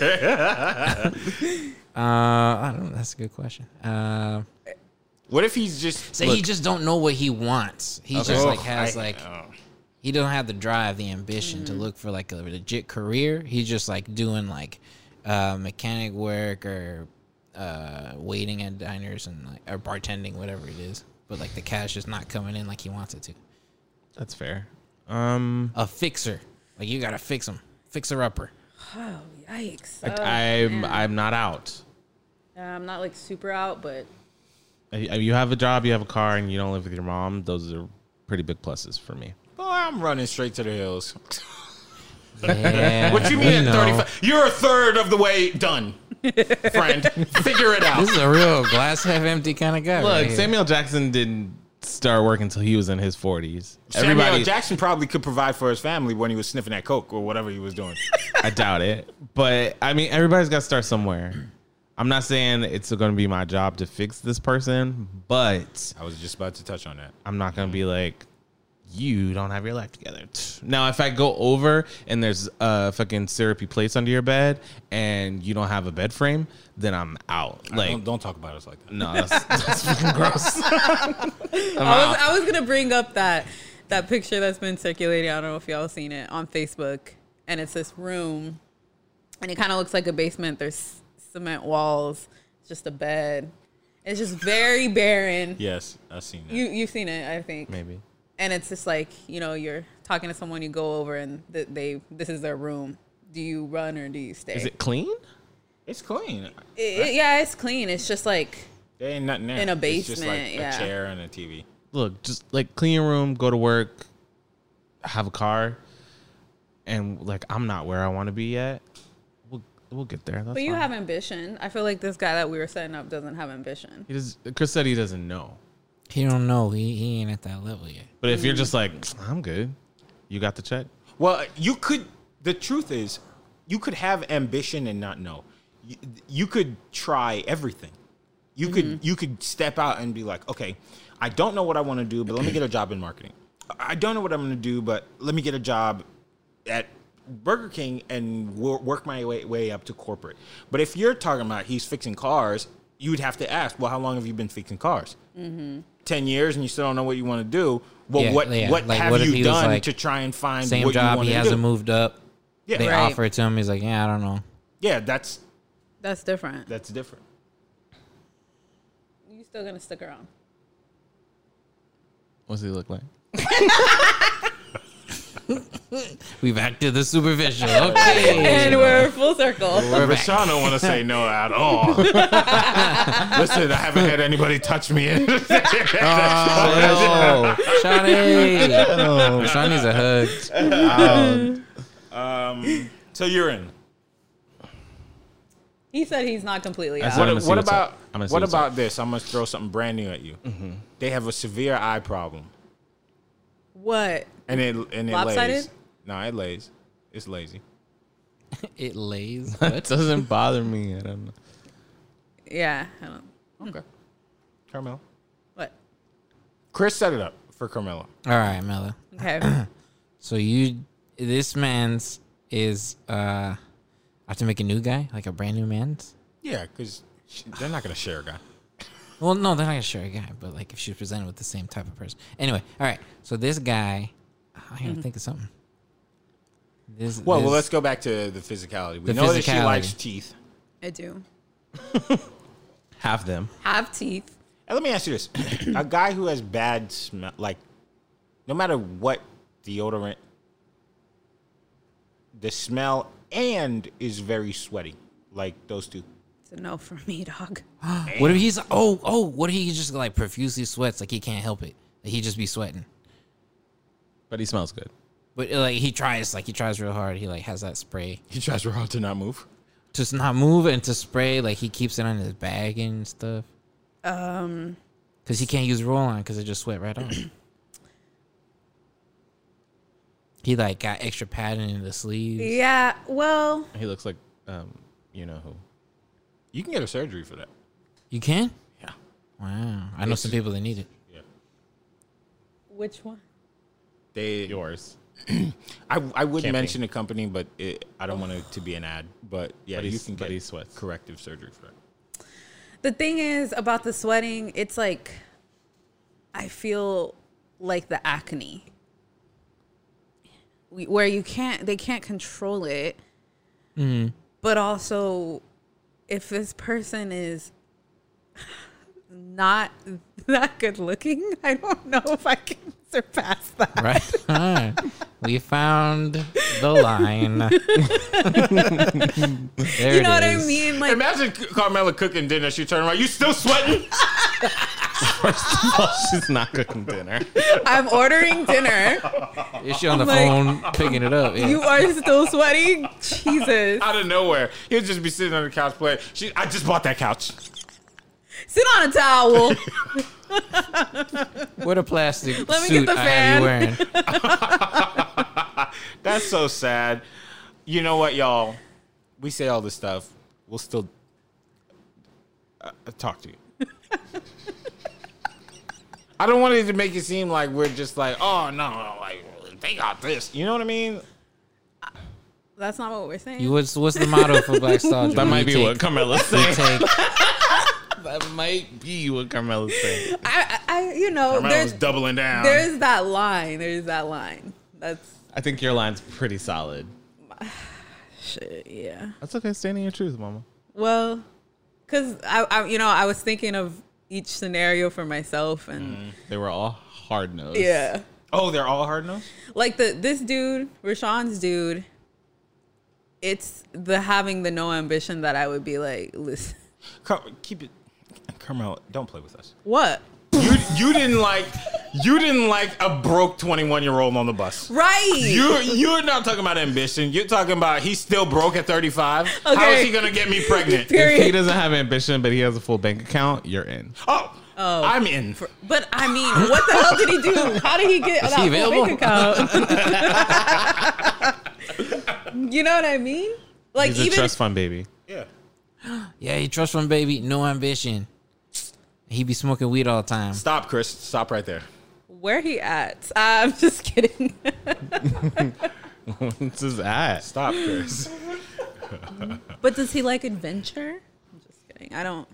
Speaker 1: Uh, I don't know. That's a good question. Uh,
Speaker 3: What if he's just
Speaker 1: so he just don't know what he wants. He just
Speaker 3: Oh,
Speaker 1: like has like he don't have the drive, the ambition to look for like a legit career. He's just like doing like uh, mechanic work or uh, waiting at diners and like or bartending, whatever it is. But like the cash is not coming in like he wants it to.
Speaker 7: That's fair. Um,
Speaker 1: A fixer, like you gotta fix him, fixer upper.
Speaker 4: Oh, yikes.
Speaker 7: like,
Speaker 4: Oh,
Speaker 7: I'm
Speaker 4: man.
Speaker 7: I'm not out.
Speaker 4: Yeah, I'm not like super out, but
Speaker 7: Uh, You have a job. You have a car, and you don't live with your mom. Those are pretty big pluses for me.
Speaker 3: Boy, I'm running straight to the hills.
Speaker 1: Yeah,
Speaker 3: What you
Speaker 1: we
Speaker 3: mean at
Speaker 1: know.
Speaker 3: 35? You're a third of the way done, friend. Figure it out.
Speaker 1: This is a real glass half empty kind of guy.
Speaker 7: Look,
Speaker 1: right here.
Speaker 7: Samuel Jackson didn't start working until he was in his 40s.
Speaker 3: Samuel
Speaker 7: Everybody,
Speaker 3: Jackson probably could provide for his family when he was sniffing that coke or whatever he was doing.
Speaker 7: I doubt it. But I mean, everybody's got to start somewhere. I'm not saying it's going to be my job to fix this person, but
Speaker 3: I was just about to touch on that.
Speaker 7: I'm not going to be like, you don't have your life together. Now, if I go over and there's a fucking syrupy place under your bed and you don't have a bed frame, then I'm out. Like,
Speaker 3: don't, don't talk about us like that.
Speaker 7: no, that's, that's fucking gross.
Speaker 4: I was, I was gonna bring up that that picture that's been circulating. I don't know if y'all seen it on Facebook, and it's this room, and it kind of looks like a basement. There's cement walls, just a bed. It's just very barren.
Speaker 3: Yes, I've seen that.
Speaker 4: You you've seen it, I think.
Speaker 7: Maybe.
Speaker 4: and it's just like you know you're talking to someone you go over and th- they this is their room do you run or do you stay
Speaker 7: Is it clean?
Speaker 3: It's clean.
Speaker 4: It- it- yeah it's clean it's just like
Speaker 3: There ain't nothing there.
Speaker 4: In a
Speaker 3: It's just like
Speaker 4: basement, yeah.
Speaker 3: a chair and a TV.
Speaker 7: Look, just like clean your room, go to work, have a car, and like I'm not where I want to be yet. We'll we'll get there. That's
Speaker 4: but you
Speaker 7: fine.
Speaker 4: have ambition i feel like this guy that we were setting up doesn't have ambition
Speaker 7: He does, Chris said he doesn't know.
Speaker 1: He don't know. He, he ain't at that level yet.
Speaker 7: But if
Speaker 4: Mm.
Speaker 7: you're just like I'm good, you got the check.
Speaker 3: Well, you could. The truth is, you could have ambition and not know. You, you could try everything. You
Speaker 1: Mm-hmm.
Speaker 3: could you could step out and be like, okay, I don't know what I want to do, but let me get a job in marketing. I don't know what I'm going to do, but let me get a job at Burger King and wor- work my way, way up to corporate. But if you're talking about he's fixing cars, you would have to ask, well, how long have you been fixing cars? Ten years, and you still don't know what you want to do. Well,
Speaker 1: Mm-hmm. Yeah,
Speaker 3: what
Speaker 1: yeah.
Speaker 3: what
Speaker 1: Like,
Speaker 3: have
Speaker 1: what if
Speaker 3: you
Speaker 1: he was
Speaker 3: done
Speaker 1: like,
Speaker 3: to try and find
Speaker 1: Same
Speaker 3: what you
Speaker 1: job.
Speaker 3: want
Speaker 1: He
Speaker 3: to
Speaker 1: hasn't
Speaker 3: do?
Speaker 1: moved up.
Speaker 3: Yeah,
Speaker 1: They
Speaker 4: Right.
Speaker 1: offer it to him. He's like, yeah, I don't know.
Speaker 3: yeah, that's
Speaker 4: that's different
Speaker 3: that's different.
Speaker 4: you still gonna stick around
Speaker 7: What's he look like?
Speaker 1: We back to the superficial. Okay.
Speaker 4: and we're full circle
Speaker 3: Rashawn don't want to say no at all. Listen, I haven't had anybody touch me. In.
Speaker 1: Oh, Shawnee. Shawnee's a hug.
Speaker 3: so you're in.
Speaker 4: he said he's not completely
Speaker 7: I
Speaker 4: out
Speaker 7: said-
Speaker 3: What,
Speaker 7: I'ma see
Speaker 3: what
Speaker 7: what's
Speaker 3: about
Speaker 7: up. I'ma see
Speaker 3: what
Speaker 7: what's
Speaker 3: about this? I'm gonna throw something brand new at you. They have a severe eye problem,
Speaker 4: what
Speaker 3: and it and it lays.
Speaker 4: Lopsided?
Speaker 3: No, it lays. It's lazy.
Speaker 1: It lays.
Speaker 7: That doesn't bother me. I don't know.
Speaker 4: yeah i don't
Speaker 3: Okay, Carmelo.
Speaker 4: what
Speaker 3: Chris set it up for Carmelo.
Speaker 1: All right, Mella.
Speaker 4: okay
Speaker 1: So you, this man's is. uh I have to make a new guy, like a brand new man's.
Speaker 3: Yeah, because they're not gonna share a guy.
Speaker 1: Well, no, they're not gonna share a guy, but like if she's presented with the same type of person. Anyway, all right. So this guy, I gotta think of something. This,
Speaker 3: Well,
Speaker 1: this-
Speaker 3: well, let's go back to the physicality. We
Speaker 1: The
Speaker 3: know that she
Speaker 1: physicality.
Speaker 3: likes teeth.
Speaker 4: i do
Speaker 7: Have them.
Speaker 4: have teeth
Speaker 3: And let me ask you this: a guy who has bad smell, like no matter what deodorant, the smell and is very sweaty, like those two.
Speaker 4: it's a no for me dog
Speaker 1: What if he's oh oh? What if he just like profusely sweats like he can't help it? Like he just be sweating.
Speaker 7: But he smells good.
Speaker 1: But like he tries, like he tries real hard. He like has that spray
Speaker 3: He tries real hard to not move.
Speaker 1: to s- not move and to spray. Like he keeps it on his bag and stuff. Um,
Speaker 4: Um,
Speaker 1: because he can't use roll on because it just sweat right off. he like got extra padding in the sleeves.
Speaker 4: yeah well
Speaker 7: He looks like um, you know who.
Speaker 3: You can get a surgery for that.
Speaker 1: You can?
Speaker 3: Yeah.
Speaker 1: Wow, I know some people that need it.
Speaker 4: which one
Speaker 3: They
Speaker 7: Yours.
Speaker 3: I, I would
Speaker 7: Camping.
Speaker 3: mention a company, but it, I don't want it to be an ad. But yeah,
Speaker 7: But
Speaker 3: you
Speaker 7: he's-
Speaker 3: can
Speaker 7: but
Speaker 3: get
Speaker 7: he sweats.
Speaker 3: corrective surgery for that.
Speaker 4: the thing is about the sweating it's like i feel like the acne We- where you can't they can't control it but also if this person is not that good looking i don't know if i can surpass that
Speaker 1: Right. All right. We found the line. there
Speaker 4: you know what i mean like
Speaker 3: Imagine C- Carmela cooking dinner. She turned around. You still sweating?
Speaker 7: First of all, Oh, she's not cooking dinner.
Speaker 4: i'm ordering dinner
Speaker 1: Is she on the
Speaker 4: Like-
Speaker 1: phone picking it up? Yeah.
Speaker 4: you are still sweating jesus
Speaker 3: Out of nowhere, he'll just be sitting on the couch playing. She, I just bought that couch.
Speaker 4: sit on a towel
Speaker 1: What a plastic
Speaker 4: Let me
Speaker 1: suit
Speaker 4: get the
Speaker 1: I have you
Speaker 4: fan.
Speaker 1: wearing.
Speaker 3: That's so sad. You know what, y'all? We say all this stuff. We'll still uh, uh, talk to you. I don't want it to make it seem like we're just like, oh no, no, like they got this. You know what I mean?
Speaker 4: that's not what we're saying
Speaker 1: You- What's what's the motto for Black Soldier?
Speaker 7: That
Speaker 1: We
Speaker 7: might be
Speaker 1: take-
Speaker 7: what Carmela said.
Speaker 1: Take,
Speaker 7: that might be what Carmela said.
Speaker 4: I, I, you know,
Speaker 3: Carmelo's
Speaker 4: there's,
Speaker 3: doubling down.
Speaker 4: there's that line. There's that line. That's
Speaker 7: I think your line's pretty solid.
Speaker 4: shit. Yeah.
Speaker 7: That's okay. Standing your truth, Mama.
Speaker 4: Well, because I, I, you know, I was thinking of each scenario for myself, and
Speaker 7: They were all hard nosed.
Speaker 4: yeah,
Speaker 3: Oh, they're all hard nosed.
Speaker 4: like the this dude, Rashawn's dude, it's the having the no ambition that I would be like, listen,
Speaker 3: Come, keep it, Carmel. Don't play with us.
Speaker 4: what?
Speaker 3: You you didn't like you didn't like a broke twenty one year old on the bus.
Speaker 4: Right.
Speaker 3: You're you're not talking about ambition. You're talking about he's still broke at thirty five. How is
Speaker 4: Okay.
Speaker 3: he gonna get me pregnant?
Speaker 7: If he
Speaker 4: Period.
Speaker 7: doesn't have ambition, but he has a full bank account, you're in.
Speaker 3: Oh, I'm in.
Speaker 4: But I mean, what the hell did he do? How did he get that
Speaker 1: he
Speaker 4: full bank account? you know what I mean? Like
Speaker 7: He's a
Speaker 4: even
Speaker 7: trust fund baby.
Speaker 3: Yeah.
Speaker 1: Yeah, he trust fund baby, no ambition. He be smoking weed all the time.
Speaker 3: Stop, Chris. Stop right there.
Speaker 4: where he at? I'm just kidding.
Speaker 7: What's his at?
Speaker 3: Stop, Chris.
Speaker 4: but does he like adventure? I'm just kidding. I don't.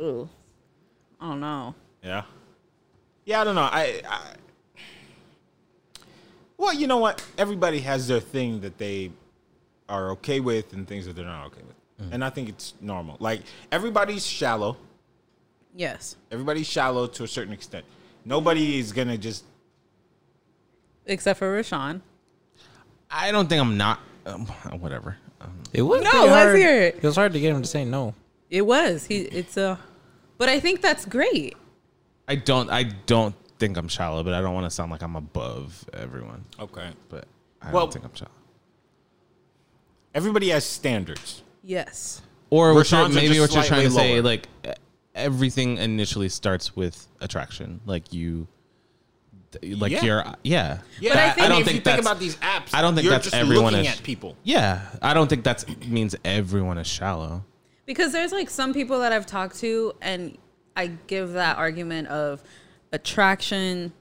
Speaker 4: Ooh, I don't know.
Speaker 3: Yeah. Yeah, I don't know. I, I Well, you know what? Everybody has their thing that they are okay with and things that they're not okay with. And I think it's normal. Like everybody's shallow.
Speaker 4: Yes,
Speaker 3: Everybody's shallow to a certain extent. Nobody is going to just
Speaker 4: except for Rashawn.
Speaker 7: I don't think I'm not. Um, whatever. Um,
Speaker 1: It was
Speaker 4: No,
Speaker 1: pretty
Speaker 4: let's
Speaker 1: hard-
Speaker 4: hear it.
Speaker 1: It was hard to get him to say no.
Speaker 4: It was he. It's a. But I think that's great.
Speaker 7: I don't. I don't think I'm shallow, but I don't want to sound like I'm above everyone.
Speaker 3: Okay.
Speaker 7: But I
Speaker 3: Well-
Speaker 7: don't think I'm shallow.
Speaker 3: Everybody has standards.
Speaker 4: Yes.
Speaker 7: Or what you're-
Speaker 3: Rashawn's are
Speaker 7: maybe
Speaker 3: just
Speaker 7: what you're trying to
Speaker 3: slightly
Speaker 7: say,
Speaker 3: lower.
Speaker 7: like e- everything initially starts with attraction. Like you, like
Speaker 3: Yeah.
Speaker 7: you're, yeah,
Speaker 3: Yeah.
Speaker 4: But I think-
Speaker 7: I don't
Speaker 3: if
Speaker 7: think
Speaker 3: you
Speaker 7: that's.
Speaker 3: think about these apps,
Speaker 7: I don't think
Speaker 3: you're
Speaker 7: that's
Speaker 3: just
Speaker 7: everyone
Speaker 3: looking
Speaker 7: is-
Speaker 3: at people.
Speaker 7: yeah, I don't think that means everyone is shallow.
Speaker 4: because there's like some people that I've talked to, and I give that argument of attraction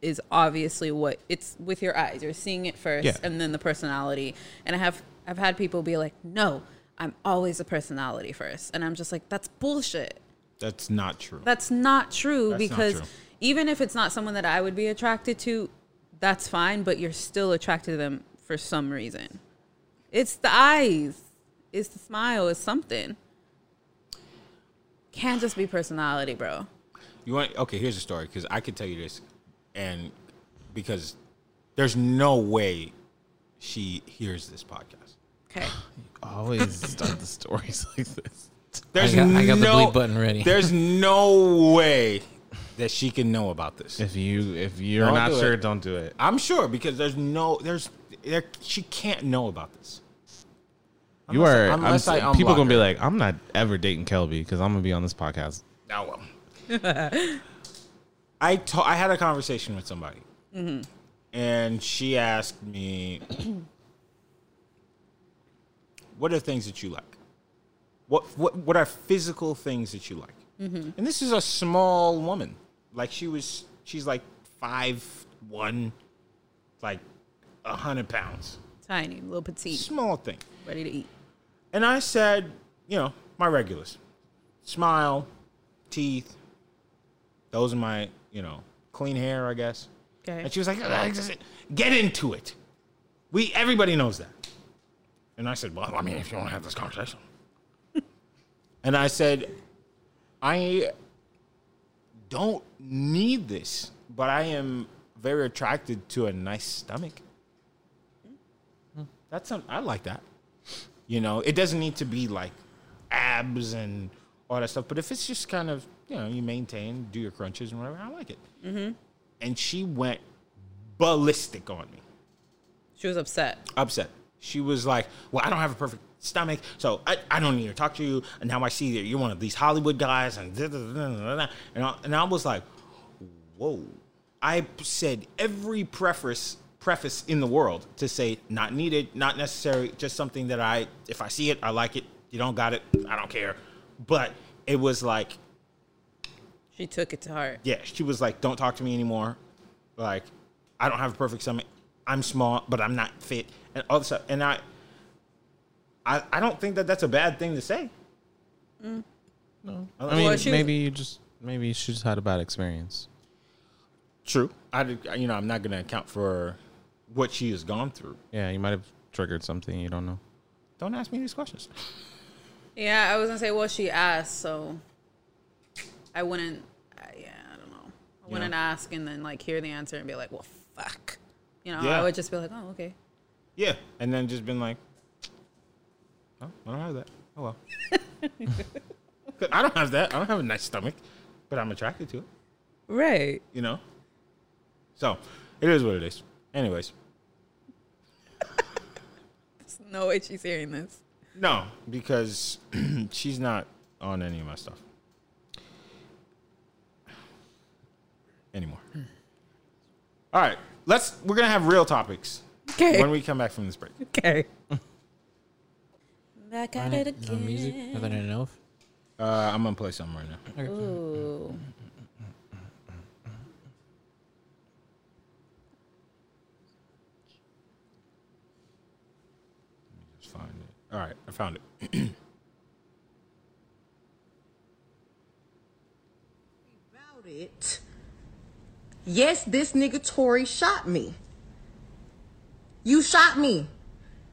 Speaker 4: is obviously what it's with your eyes. You're seeing it first,
Speaker 7: Yeah.
Speaker 4: and then the personality. And I have I've had people be like, "No, I'm always the personality first. and I'm just like, "That's bullshit.
Speaker 3: That's not true.
Speaker 4: That's not true."
Speaker 3: That's not
Speaker 4: because
Speaker 3: true.
Speaker 4: even if it's not someone that I would be attracted to, that's fine. But you're still attracted to them for some reason. It's the eyes. It's the smile. It's something. Can't just be personality, bro.
Speaker 3: You want okay? Here's a story because I could tell you this, and because there's no way she hears this podcast.
Speaker 4: Okay.
Speaker 7: Always start the stories like this.
Speaker 3: There's
Speaker 1: I got- I got the
Speaker 3: no,
Speaker 1: bleep button ready.
Speaker 3: There's no way that she can know about this.
Speaker 7: If you if you're
Speaker 3: Don't
Speaker 7: not
Speaker 3: do
Speaker 7: sure,
Speaker 3: it.
Speaker 7: don't do it.
Speaker 3: I'm sure because there's no there's there she can't know about this.
Speaker 7: you
Speaker 3: Unless
Speaker 7: are.
Speaker 3: I-
Speaker 7: I'm
Speaker 3: unless I
Speaker 7: s- people
Speaker 3: unblock
Speaker 7: gonna be like, I'm not ever dating Kelby because I'm gonna be on this podcast.
Speaker 3: Now, well. I to- I had a conversation with somebody, and she asked me, "What are things that you like? What what what are physical things that you like?" And this is a small woman. Like she was, she's like five one, like a hundred pounds.
Speaker 4: Tiny, little petite,
Speaker 3: Small thing.
Speaker 4: ready to eat.
Speaker 3: And I said, you know, my regulars. Smile, teeth. Those are my, you know, clean hair, I guess.
Speaker 4: Okay.
Speaker 3: And she was like, "Ugh, just get into it. We everybody knows that. And I said, Well, I mean, if you want to have this conversation. and I said, I don't need this, but I am very attracted to a nice stomach. That's some I like that. You know, it doesn't need to be like abs and all that stuff. But if it's just kind of, you know, you maintain, do your crunches and whatever, I like it. And she went ballistic on me,
Speaker 4: She was upset.
Speaker 3: upset. She was like, Well, I don't have a perfect stomach, so I, I don't need to talk to you. And now I see that you're one of these Hollywood guys. And, da, da, da, da, da, da. and, I, and I was like, Whoa. I p- said every preface preface in the world to say not needed, not necessary, just something that I if I see it, I like it. You don't got it, I don't care. But it was like,
Speaker 4: She took it to heart.
Speaker 3: yeah, she was like, Don't talk to me anymore. Like, I don't have a perfect stomach. I'm small, but I'm not fit. And all this stuff. And I I, I don't think that that's a bad thing to say.
Speaker 7: No,
Speaker 3: Well,
Speaker 7: I mean
Speaker 4: she was-
Speaker 7: maybe you just maybe she just had a bad experience.
Speaker 3: True. I did- you know, I'm not gonna account for what she has gone through.
Speaker 7: Yeah, you might have triggered something you don't know.
Speaker 3: Don't ask me these questions.
Speaker 4: Yeah, I was gonna say, well, she asked, so I wouldn't. I yeah, I don't know. I wouldn't ask and then like hear the answer and be like, well, You know,
Speaker 3: Yeah.
Speaker 4: I would just be like, oh, okay.
Speaker 3: Yeah. And then just been like, no, I don't have that. Oh well. 'Cause I don't have that. I don't have a nice stomach, but I'm attracted to it,
Speaker 4: Right.
Speaker 3: you know? So it is what it is. Anyways,
Speaker 4: No way she's hearing this.
Speaker 3: no, because she's not on any of my stuff anymore. All right, let's. We're gonna have real topics
Speaker 4: Okay.
Speaker 3: when we come back from this break.
Speaker 4: okay. Back at it
Speaker 1: No music
Speaker 4: again.
Speaker 1: other than enough.
Speaker 3: Uh, I'm gonna play something right now.
Speaker 4: Ooh.
Speaker 3: Just find it. All right, I found it.
Speaker 10: about it. Yes, this nigga Tory shot me. You shot me.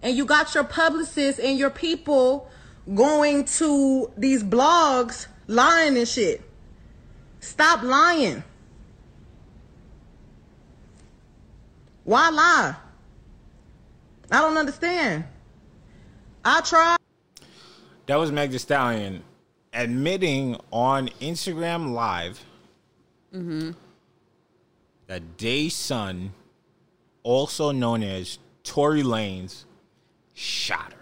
Speaker 10: And you got your publicists and your people going to these blogs lying and shit. Stop lying. Why lie? I don't understand. I tried.
Speaker 3: That was Meg Thee Stallion admitting on Instagram Live that Day Sun, also known as Tory Lanez, shot her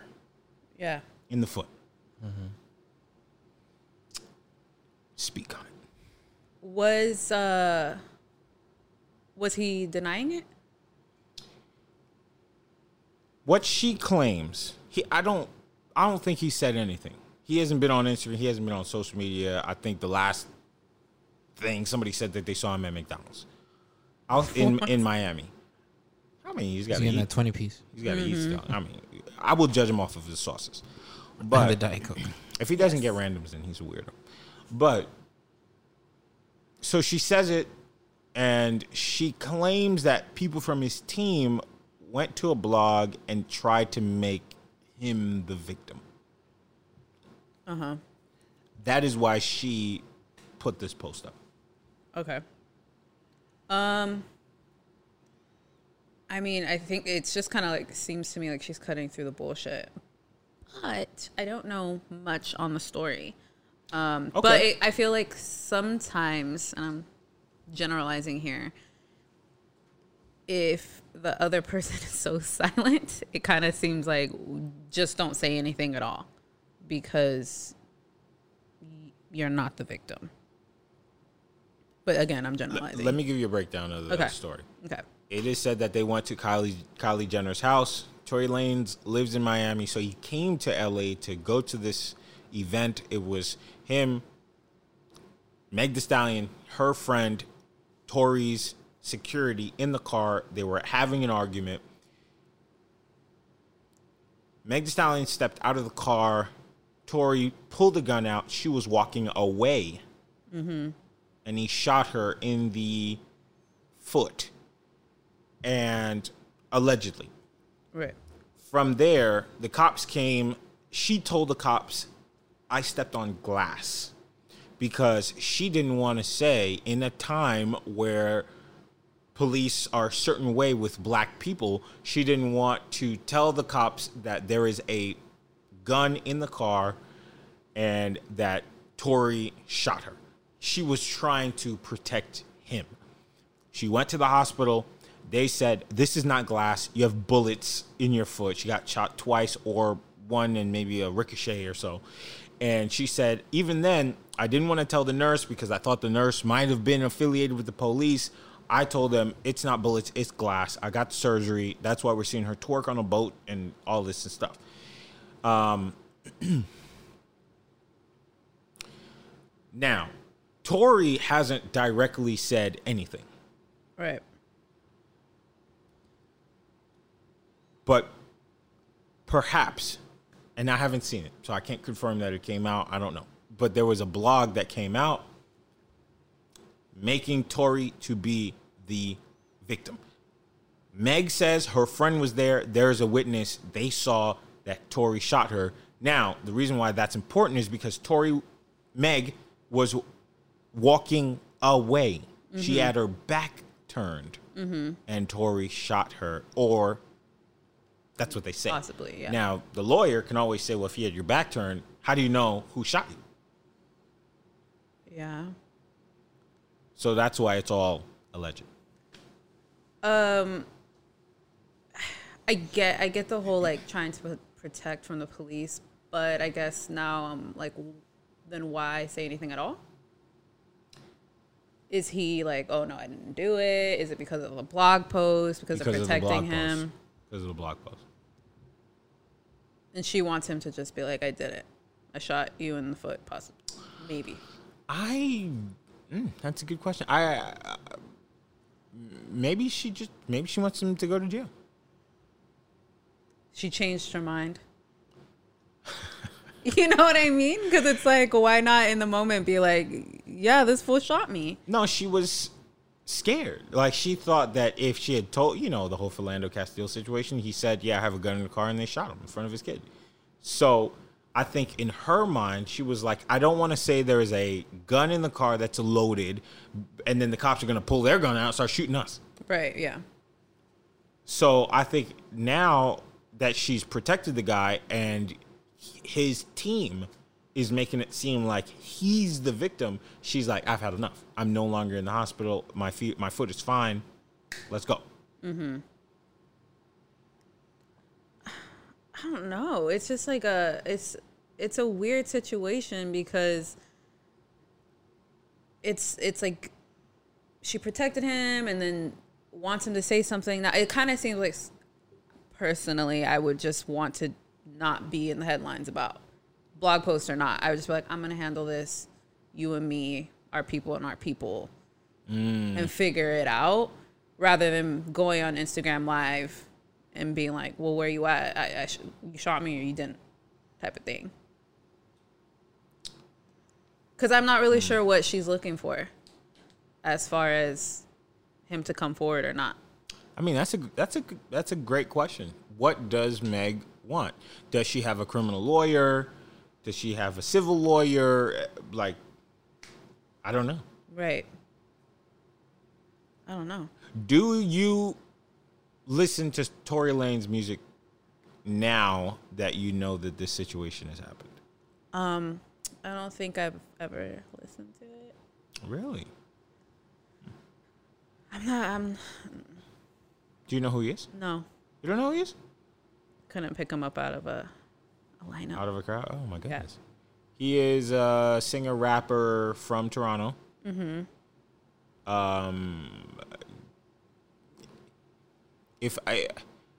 Speaker 4: Yeah.
Speaker 3: in the foot. Speak on it.
Speaker 4: Was uh was he denying it?
Speaker 3: What she claims, he I don't I don't think he said anything. He hasn't been on Instagram, he hasn't been on social media. I think the last thing somebody said that they saw him at McDonald's. Out in in Miami. I mean, he's got
Speaker 1: He's
Speaker 3: to
Speaker 1: getting
Speaker 3: eat.
Speaker 1: that twenty piece.
Speaker 3: He's got to eat still. I mean, I will judge him off of his sauces.
Speaker 1: And the
Speaker 3: But
Speaker 1: diet coke.
Speaker 3: if he doesn't get randoms, then he's a weirdo. But so she says it, and she claims that people from his team went to a blog and tried to make him the victim. Uh huh. That is why she put this post up.
Speaker 4: Okay. Um I mean, I think it's just kind of like seems to me like she's cutting through the bullshit. But I don't know much on the story. Um but
Speaker 3: Okay.
Speaker 4: it, I feel like sometimes and I'm generalizing here if the other person is so silent, it kind of seems like just don't say anything at all because y- you're not the victim. But again, I'm generalizing.
Speaker 3: Let me give you a breakdown of the
Speaker 4: Okay.
Speaker 3: story.
Speaker 4: Okay.
Speaker 3: It is said that they went to Kylie Kylie Jenner's house. Tory Lanez lives in Miami, so he came to LA to go to this event. It was him, Meg The Stallion, her friend, Tory's security in the car. They were having an argument. Meg Thee Stallion stepped out of the car. Tori pulled the gun out. She was walking away. And he shot her in the foot. And allegedly.
Speaker 4: Right.
Speaker 3: From there, the cops came. She told the cops, I stepped on glass because she didn't want to say in a time where police are a certain way with black people, she didn't want to tell the cops that there is a gun in the car and that Tori shot her. She was trying to protect him. She went to the hospital. They said, This is not glass. You have bullets in your foot. She got shot twice or one and maybe a ricochet or so. And she said, Even then, I didn't want to tell the nurse because I thought the nurse might have been affiliated with the police. I told them, It's not bullets, it's glass. I got surgery. That's why we're seeing her twerk on a boat and all this and stuff. Um, now, Tori hasn't directly said anything.
Speaker 4: Right.
Speaker 3: but perhaps, and I haven't seen it, so I can't confirm that it came out. I don't know, but there was a blog that came out making Tori to be the victim. Meg says her friend was there. There is a witness. They saw that Tori shot her. Now, the reason why that's important is because Tori,
Speaker 4: Mm-hmm.
Speaker 3: Meg, was walking away. She had her back turned and Tori shot her, or that's what they say.
Speaker 4: Possibly, yeah.
Speaker 3: Now, the lawyer can always say, well, if you had your back turned, how do you know who shot you?
Speaker 4: Yeah.
Speaker 3: So that's why it's all alleged.
Speaker 4: Um, I get I get the whole like trying to protect from the police, but I guess now I'm like, w- then why say anything at all? Is he like, oh no, I didn't do it? Is it because of the blog post? Because, of protecting him?
Speaker 3: post. Because of the blog post.
Speaker 4: And she wants him to just be like, I did it. I shot you in the foot, possibly, maybe.
Speaker 3: I. Mm, that's a good question. I. Uh, maybe she just. Maybe she wants him to go to jail.
Speaker 4: She changed her mind. you know what I mean? Because it's like, why not in the moment be like, yeah, this fool shot me.
Speaker 3: No, she was scared. Like she thought that if she had told, you know, the whole Philando Castile situation, he said, "Yeah, I have a gun in the car," and they shot him in front of his kid. So I think in her mind, she was like, "I don't want to say there is a gun in the car that's loaded, and then the cops are going to pull their gun out and start shooting us."
Speaker 4: Right? Yeah.
Speaker 3: So I think now that she's protected the guy and his team is making it seem like he's the victim, she's like, I've had enough. I'm no longer in the hospital. My feet, my foot is fine. Let's go.
Speaker 4: I don't know. It's just like a it's it's a weird situation because it's it's like she protected him and then wants him to say something. Now it kind of seems like s- personally I would just want to not be in the headlines about blog post or not. I would just be like I'm going to handle this you and me, our people and our people and figure it out rather than going on Instagram live and being like, well, where you at? I, I sh- you shot me or you didn't type of thing. Because I'm not really sure what she's looking for as far as him to come forward or not.
Speaker 3: I mean, that's a that's a that's a great question. What does Meg want? Does she have a criminal lawyer? Does she have a civil lawyer? Like, I don't know.
Speaker 4: Right. I don't know.
Speaker 3: Do you listen to Tory Lane's music now that you know that this situation has happened?
Speaker 4: Um, I don't think I've ever listened to it.
Speaker 3: Really?
Speaker 4: I'm not, I'm,
Speaker 3: Do you know who he is?
Speaker 4: no,
Speaker 3: You don't know who he is?
Speaker 4: couldn't pick him up out of a, a lineup.
Speaker 3: Out of a crowd? Oh my goodness. He is a singer rapper from Toronto. Mm-hmm. Um, if I,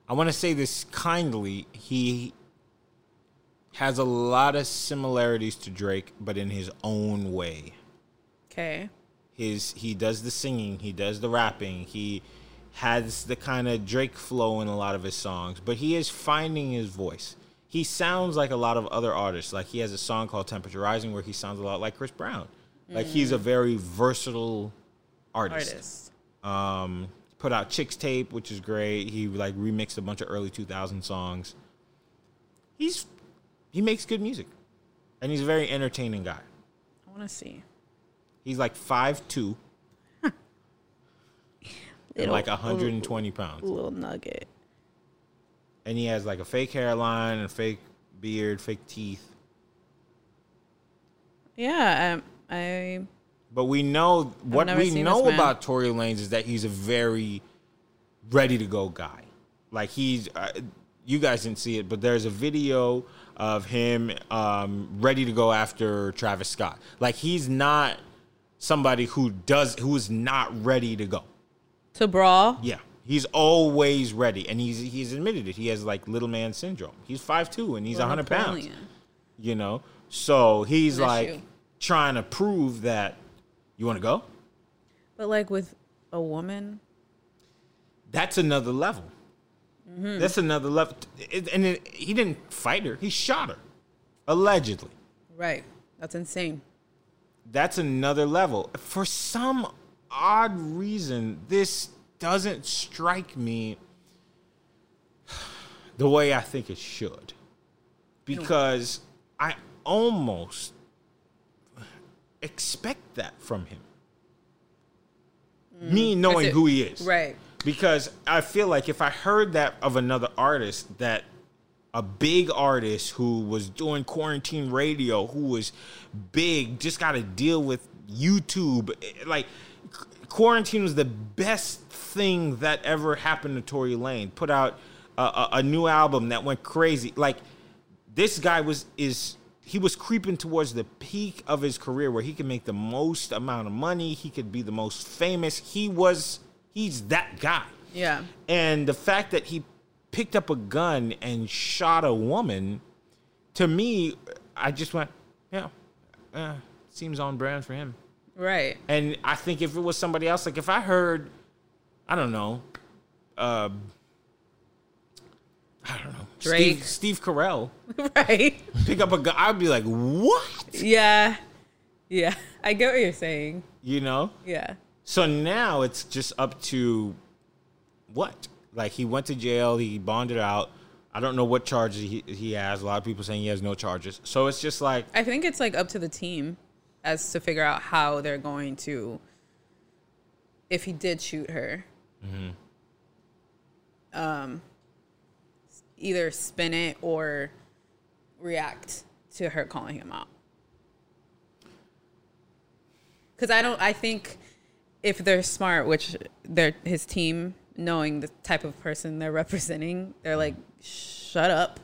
Speaker 3: I want to say this kindly, he has a lot of similarities to Drake, but in his own way.
Speaker 4: okay.
Speaker 3: his he does the singing, he does the rapping, he has the kind of Drake flow in a lot of his songs, but he is finding his voice. He sounds like a lot of other artists. Like he has a song called Temperature Rising where he sounds a lot like Chris Brown. Like he's a very versatile artist.
Speaker 4: Artist.
Speaker 3: Um put out Chicks Tape, which is great. He like remixed a bunch of early 2000 songs. He's he makes good music. And he's a very entertaining guy.
Speaker 4: I want to see.
Speaker 3: He's like 5'2 and like 120 pounds.
Speaker 4: Little nugget.
Speaker 3: And he has like a fake hairline and fake beard, fake teeth.
Speaker 4: Yeah, I, I
Speaker 3: But we know what
Speaker 4: never
Speaker 3: we
Speaker 4: seen
Speaker 3: know
Speaker 4: this man.
Speaker 3: about Tory Lanez is that he's a very ready to go guy. Like he's, uh, you guys didn't see it, but there's a video of him um, ready to go after Travis Scott. Like he's not somebody who does who is not ready to go.
Speaker 4: to brawl.
Speaker 3: Yeah. He's always ready, and he's he's admitted it. He has like little man syndrome. He's five two, and he's
Speaker 4: Little
Speaker 3: hundred pounds.
Speaker 4: Napoleon.
Speaker 3: You know, so he's
Speaker 4: An
Speaker 3: like
Speaker 4: issue.
Speaker 3: trying to prove that you want to go.
Speaker 4: But like with a woman,
Speaker 3: That's another level. That's another level. It- And it, he didn't fight her; he shot her, allegedly.
Speaker 4: right? That's insane.
Speaker 3: That's another level. For some odd reason, this doesn't strike me the way I think it should. Because I almost expect that from him. me knowing
Speaker 4: Mm. it-
Speaker 3: who he is.
Speaker 4: Right.
Speaker 3: Because I feel like if I heard that of another artist that a big artist who was doing quarantine radio, who was big, just got to deal with YouTube. eh, Like qu- quarantine was the best thing that ever happened to Tory Lane. Put out a, a, a new album that went crazy. Like this guy was is he was creeping towards the peak of his career where he could make the most amount of money, he could be the most famous. He was he's that guy.
Speaker 4: Yeah.
Speaker 3: And the fact that he picked up a gun and shot a woman, to me, I just went, yeah, uh, seems on brand for him.
Speaker 4: Right.
Speaker 3: And I think if it was somebody else, like if I heard, I don't know, uh, I don't know, Steve,
Speaker 4: Drake.
Speaker 3: Steve Carell
Speaker 4: right.
Speaker 3: pick up a gun, I'd be like, what?
Speaker 4: Yeah. Yeah. I get what you're saying.
Speaker 3: You know?
Speaker 4: Yeah.
Speaker 3: So now it's just up to what? Like he went to jail, he bonded out. I don't know what charges he, he has. A lot of people saying he has no charges. So it's just like
Speaker 4: I think it's like up to the team as to figure out how they're going to if he did shoot her. Um either spin it or react to her calling him out. Cuz I don't I think if they're smart, which they're his team knowing the type of person they're representing, they're like shut up.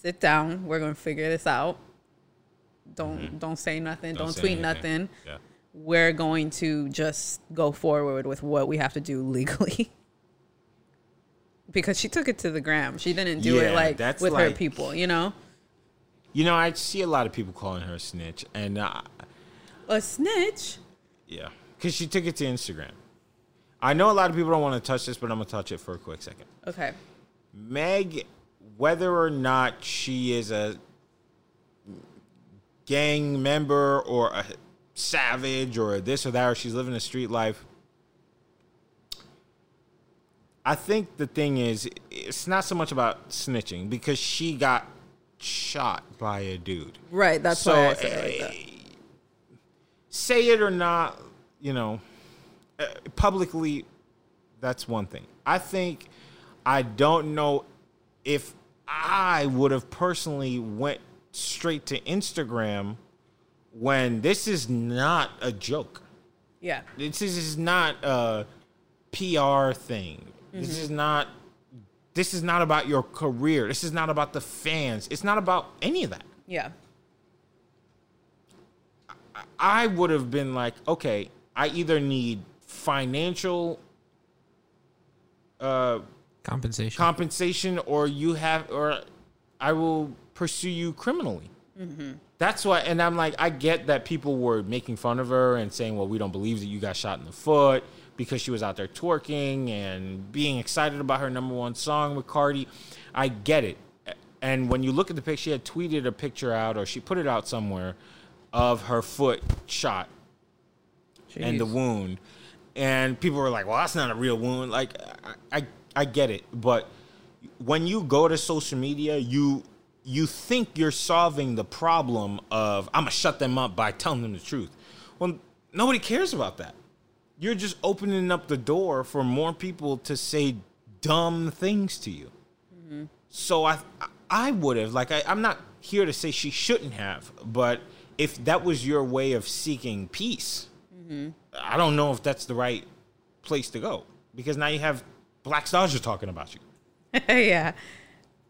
Speaker 4: Sit down. We're going to figure this out don't don't say nothing don't,
Speaker 3: Mm-hmm. say
Speaker 4: tweet
Speaker 3: anything.
Speaker 4: nothing we're going to just go forward with what we have to do legally because she took it to the gram she didn't do
Speaker 3: Yeah,
Speaker 4: it like
Speaker 3: that's
Speaker 4: with her
Speaker 3: like-
Speaker 4: people you know
Speaker 3: you know, I see a lot of people calling her a snitch, and uh,
Speaker 4: a snitch
Speaker 3: yeah, because she took it to Instagram. I know a lot of people don't want to touch this, but I'm gonna touch it for a quick second.
Speaker 4: okay
Speaker 3: Meg, whether or not she is a gang member or a savage or this or that, or she's living a street life, I think the thing is, it's not so much about snitching because she got shot by a dude.
Speaker 4: right that's
Speaker 3: so,
Speaker 4: why i said it like that
Speaker 3: eh, say it or not, you know, uh, publicly, that's one thing. I think I don't know if I would have personally went straight to Instagram when this is not a joke.
Speaker 4: yeah
Speaker 3: This is, is not a PR thing. This
Speaker 4: Mm-hmm.
Speaker 3: is not. This is not about your career. This is not about the fans. It's not about any of that.
Speaker 4: yeah
Speaker 3: I would have been like, okay, I either need financial uh,
Speaker 1: Compensation.
Speaker 3: compensation or you have, or I will pursue you criminally. That's why, and I'm like, I get that people were making fun of her and saying, well, we don't believe that you got shot in the foot because she was out there twerking and being excited about her number one song with Cardi. I get it. And when you look at the picture, she had tweeted a picture out or she put it out somewhere of her foot shot and the wound. And people were like, "Well, that's not a real wound." Like, I, I, I get it, but when you go to social media, you you think you're solving the problem of I'm gonna shut them up by telling them the truth. Well, nobody cares about that. You're just opening up the door for more people to say dumb things to you. So I I would have like I, I'm not here to say she shouldn't have, but if that was your way of seeking peace, I don't know if that's the right place to go because now you have Black Dodger talking about you.
Speaker 4: yeah.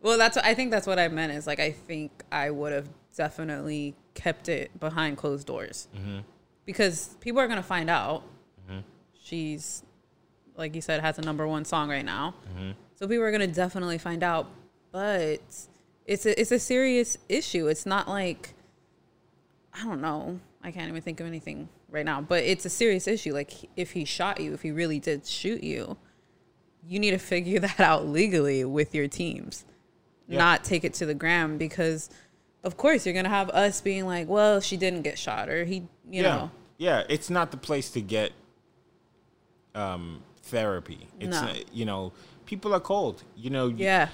Speaker 4: Well, that's what I think that's what I meant is like I think I would have definitely kept it behind closed doors because people are gonna find out she's like you said has a number one song right now, so people are gonna definitely find out. But it's a, it's a serious issue. It's not like I don't know. I can't even think of anything right now. But it's a serious issue. Like if he shot you, if he really did shoot you, you need to figure that out legally with your teams, not take it to the gram because, of course, you're gonna have us being like, "Well, she didn't get shot," or he,
Speaker 3: yeah,
Speaker 4: you know,
Speaker 3: yeah, it's not the place to get um, therapy. It's
Speaker 4: No.
Speaker 3: not, you know, people are cold. You know, you-
Speaker 4: yeah,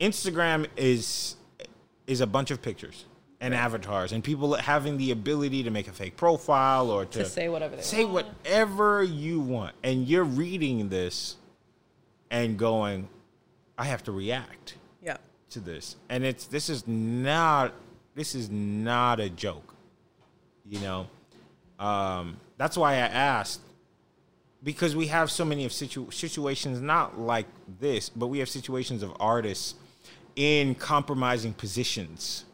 Speaker 3: Instagram is is a bunch of pictures, and avatars and people having the ability to make a fake profile or to,
Speaker 4: To say whatever they
Speaker 3: say whatever you want and you're reading this and going i have to react
Speaker 4: Yeah.
Speaker 3: to this and it's this is not this is not a joke you know um that's why i asked because we have so many of situ- situations not like this but we have situations of artists in compromising positions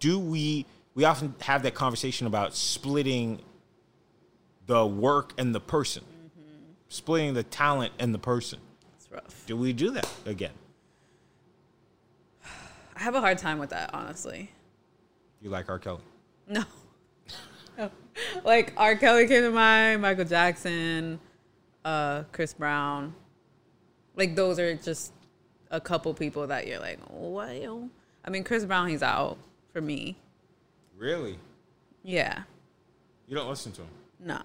Speaker 3: do we we often have that conversation about splitting the work and the person splitting the talent and the person
Speaker 4: It's rough.
Speaker 3: do we do that again
Speaker 4: I have a hard time with that, honestly.
Speaker 3: you like r kelly
Speaker 4: No. No. like R. Kelly came to mind, Michael Jackson, uh, Chris Brown. Like those are just a couple people that you're like, wow. I mean, Chris Brown, he's out for me.
Speaker 3: really
Speaker 4: Yeah.
Speaker 3: you don't listen to him
Speaker 4: Nah.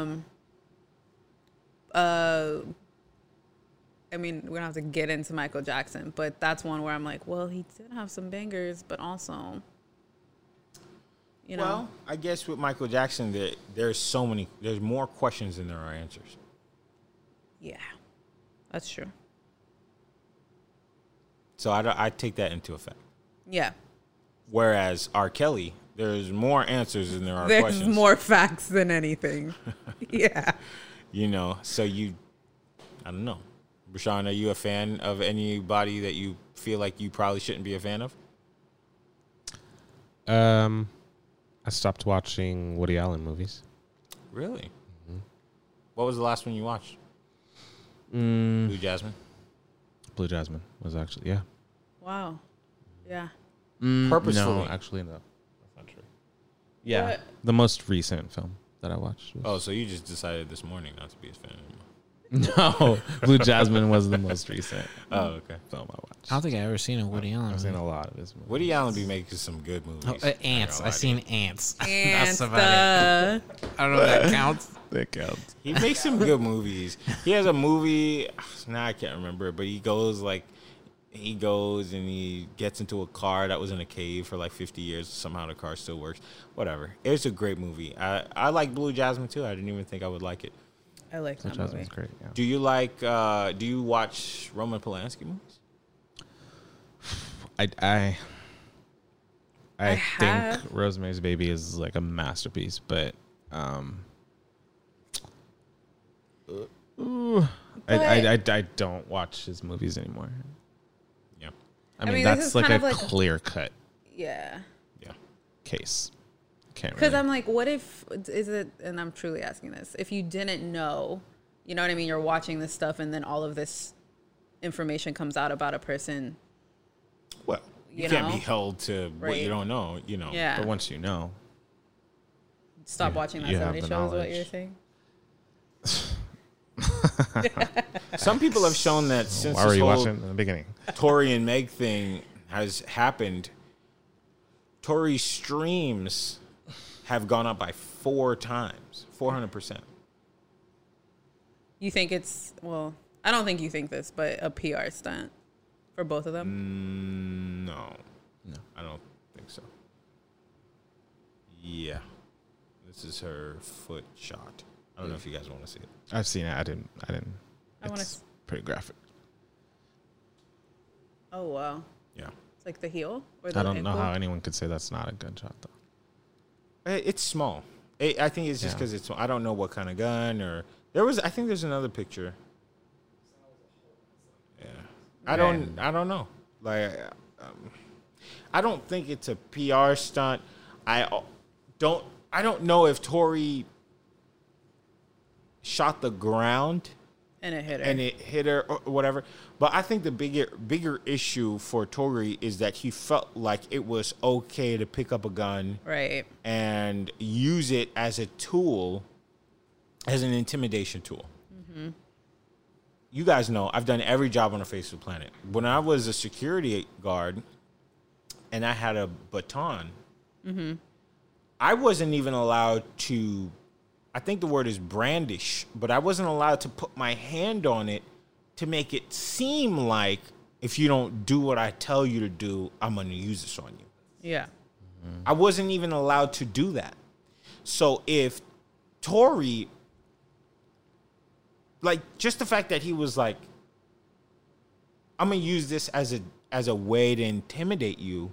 Speaker 4: Um. Uh. I mean, we don't have to get into Michael Jackson, but that's one where I'm like, well, he did have some bangers, but also, you know,
Speaker 3: well i guess with michael jackson there, there's so many there's more questions than there are answers
Speaker 4: yeah, that's true.
Speaker 3: so i, don't- I take that into effect
Speaker 4: Yeah,
Speaker 3: whereas r kelly there's more answers than there are
Speaker 4: there's
Speaker 3: questions
Speaker 4: more facts than anything. yeah,
Speaker 3: you know so you i don't know Rashawn, are you a fan of anybody that you feel like you probably shouldn't be a fan of
Speaker 7: Um, I stopped watching Woody Allen movies.
Speaker 3: really Mm-hmm. what was the last one you watched blue jasmine
Speaker 7: Blue Jasmine was actually yeah.
Speaker 4: wow, yeah,
Speaker 3: Mm, purposefully
Speaker 7: No, actually no. That's not true. Yeah, the most recent film that I watched. Was,
Speaker 3: oh so you just decided this morning not to be a fan anymore
Speaker 7: No, Blue Jasmine was the most recent
Speaker 3: oh okay
Speaker 7: film I
Speaker 1: I don't
Speaker 7: watched.
Speaker 1: think I ever seen a Woody Allen.
Speaker 7: I've seen
Speaker 1: movie.
Speaker 7: a lot of his movies.
Speaker 3: woody allen be making some good movies
Speaker 1: Oh, uh, ants. I seen ants.
Speaker 4: and
Speaker 1: That's about
Speaker 4: the
Speaker 1: it. I don't know if that counts.
Speaker 7: That counts.
Speaker 3: He makes some good movies. He has a movie. Now I can't remember, but he goes like he goes and he gets into a car that was in a cave for like 50 years. Somehow the car still works. Whatever. It's a great movie. I I like Blue Jasmine too. I didn't even think I would like it.
Speaker 4: I like
Speaker 7: Blue
Speaker 4: that movie.
Speaker 7: Jasmine's great. Yeah.
Speaker 3: Do you like? uh Do you watch Roman Polanski movies?
Speaker 7: I I I,
Speaker 4: have-
Speaker 7: think Rosemary's Baby is like a masterpiece, but um, ooh, I, I, I I don't watch his movies anymore.
Speaker 3: Yeah.
Speaker 7: I mean,
Speaker 4: mean, this
Speaker 7: that's
Speaker 4: is
Speaker 7: like
Speaker 4: kind
Speaker 7: a
Speaker 4: of like-
Speaker 7: clear cut
Speaker 4: Yeah.
Speaker 3: Yeah.
Speaker 7: case. Can't
Speaker 4: Because
Speaker 7: really-
Speaker 4: I'm like, what if is it? And I'm truly asking this: if you didn't know, you know what I mean? You're watching this stuff, and then all of this information comes out about a person.
Speaker 3: Well, you,
Speaker 4: You
Speaker 3: can't
Speaker 4: know?
Speaker 3: be held to what you
Speaker 4: Right.
Speaker 3: don't know. You know.
Speaker 4: Yeah.
Speaker 7: But once you know,
Speaker 4: Stop watching that
Speaker 7: you have
Speaker 4: seventy
Speaker 7: the
Speaker 4: shows. What you're
Speaker 7: knowledge.
Speaker 4: saying?
Speaker 3: Some people have shown that since
Speaker 7: why were
Speaker 3: this
Speaker 7: you
Speaker 3: whole
Speaker 7: watching it in the beginning?
Speaker 3: Tori and Meg thing has happened, Tori's streams have gone up by four times, 400%.
Speaker 4: You think it's well? I don't think you think this, but a PR stunt for both of
Speaker 7: Mm.
Speaker 4: them.
Speaker 3: No. No. I don't think so. Yeah. This is her foot shot. I don't know if you guys want to see it.
Speaker 7: I've seen it. I didn't. I didn't.
Speaker 4: I wanna
Speaker 7: it's
Speaker 4: s-
Speaker 7: pretty graphic.
Speaker 4: Oh wow!
Speaker 3: Yeah.
Speaker 4: It's like the heel or the
Speaker 7: I don't
Speaker 4: ankle.
Speaker 7: know how anyone could say that's not a gunshot though.
Speaker 3: I- Eh, It's small. I I think it's just
Speaker 7: Yeah.
Speaker 3: because it's. I don't know what kind of gun or there was. I think there's another picture. Yeah, I don't. I don't know. Like, um, I don't think it's a PR stunt. I al- don't. I don't know if Tori shot the ground
Speaker 4: and it hit her.
Speaker 3: and it hit her or whatever. But I think the bigger bigger issue for Tori is that he felt like it was okay to pick up a gun
Speaker 4: right.
Speaker 3: and use it as a tool, as an intimidation tool. You guys know I've done every job on the face of the planet. When I was a security guard and I had a baton, I wasn't even allowed to, I think the word is brandish, but I wasn't allowed to put my hand on it to make it seem like if you don't do what I tell you to do, I'm gonna use this on you.
Speaker 4: Yeah.
Speaker 3: I wasn't even allowed to do that. So if Tory, like, just the fact that he was like, "I'm gonna use this as a as a way to intimidate you,"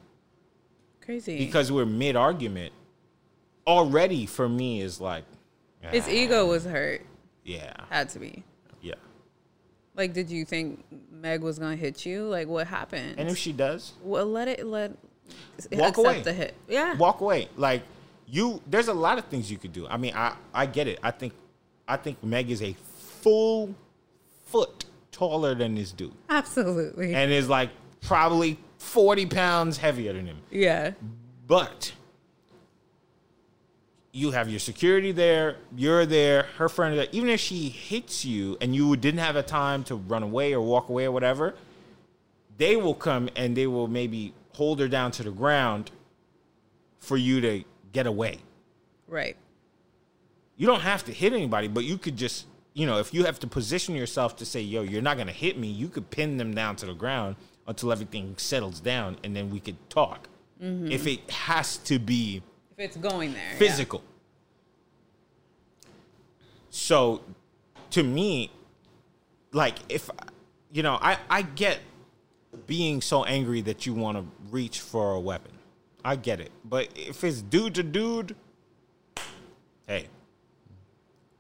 Speaker 4: Crazy.
Speaker 3: because we're mid argument, already for me is like,
Speaker 4: his ego was hurt.
Speaker 3: yeah,
Speaker 4: Had to be.
Speaker 3: yeah.
Speaker 4: Like, did you think Meg was gonna hit you? Like, what happened?
Speaker 3: And if she does,
Speaker 4: well, let it let
Speaker 3: Walk
Speaker 4: accept
Speaker 3: away.
Speaker 4: the hit. Yeah.
Speaker 3: walk away. Like you, there's a lot of things you could do. I mean, I I get it. I think I think Meg is a full foot taller than this dude,
Speaker 4: Absolutely.
Speaker 3: and is like probably forty pounds heavier than him.
Speaker 4: yeah.
Speaker 3: But you have your security there. You're there. Her friend, is there. even if she hits you and you didn't have a time to run away or walk away or whatever, they will come and they will maybe hold her down to the ground for you to get away.
Speaker 4: Right.
Speaker 3: You don't have to hit anybody, but you could just, you know, if you have to position yourself to say, yo, you're not going to hit me, you could pin them down to the ground until everything settles down and then we could talk. If it has to be
Speaker 4: If it's going there. yeah.
Speaker 3: physical. So, to me, like if you know, I I get being so angry that you want to reach for a weapon. I get it, but if it's dude to dude, hey,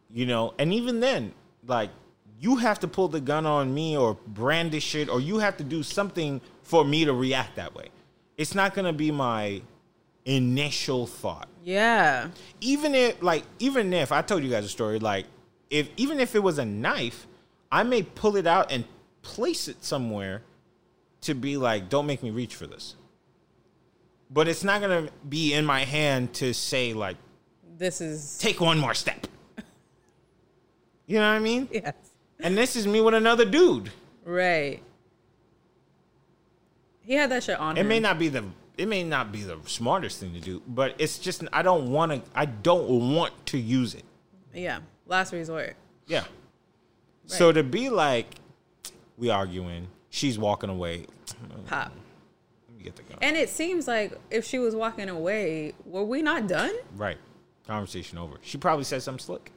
Speaker 3: you know, and even then, like you have to pull the gun on me or brandish it, or you have to do something for me to react that way. It's not gonna be my initial thought
Speaker 4: Yeah.
Speaker 3: even if like even if I told you guys a story, like if even if it was a knife, I may pull it out and place it somewhere to be like, don't make me reach for this. But it's not gonna be in my hand to say like,
Speaker 4: This is
Speaker 3: take one more step. You know what I mean?
Speaker 4: yes.
Speaker 3: And this is me with another dude.
Speaker 4: Right. He had that shit on
Speaker 3: It
Speaker 4: him.
Speaker 3: may not be the it may not be the smartest thing to do, but it's just I don't want to I don't want to use it.
Speaker 4: Yeah. Last resort.
Speaker 3: Yeah. So to be like, we arguing, she's walking away.
Speaker 4: Pop.
Speaker 3: Let me get the gun.
Speaker 4: And it seems like if she was walking away, were we not done?
Speaker 3: right. Conversation over. She probably said something slick.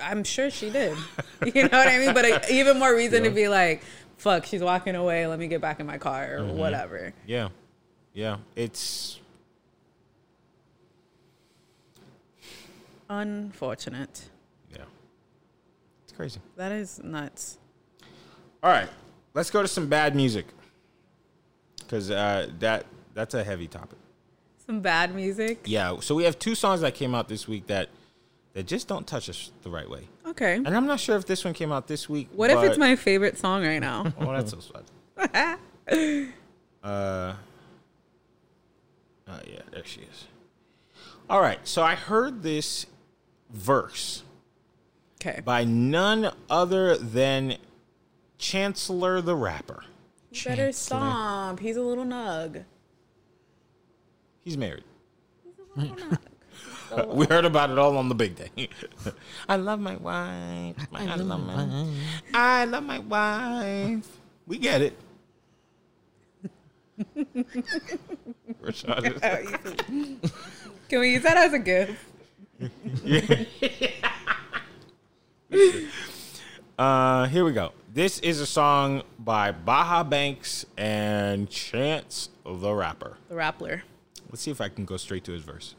Speaker 4: I'm sure she did. You know what I mean? But uh, even more reason to be like, fuck, she's walking away. Let me get back in my car or
Speaker 3: Mm-hmm.
Speaker 4: whatever.
Speaker 3: Yeah. Yeah. It's
Speaker 4: Unfortunate.
Speaker 3: yeah. It's crazy.
Speaker 4: That is nuts.
Speaker 3: All right. Let's go to some bad music. Cause uh, that that's a heavy topic.
Speaker 4: Some bad music.
Speaker 3: Yeah. So we have two songs that came out this week that that just don't touch us the right way.
Speaker 4: Okay.
Speaker 3: And I'm not sure if this one came out this week.
Speaker 4: What if it's
Speaker 3: but-
Speaker 4: my favorite song right now?
Speaker 3: Oh, that's so sad. uh, oh yeah, there she is. All right, so I heard this verse
Speaker 4: Okay.
Speaker 3: by none other than Chancellor the rapper.
Speaker 4: You better stomp. He's a little nug.
Speaker 3: He's married. we heard about it all on the big day. I love my wife. My- I, love my, I love my wife. We get it. Rashad is-
Speaker 4: Can we use that as a gift?
Speaker 3: Uh, here we go. This is a song by Baja Banks and Chance the Rapper.
Speaker 4: The Rappler.
Speaker 3: Let's see if I can go straight to his verse.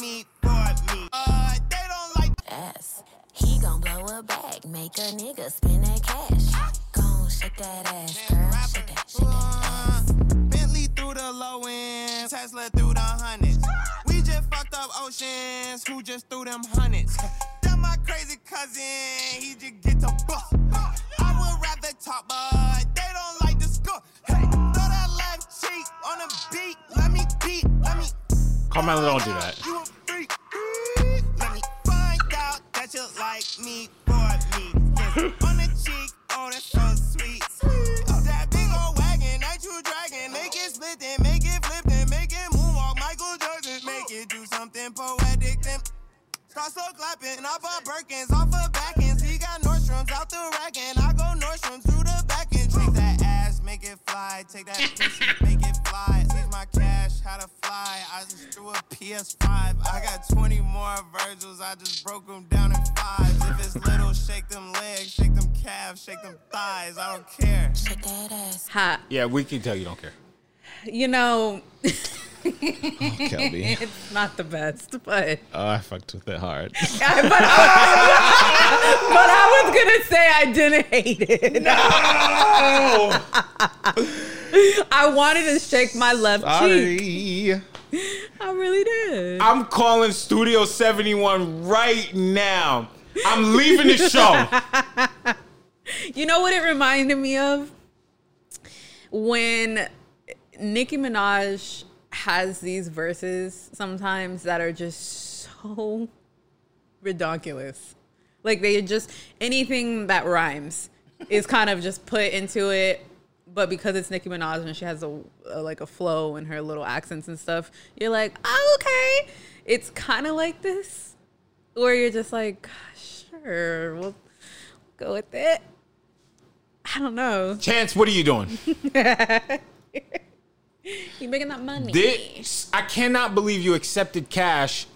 Speaker 5: Me, bought me. Uh, they don't like
Speaker 2: ass. He gon' blow a bag, make a nigga spend that cash. Gon' shake that ass, girl, shake that, shake that ass.
Speaker 5: Bentley through the low end, Tesla through the hundreds. We just fucked up oceans, who just threw them hundreds. That my crazy cousin, he just get to bust. I would rather talk, but they don't like the score. Hey, throw that left cheek on the beat, let me beat, let me.
Speaker 3: Carmelo, don't do that.
Speaker 5: You a freak. Let me find out that you like me for me. Kiss on the cheek, oh, that's so sweet. Oh, that big old wagon that you dragging, make it split then, make it flip then, make it moonwalk, Michael Jordan, make it do something poetic. I slow clapping. I bought Birkins off of back ends. He got Nordstrom's out the rack, and I go Nordstrom's through the back end. Take that ass, make it fly. Take that pussy, make it fly. Teach my cash how to fly. I just threw a PS5. I got 20 more Virgils. I just broke them down in fives. If it's little, shake them legs, shake them calves, shake them thighs. I don't care.
Speaker 4: Hot.
Speaker 3: Yeah, we can tell you don't care.
Speaker 4: You know,
Speaker 7: Kelby.
Speaker 4: it's not the best, but
Speaker 7: Oh, I fucked with it hard.
Speaker 4: but, I, but I was gonna say I didn't hate it. I wanted to shake my left cheek.
Speaker 7: Sorry.
Speaker 4: I really did.
Speaker 3: I'm calling Studio 71 right now. I'm leaving the show.
Speaker 4: You know what it reminded me of? When Nicki Minaj has these verses sometimes that are just so ridiculous. Like they just anything that rhymes is kind of just put into it. But because it's Nicki Minaj and she has a, a like a flow and her little accents and stuff, you're like, oh, okay. It's kind of like this, where you're just like, sure, we'll go with it. I don't know.
Speaker 3: Chance, what are you doing?
Speaker 4: You making that money?
Speaker 3: This, I cannot believe you accepted cash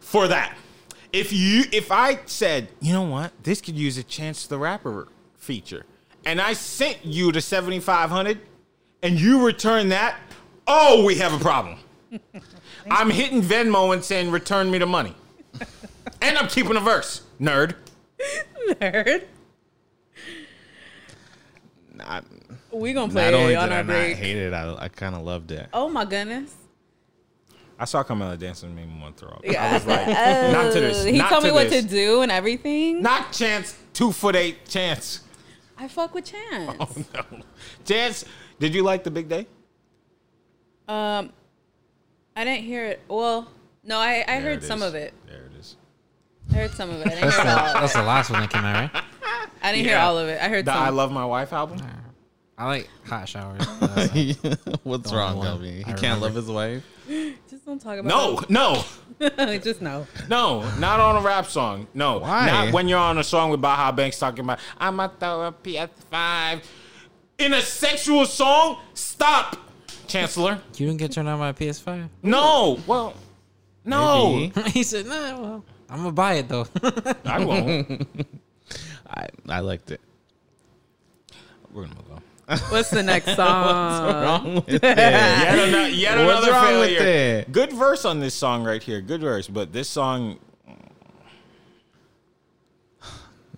Speaker 3: for that. If you, if I said, you know what, this could use a Chance the Rapper feature, and I sent you the seventy five hundred, and you return that, oh, we have a problem. I'm hitting Venmo and saying, return me the money, and I'm keeping a verse, nerd.
Speaker 4: Nerd.
Speaker 7: Not,
Speaker 4: We gonna play
Speaker 7: not only
Speaker 4: it
Speaker 7: did
Speaker 4: on
Speaker 7: I
Speaker 4: our
Speaker 7: not
Speaker 4: break.
Speaker 7: hate it, I, I kind of loved it.
Speaker 4: oh my goodness.
Speaker 3: I saw Carmela dancing, made me want to throw up.
Speaker 4: Yeah. Oh,
Speaker 3: I was like, not to this.
Speaker 4: Uh, He
Speaker 3: not
Speaker 4: told
Speaker 3: to
Speaker 4: me what
Speaker 3: this.
Speaker 4: to do and everything.
Speaker 3: Not Chance, two foot eight Chance.
Speaker 4: I fuck with Chance.
Speaker 3: Oh, No. Chance, did you like the big day?
Speaker 4: Um, I didn't hear it. Well, no, I, I heard some of it.
Speaker 3: There it is.
Speaker 4: I heard some of it. I didn't hear all of
Speaker 1: That's
Speaker 4: it.
Speaker 1: the last one that came out, right?
Speaker 4: I didn't hear
Speaker 3: Yeah.
Speaker 4: all of it. I heard
Speaker 3: The
Speaker 4: some.
Speaker 3: I Love My Wife album?
Speaker 1: I like hot showers. but that's like-
Speaker 7: What's
Speaker 1: The
Speaker 7: wrong,
Speaker 1: only one
Speaker 7: Kelby? He
Speaker 1: I
Speaker 7: can't
Speaker 1: remember.
Speaker 7: love his wife.
Speaker 4: Just don't talk
Speaker 3: No,
Speaker 4: about
Speaker 3: no,
Speaker 4: it. Just no.
Speaker 3: no, not on a rap song. No.
Speaker 7: Why?
Speaker 3: Not when you're on a song with Baha Banks talking about, I'm a therapy at five. In a sexual song? Stop, Chancellor.
Speaker 1: you didn't get turned on by a PS5?
Speaker 3: No. Well, no.
Speaker 7: Maybe.
Speaker 1: he said, nah, well, I'm going to buy it, though.
Speaker 3: I won't.
Speaker 7: I, I liked it.
Speaker 3: We're going to move on.
Speaker 4: What's the next song?
Speaker 7: wrong with it?
Speaker 3: Yet, ano- yet
Speaker 7: What's
Speaker 3: another
Speaker 7: wrong with
Speaker 3: failure.
Speaker 7: it?
Speaker 3: Good verse on this song right here. Good verse. But this song,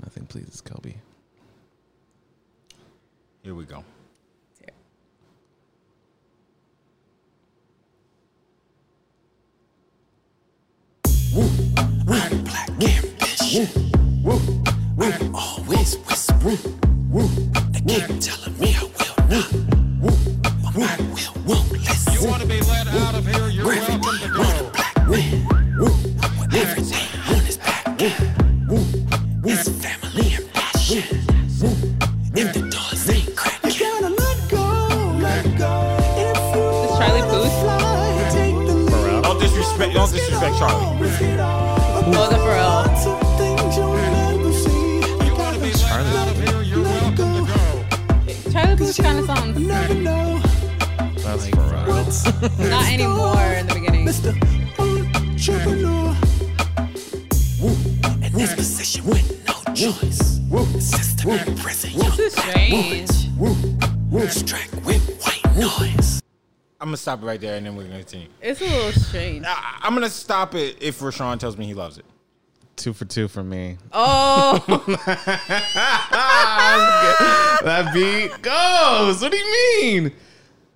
Speaker 7: Nothing pleases Kelby.
Speaker 3: here we go.
Speaker 5: You wanna be let out of here, you're welcome to go.
Speaker 4: It's Charlie Puth.
Speaker 3: Don't disrespect, don't disrespect Charlie.
Speaker 4: Oh, the Pharrell.
Speaker 5: You wanna be let out of here, you're welcome to go.
Speaker 4: Charlie Puth kind of sounds
Speaker 7: That's for real.
Speaker 4: not anymore in the beginning. This is strange.
Speaker 3: I'm going to stop it right there and then we're going to continue.
Speaker 4: It's a little strange.
Speaker 3: I- I'm gonna stop it if Rashawn tells me he loves it.
Speaker 7: Two for two for me.
Speaker 4: Oh,
Speaker 7: That beat goes. What do you mean?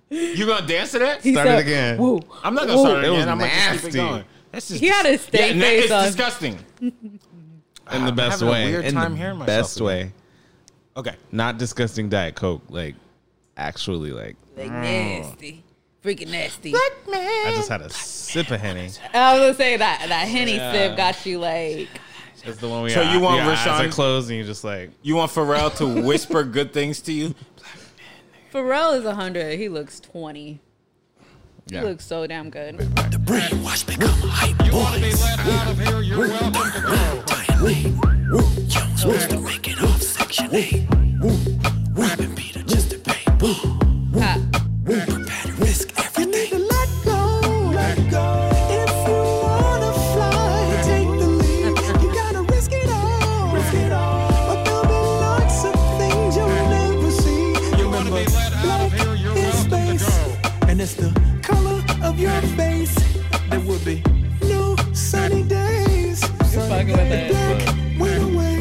Speaker 3: You gonna dance to that?
Speaker 4: he
Speaker 7: Start it
Speaker 4: said-
Speaker 7: again.
Speaker 4: Woo.
Speaker 3: I'm not gonna start it
Speaker 7: Ooh, it was
Speaker 3: again. I'm gonna just keep it
Speaker 7: nasty.
Speaker 3: going. That's just,
Speaker 4: He had his steak
Speaker 3: na-
Speaker 4: face
Speaker 3: It's
Speaker 4: on.
Speaker 3: disgusting.
Speaker 7: In the
Speaker 3: I'm
Speaker 7: best
Speaker 3: having a
Speaker 7: way.
Speaker 3: weird
Speaker 7: In
Speaker 3: time
Speaker 7: the
Speaker 3: hearing myself
Speaker 7: best
Speaker 3: again.
Speaker 7: way.
Speaker 3: Okay.
Speaker 7: Not disgusting Diet Coke. Like, actually, like,
Speaker 4: Like nasty. Freaking nasty.
Speaker 7: I just had a sip of Henny.
Speaker 4: I was gonna say that that henny sip got you like
Speaker 7: It's the one we
Speaker 3: So you want
Speaker 7: your eyes
Speaker 3: Rashawn-
Speaker 7: are closed and you just like,
Speaker 3: You want Pharrell to whisper good things to you?
Speaker 4: Pharrell is hundred. He looks twenty. You look so damn good. Pat, you're fucking with it.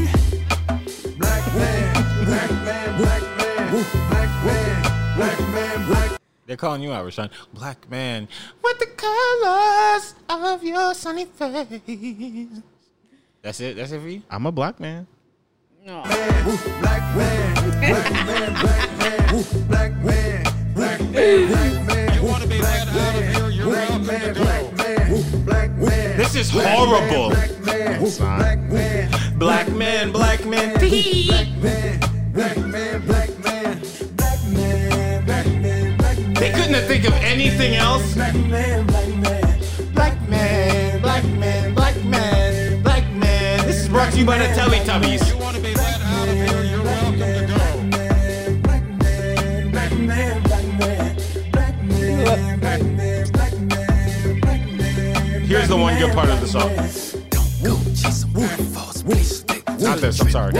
Speaker 3: They're calling you out, Rashawn. Black man with the colors of your sunny face. That's it. That's it for you.
Speaker 7: I'm a black man.
Speaker 4: No.
Speaker 3: This is horrible.
Speaker 7: It's not.
Speaker 3: Black man, black man. They couldn't have think of anything else. Black man, black man, black man, black man, black man, black man. This is brought to you by the Teletubbies. Here's the one good part of the song. Not this. I'm sorry.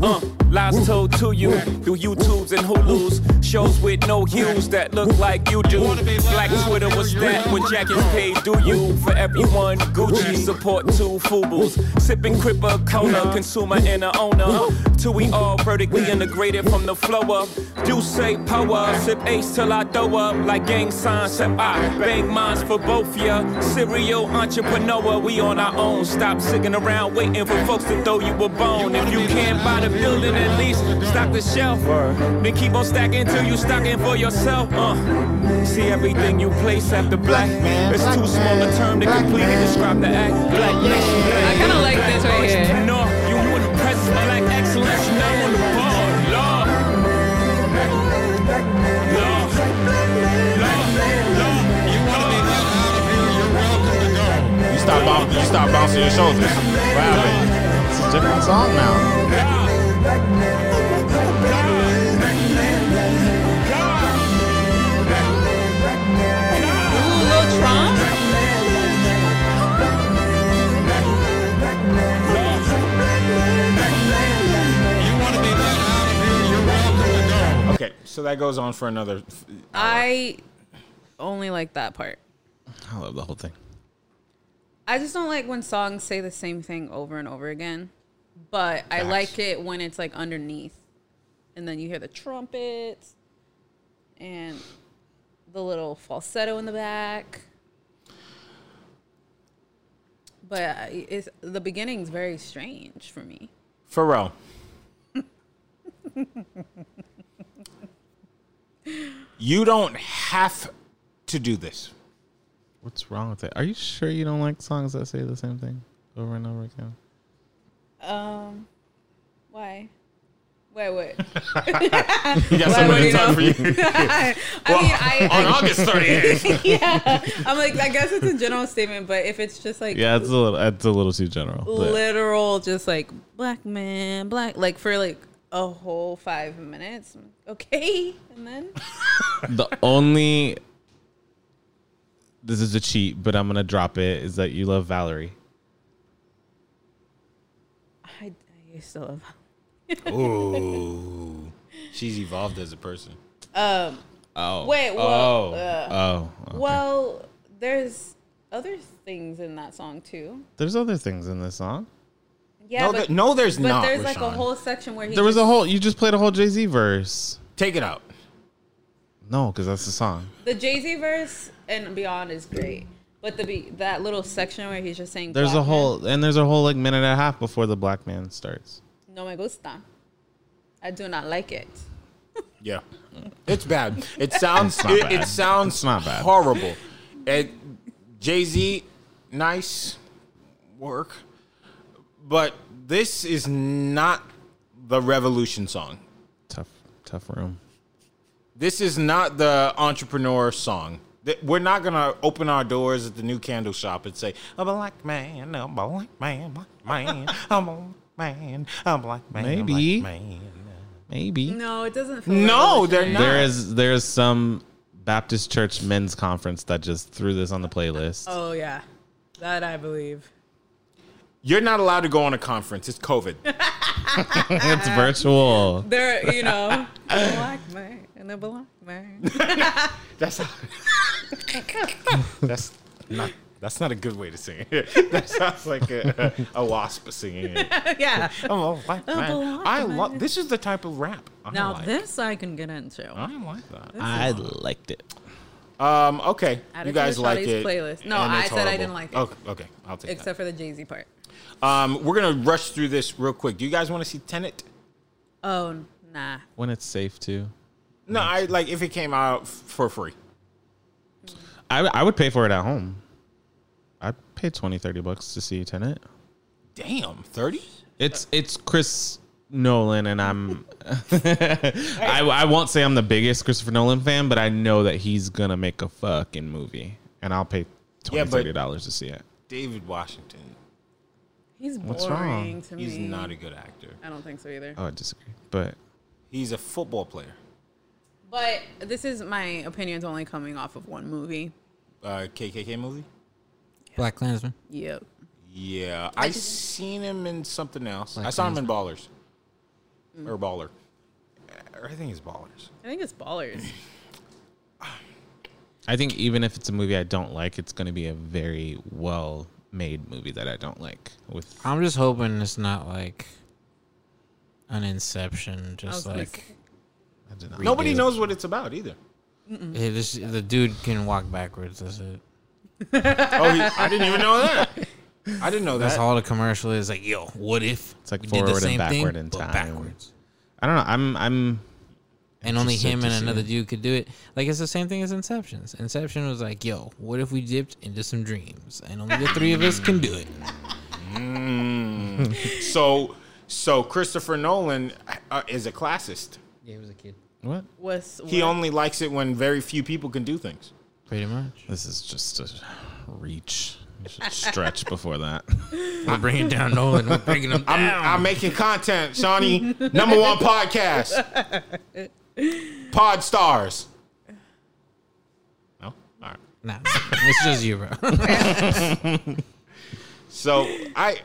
Speaker 11: Uh, lies told to you through YouTubes and Hulus. Shows with no hues that look like you do. Black Twitter was that when jackets paid do you. For everyone, Gucci support two Fubus. Sipping Crippa Cola, consumer and a owner. Till we all vertically integrated from the flow up. You say power, sip ace till I throw up. Like gang signs, sip I bang minds for both ya. Serial entrepreneur, we on our own. Stop sticking around waiting for folks to throw you a bone. If you can't buy the building, at least stock the shelf. Then keep on stacking till you stocking for yourself. Uh. See everything you place after black. It's too small a term to completely describe the act. Black
Speaker 4: I
Speaker 11: nation.
Speaker 4: kind of like this right here.
Speaker 11: No, you want to press black excellence. Now on the ball, Lord. Lord. Lord. Lord. You want to be black out of here, you're welcome to go.
Speaker 3: You stop, boun- you stop bouncing your shoulders. What happened?
Speaker 7: It's a different song now.
Speaker 4: Ooh, Lil Trump?
Speaker 3: Okay, so that goes on for another.
Speaker 4: I only like that part.
Speaker 7: I love the whole thing.
Speaker 4: I just don't like when songs say the same thing over and over again. But I like it when it's like underneath. And then you hear the trumpets and the little falsetto in the back. But I- it's, the beginning's very strange for me.
Speaker 3: Pharrell. you don't have to do this.
Speaker 7: What's wrong with it? Are you sure you don't like songs that say the same thing over and over again?
Speaker 4: Um, why? Wait, wait.
Speaker 3: You got
Speaker 4: Why
Speaker 3: so
Speaker 4: would
Speaker 3: many
Speaker 4: you
Speaker 3: time for you.
Speaker 4: I mean, I,
Speaker 3: on August 30th.
Speaker 4: yeah. I'm like, I guess it's a general statement, but if it's just like
Speaker 7: Yeah, it's a little. It's a little too general. but-
Speaker 4: literal, just like black man, black, like for like a whole five minutes, I'm like, okay, and then
Speaker 7: the only this is a cheat, but I'm gonna drop it. Is that you love Valerie?
Speaker 4: I, I used to love.
Speaker 3: Ooh. She's evolved as a person.
Speaker 7: Oh.
Speaker 4: Wait, well,
Speaker 7: oh.
Speaker 4: uh,
Speaker 7: oh. okay.
Speaker 4: Well, there's other things in that song too.
Speaker 7: There's other things in this song.
Speaker 4: Yeah,
Speaker 3: no,
Speaker 4: but,
Speaker 3: there- no, there's
Speaker 4: but
Speaker 3: not.
Speaker 4: there's like a
Speaker 3: Rashawn.
Speaker 4: whole section where he
Speaker 7: There was
Speaker 4: just-
Speaker 7: a whole. You just played a whole Jay Z verse.
Speaker 3: Take it out.
Speaker 7: No, because that's the song.
Speaker 4: the Jay Z verse and beyond is great, but the be- that little section where he's just saying
Speaker 7: There's
Speaker 4: black
Speaker 7: a whole, and there's a whole like minute and a half before the black man starts.
Speaker 4: man, no me gusta. I do not like it.
Speaker 3: Yeah. Mm. It's bad. It sounds
Speaker 7: not
Speaker 3: it,
Speaker 7: bad.
Speaker 3: it sounds
Speaker 7: It's not bad.
Speaker 3: horrible. And Jay-Z nice work. But this is not the revolution song.
Speaker 7: Tough, tough room.
Speaker 3: This is not the entrepreneur song. Th- We're not gonna open our doors at the new candle shop and say, "I'm a black man, I'm a black man, black man, I'm a black man, I'm a black man." I'm a
Speaker 7: Maybe.
Speaker 3: black man."
Speaker 7: Maybe.
Speaker 4: No, it doesn't. Feel
Speaker 3: No,
Speaker 4: religious.
Speaker 3: they're not.
Speaker 7: There is there is some Baptist Church men's conference that just threw this on the playlist.
Speaker 4: Oh yeah, that I believe.
Speaker 3: You're not allowed to go on a conference. It's COVID.
Speaker 7: it's virtual.
Speaker 4: They're you know a black man and a black man.
Speaker 3: That's that's not that's not a good way to sing it. that sounds like a, a wasp singing it.
Speaker 4: yeah.
Speaker 3: Oh, I,
Speaker 4: Unbelievable.
Speaker 3: I love this. Is the type of rap I
Speaker 4: Now
Speaker 3: like.
Speaker 4: this I can get into.
Speaker 3: I like that.
Speaker 7: I liked it.
Speaker 3: Um, okay,
Speaker 4: Add it
Speaker 3: you
Speaker 4: to
Speaker 3: guys
Speaker 4: the
Speaker 3: like
Speaker 4: Shawty's
Speaker 3: it.
Speaker 4: playlist. No,
Speaker 3: and
Speaker 4: I
Speaker 3: it's
Speaker 4: said I
Speaker 3: horrible.
Speaker 4: didn't like it.
Speaker 3: Okay, okay, I'll take
Speaker 4: Except for the Jay Z part.
Speaker 3: that. Um, we're gonna rush through this real quick. Do you guys want to see Tenet?
Speaker 4: Oh nah.
Speaker 7: When it's safe to.
Speaker 3: No, I like if it came out f- for free.
Speaker 7: I I would pay for it at home. I'd pay 20, 30 bucks to see Tenet.
Speaker 3: Damn, thirty.
Speaker 7: It's it's Chris Nolan, and I'm. I I won't say I'm the biggest Christopher Nolan fan, but I know that he's gonna make a fucking movie, and I'll pay
Speaker 3: Yeah,
Speaker 7: 20
Speaker 3: but-
Speaker 7: dollars to see it.
Speaker 3: David Washington.
Speaker 4: He's boring
Speaker 7: What's wrong?
Speaker 4: to me.
Speaker 3: He's not a good actor.
Speaker 4: I don't think so either.
Speaker 7: Oh, I disagree, but
Speaker 3: He's a football player.
Speaker 4: But this is my opinions only coming off of one movie.
Speaker 3: Uh, KKK movie.
Speaker 1: Black Klansman.
Speaker 4: Yep.
Speaker 3: Yeah, I, seen him in something else. I saw him in Ballers
Speaker 4: Mm.
Speaker 3: or Baller. Er, I think it's Ballers.
Speaker 4: I think it's ballers.
Speaker 7: I think even if it's a movie I don't like, it's gonna be a very well made movie that I don't like. With
Speaker 1: I'm just hoping it's not like an inception,
Speaker 4: I was
Speaker 1: just
Speaker 4: gonna
Speaker 1: like
Speaker 4: say-
Speaker 7: I did not
Speaker 3: Nobody
Speaker 7: redo.
Speaker 3: knows what it's about either.
Speaker 1: it is, the dude can walk backwards. That's it.
Speaker 3: Oh, he- I didn't even know that. I didn't know that.
Speaker 1: That's all the commercial is like. Yo, what if
Speaker 7: It's like
Speaker 1: we
Speaker 7: forward and backward in
Speaker 1: but
Speaker 7: time.
Speaker 1: backwards,
Speaker 7: I don't know. I'm I'm
Speaker 1: and only
Speaker 7: Interested
Speaker 1: him
Speaker 7: to
Speaker 1: and
Speaker 7: see
Speaker 1: another
Speaker 7: it.
Speaker 1: dude could do it. Like it's the same thing as Inception's. Inception was like, yo, what if we dipped into some dreams, and only the three of us can do it.
Speaker 3: So, so Christopher Nolan uh, is a classist.
Speaker 1: Yeah, was a kid.
Speaker 7: what?
Speaker 4: Was
Speaker 3: He
Speaker 4: what-
Speaker 3: only likes it when very few people can do things.
Speaker 1: Pretty much.
Speaker 7: This is just a reach. You should stretch before that.
Speaker 1: We're bringing down Nolan. We're bringing him
Speaker 3: I'm,
Speaker 1: down.
Speaker 3: I'm making content, Shawnee. Number one podcast. Pod stars. No? All right.
Speaker 1: nah, it's just you, bro.
Speaker 3: So I,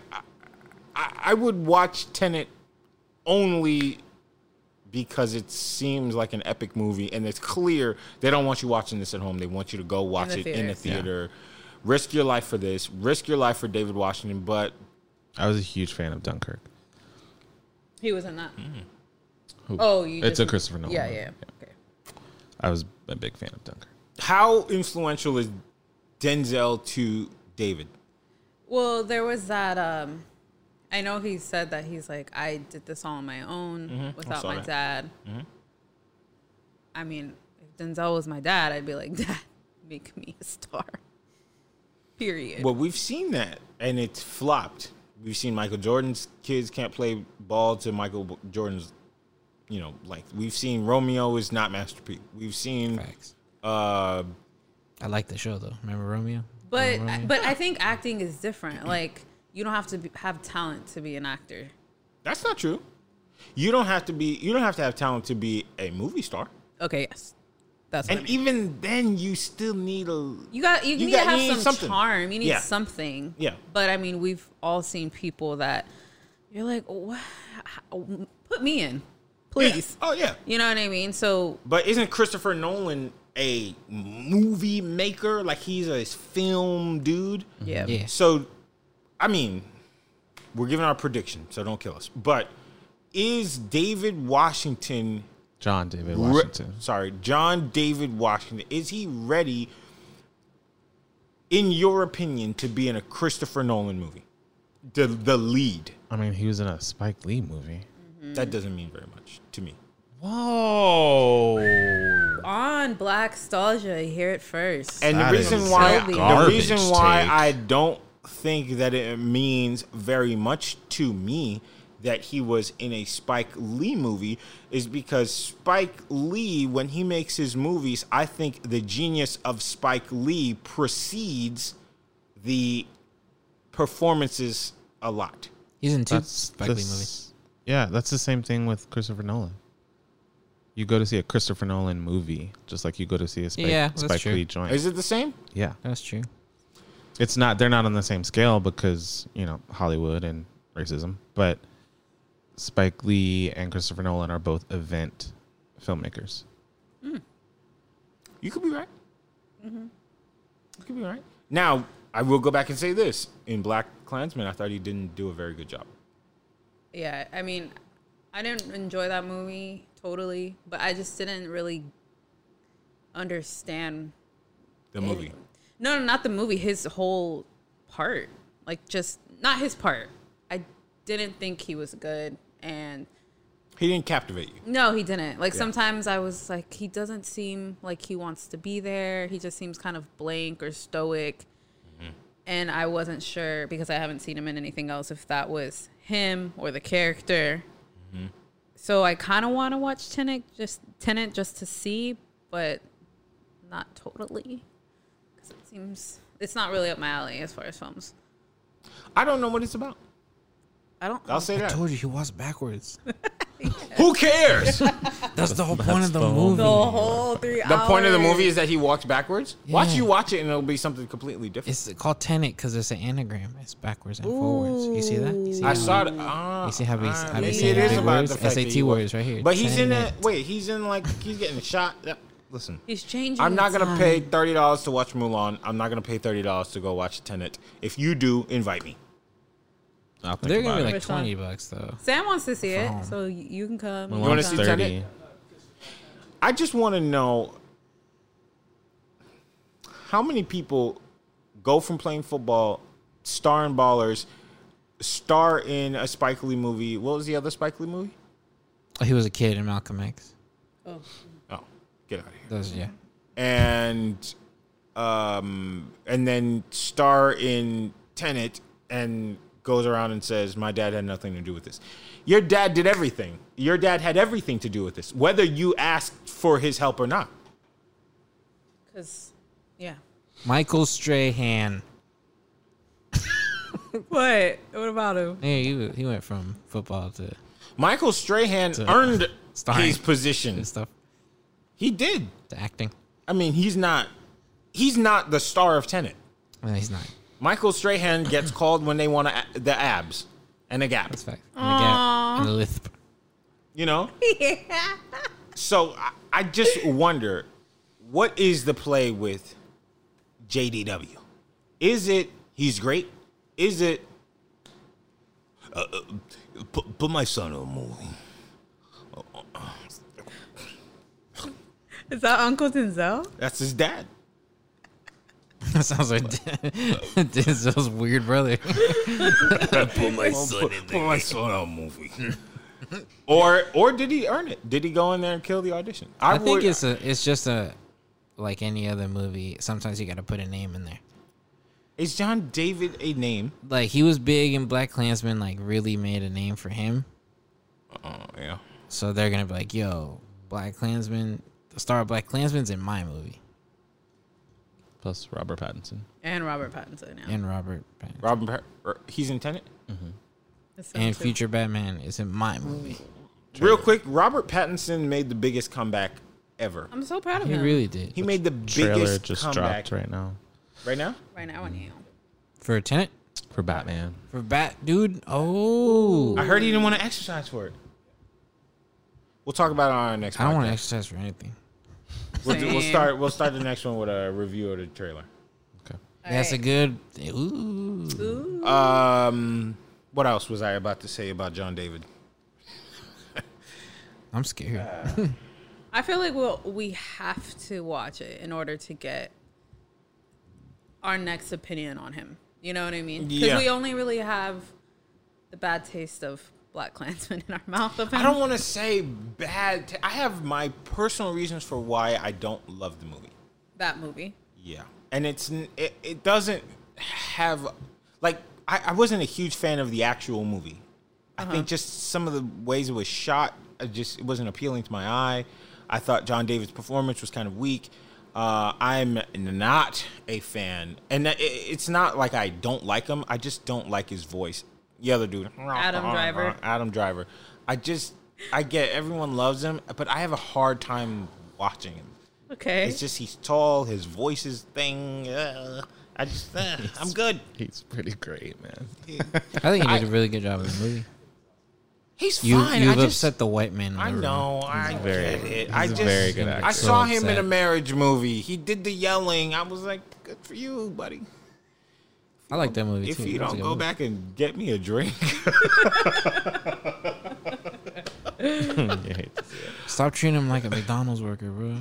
Speaker 3: I, I would watch Tenet only because it seems like an epic movie, and it's clear they don't want you watching this at home. They want you to go watch
Speaker 4: the
Speaker 3: it in the
Speaker 4: theaters. Yeah.
Speaker 3: theater, risk your life for this, risk your life for David Washington. But
Speaker 7: I was a huge fan of Dunkirk.
Speaker 4: He was in that.
Speaker 7: Who-
Speaker 4: Oh, you.
Speaker 7: it's
Speaker 4: just-
Speaker 7: a Christopher Nolan.
Speaker 4: Yeah,
Speaker 7: movie.
Speaker 4: yeah. Okay.
Speaker 7: I was a big fan of Dunkirk.
Speaker 3: how influential is Denzel to David?
Speaker 4: Well, there was that. Um, I know he said that he's like, I did this all on my own without
Speaker 3: saw
Speaker 4: my
Speaker 3: that.
Speaker 4: dad. I mean, if Denzel was my dad, I'd be like, Dad, make me a star. Period.
Speaker 3: Well, we've seen that, and it's flopped. We've seen Michael Jordan's kids can't play ball to Michael B- Jordan's, you know, like we've seen Romeo is not masterpiece. We've seen
Speaker 1: Facts.
Speaker 3: uh,
Speaker 1: I like the show though. Remember Romeo?
Speaker 4: but
Speaker 1: Remember Romeo?
Speaker 4: but I think acting is different. Like you don't have to be, have talent to be an actor.
Speaker 3: that's not true. You don't have to be. You don't have to have talent to be a movie star.
Speaker 4: Okay, yes, that's what I
Speaker 3: And
Speaker 4: mean.
Speaker 3: even then, you still need a.
Speaker 4: You got you,
Speaker 3: You
Speaker 4: need
Speaker 3: got-
Speaker 4: to have
Speaker 3: you need
Speaker 4: some
Speaker 3: something.
Speaker 4: charm. You need
Speaker 3: Yeah.
Speaker 4: something.
Speaker 3: Yeah.
Speaker 4: But I mean, we've all seen people that you're like, what? Put me in, please.
Speaker 3: Oh yeah,
Speaker 4: You know what I mean? So
Speaker 3: but isn't Christopher Nolan a movie maker? Like he's a film dude.
Speaker 4: yeah,
Speaker 1: Yeah.
Speaker 3: So, I mean, we're giving our prediction, so don't kill us. But is David Washington,
Speaker 7: John David
Speaker 3: re-
Speaker 7: Washington.
Speaker 3: sorry, John David Washington, is he ready, in your opinion, to be in a Christopher Nolan movie? The, the lead.
Speaker 7: I mean, he was in a Spike Lee movie.
Speaker 3: That doesn't mean very much to me.
Speaker 7: Whoa!
Speaker 4: on Black Stalgia, you hear it first.
Speaker 3: And the
Speaker 7: That
Speaker 3: reason
Speaker 7: is
Speaker 3: why
Speaker 4: a
Speaker 3: the
Speaker 7: garbage
Speaker 3: reason why
Speaker 7: take.
Speaker 3: I don't think that it means very much to me that he was in a Spike Lee movie is because Spike Lee, when he makes his movies, I think the genius of Spike Lee precedes the performances a lot.
Speaker 1: He's in two
Speaker 7: That's
Speaker 1: Spike Lee
Speaker 7: the
Speaker 1: movies.
Speaker 7: s- Yeah, that's the same thing with Christopher Nolan. You go to see a Christopher Nolan movie, just like you go to see a Spike,
Speaker 1: Yeah, that's
Speaker 7: Spike
Speaker 1: true.
Speaker 7: Lee joint.
Speaker 3: Is it the same?
Speaker 7: yeah,
Speaker 1: That's true.
Speaker 7: it's not. They're not on the same scale because you know Hollywood and racism. But Spike Lee and Christopher Nolan are both event filmmakers.
Speaker 3: You could be right. You could be right. Now, I will go back and say this. In Black Klansman, I thought he didn't do a very good job.
Speaker 4: Yeah, I mean, I didn't enjoy that movie totally, but I just didn't really understand.
Speaker 3: The movie.
Speaker 4: No, no, not the movie. His whole part, like just not his part. I didn't think he was good, and
Speaker 3: He didn't captivate you.
Speaker 4: no, he didn't. Like sometimes I was like, he doesn't seem like he wants to be there. He just seems kind of blank or stoic.
Speaker 3: Mm-hmm.
Speaker 4: And I wasn't sure because I haven't seen him in anything else if that was him or the character.
Speaker 3: Mm-hmm.
Speaker 4: So I kind of want to watch Tenet just Tenet just to see, but not totally because it seems it's not really up my alley as far as films.
Speaker 3: I don't know what it's about.
Speaker 4: I don't.
Speaker 3: I'll say
Speaker 1: I
Speaker 3: that.
Speaker 1: told you he walks backwards.
Speaker 3: Who cares? the
Speaker 1: That's the whole point of the
Speaker 7: the whole
Speaker 1: movie.
Speaker 4: the whole three. The
Speaker 3: point of the movie is that he walks backwards. Watch
Speaker 1: Yeah.
Speaker 3: you watch it, and it'll be something completely different.
Speaker 1: It's called Tenet because it's an anagram. It's backwards and forwards. You see that? You see
Speaker 3: I
Speaker 1: how-
Speaker 3: saw it. Ah,
Speaker 1: You see how we-
Speaker 3: ah,
Speaker 1: how we
Speaker 3: maybe
Speaker 1: um, say
Speaker 3: it
Speaker 1: big
Speaker 3: is about
Speaker 1: words?
Speaker 3: the fact that
Speaker 1: SAT
Speaker 3: he walks-
Speaker 1: words right here.
Speaker 3: But he's in that.
Speaker 1: Tenet.
Speaker 3: Wait, he's in like he's getting shot. That- Listen,
Speaker 4: He's changing.
Speaker 3: I'm
Speaker 4: the
Speaker 3: not gonna
Speaker 4: time.
Speaker 3: pay thirty dollars to watch Mulan. I'm not gonna pay thirty dollars to go watch Tenet. If you do, invite me.
Speaker 7: I'll think
Speaker 1: They're gonna be
Speaker 7: about
Speaker 1: like
Speaker 4: Which one?
Speaker 1: twenty bucks though.
Speaker 4: Sam wants to see it,
Speaker 1: Phone.
Speaker 4: so y- you can come.
Speaker 7: it.
Speaker 4: you
Speaker 3: wanna
Speaker 4: can
Speaker 3: see
Speaker 4: come.
Speaker 3: Tenet? I just want to know how many people go from playing football, star in ballers, star in a Spike Lee movie. What was the other Spike Lee movie?
Speaker 1: Oh, he was a kid in Malcolm X.
Speaker 3: Oh, get out of here.
Speaker 1: Those yeah.
Speaker 3: And um, and then star in Tenet and goes around and says, "My dad had nothing to do with this." Your dad did everything. Your dad had everything to do with this, whether you asked for his help or not.
Speaker 4: Cause, yeah.
Speaker 1: Michael Strahan.
Speaker 4: What? What about him?
Speaker 1: Yeah, he, he went from football to
Speaker 3: Michael Strahan
Speaker 1: To-
Speaker 3: earned
Speaker 1: starring.
Speaker 3: his position.
Speaker 1: and stuff
Speaker 3: He did.
Speaker 1: to acting.
Speaker 3: I mean, he's not he's not the star of Tenet.
Speaker 1: No, he's not.
Speaker 3: Michael Strahan gets called when they want a, the abs and a gap.
Speaker 1: That's fact. And the gap and the lisp.
Speaker 3: You know? Yeah. So I, I just wonder what is the play with JDW? Is it he's great? Is it uh, uh, put, put my son in a movie?
Speaker 4: Is that Uncle Denzel?
Speaker 3: That's his dad.
Speaker 1: That sounds like Denzel's weird brother.
Speaker 3: Put my son in a movie. or or did he earn it? Did he go in there and kill the audition?
Speaker 1: I think
Speaker 3: would-
Speaker 1: it's a it's just a like any other movie. Sometimes you got to put a name in there.
Speaker 3: Is John David a name?
Speaker 1: Like he was big and Black Klansman like really made a name for him.
Speaker 3: Oh yeah.
Speaker 1: So they're gonna be like, "Yo, Black Klansman, the star of Black Klansman's in my movie."
Speaker 7: Plus Robert Pattinson.
Speaker 4: And Robert Pattinson. Yeah.
Speaker 1: And Robert Pattinson.
Speaker 3: Robin, Per- er, he's in Tenet.
Speaker 4: That's so
Speaker 1: and
Speaker 4: true.
Speaker 1: future Batman is in my movie.
Speaker 3: Real quick, Robert Pattinson made the biggest comeback ever.
Speaker 4: I'm so proud of
Speaker 1: He
Speaker 4: him.
Speaker 1: really did.
Speaker 3: He made the
Speaker 7: Trailer
Speaker 3: biggest
Speaker 7: just
Speaker 3: comeback
Speaker 7: dropped right now
Speaker 3: right now.
Speaker 4: right now, on you.
Speaker 1: For Tenet?
Speaker 7: for Batman.
Speaker 1: For Bat dude? Oh.
Speaker 3: I heard he didn't want to exercise for it. We'll talk about it on our next.
Speaker 1: I don't want to
Speaker 3: podcast.
Speaker 1: exercise for anything.
Speaker 3: We'll, do- we'll
Speaker 4: Same.
Speaker 3: start. We'll start the next one with a review of the trailer.
Speaker 7: Okay.
Speaker 1: That's a good. Ooh.
Speaker 3: Um, what else was I about to say about John David?
Speaker 1: I'm scared.
Speaker 4: I feel like we'll, we have to watch it in order to get our next opinion on him. You know what I mean? Because
Speaker 3: Yeah.
Speaker 4: we only really have the bad taste of Black Klansman in our mouth of him.
Speaker 3: I don't want to say bad. t- I have my personal reasons for why I don't love the movie.
Speaker 4: that movie.
Speaker 3: Yeah, and it's n- it, it doesn't have like I, I wasn't a huge fan of the actual movie.
Speaker 4: Uh-huh.
Speaker 3: I think just some of the ways it was shot, I just it wasn't appealing to my eye. I thought John David's performance was kind of weak. Uh, I'm not a fan, and that- it, it's not like I don't like him. I just don't like his voice. The other dude, uh-uh,
Speaker 4: Adam Driver.
Speaker 3: Adam Driver. I just, I get everyone loves him, but I have a hard time watching him.
Speaker 4: Okay.
Speaker 3: It's just he's tall, his voice is thing. Uh, I just, uh, I'm good.
Speaker 7: He's pretty great, man.
Speaker 1: I think you did a really good job in the movie.
Speaker 3: He's
Speaker 1: You
Speaker 3: fine.
Speaker 1: you've
Speaker 3: I just,
Speaker 1: upset the white man. in the
Speaker 3: I
Speaker 1: room.
Speaker 3: know. I
Speaker 7: very-
Speaker 3: get it.
Speaker 7: he's
Speaker 3: I
Speaker 7: a
Speaker 3: just,
Speaker 7: very good
Speaker 3: I
Speaker 7: actor.
Speaker 3: saw him in
Speaker 1: Upset.
Speaker 3: a marriage movie. He did the yelling. I was like, good for you, buddy.
Speaker 1: I like that movie
Speaker 3: If
Speaker 1: too.
Speaker 3: you
Speaker 1: That's a
Speaker 3: don't
Speaker 1: good
Speaker 3: go
Speaker 1: movie.
Speaker 3: back and get me a drink,
Speaker 7: You hate to see it.
Speaker 1: stop treating him like a McDonald's worker, bro.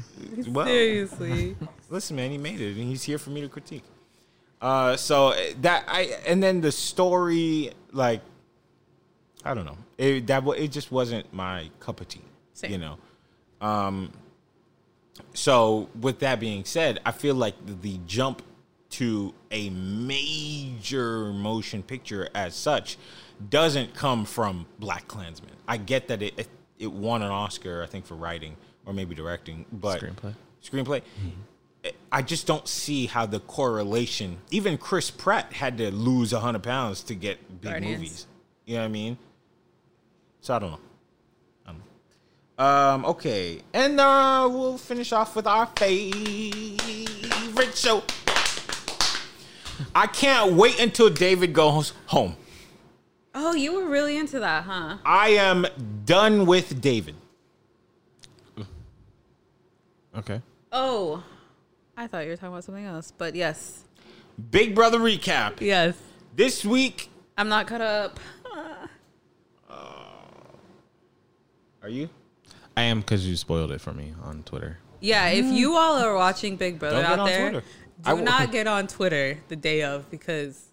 Speaker 3: well,
Speaker 4: Seriously.
Speaker 3: listen, man, he made it, and he's here for me to critique. Uh, so eh, that I and then the story, like, I don't know, it that wa- it just wasn't my cup of tea,
Speaker 4: Same.
Speaker 3: you know. Um, so with that being said, I feel like the, the jump to a major motion picture as such doesn't come from Black Klansman. I get that it, it it won an Oscar, I think, for writing or maybe directing, but
Speaker 7: Screenplay.
Speaker 3: Screenplay. I just don't see how the correlation. Even Chris Pratt had to lose hundred pounds to get big
Speaker 4: Guardians.
Speaker 3: movies. You know what I mean? So I don't know. Um, okay. And uh, we'll finish off with our favorite show. I can't wait until David goes home.
Speaker 4: Oh, you were really into that, huh?
Speaker 3: I am done with David.
Speaker 7: Okay.
Speaker 4: Oh, I thought you were talking about something else, but yes,
Speaker 3: Big Brother recap.
Speaker 4: yes.
Speaker 3: This week,
Speaker 4: I'm not caught up.
Speaker 3: are you?
Speaker 7: I am because you spoiled it for me on Twitter.
Speaker 4: Yeah, if you all are watching Big Brother
Speaker 3: Don't get
Speaker 4: out
Speaker 3: on
Speaker 4: there,
Speaker 3: Twitter.
Speaker 4: do
Speaker 3: I will-
Speaker 4: not get on Twitter the day of because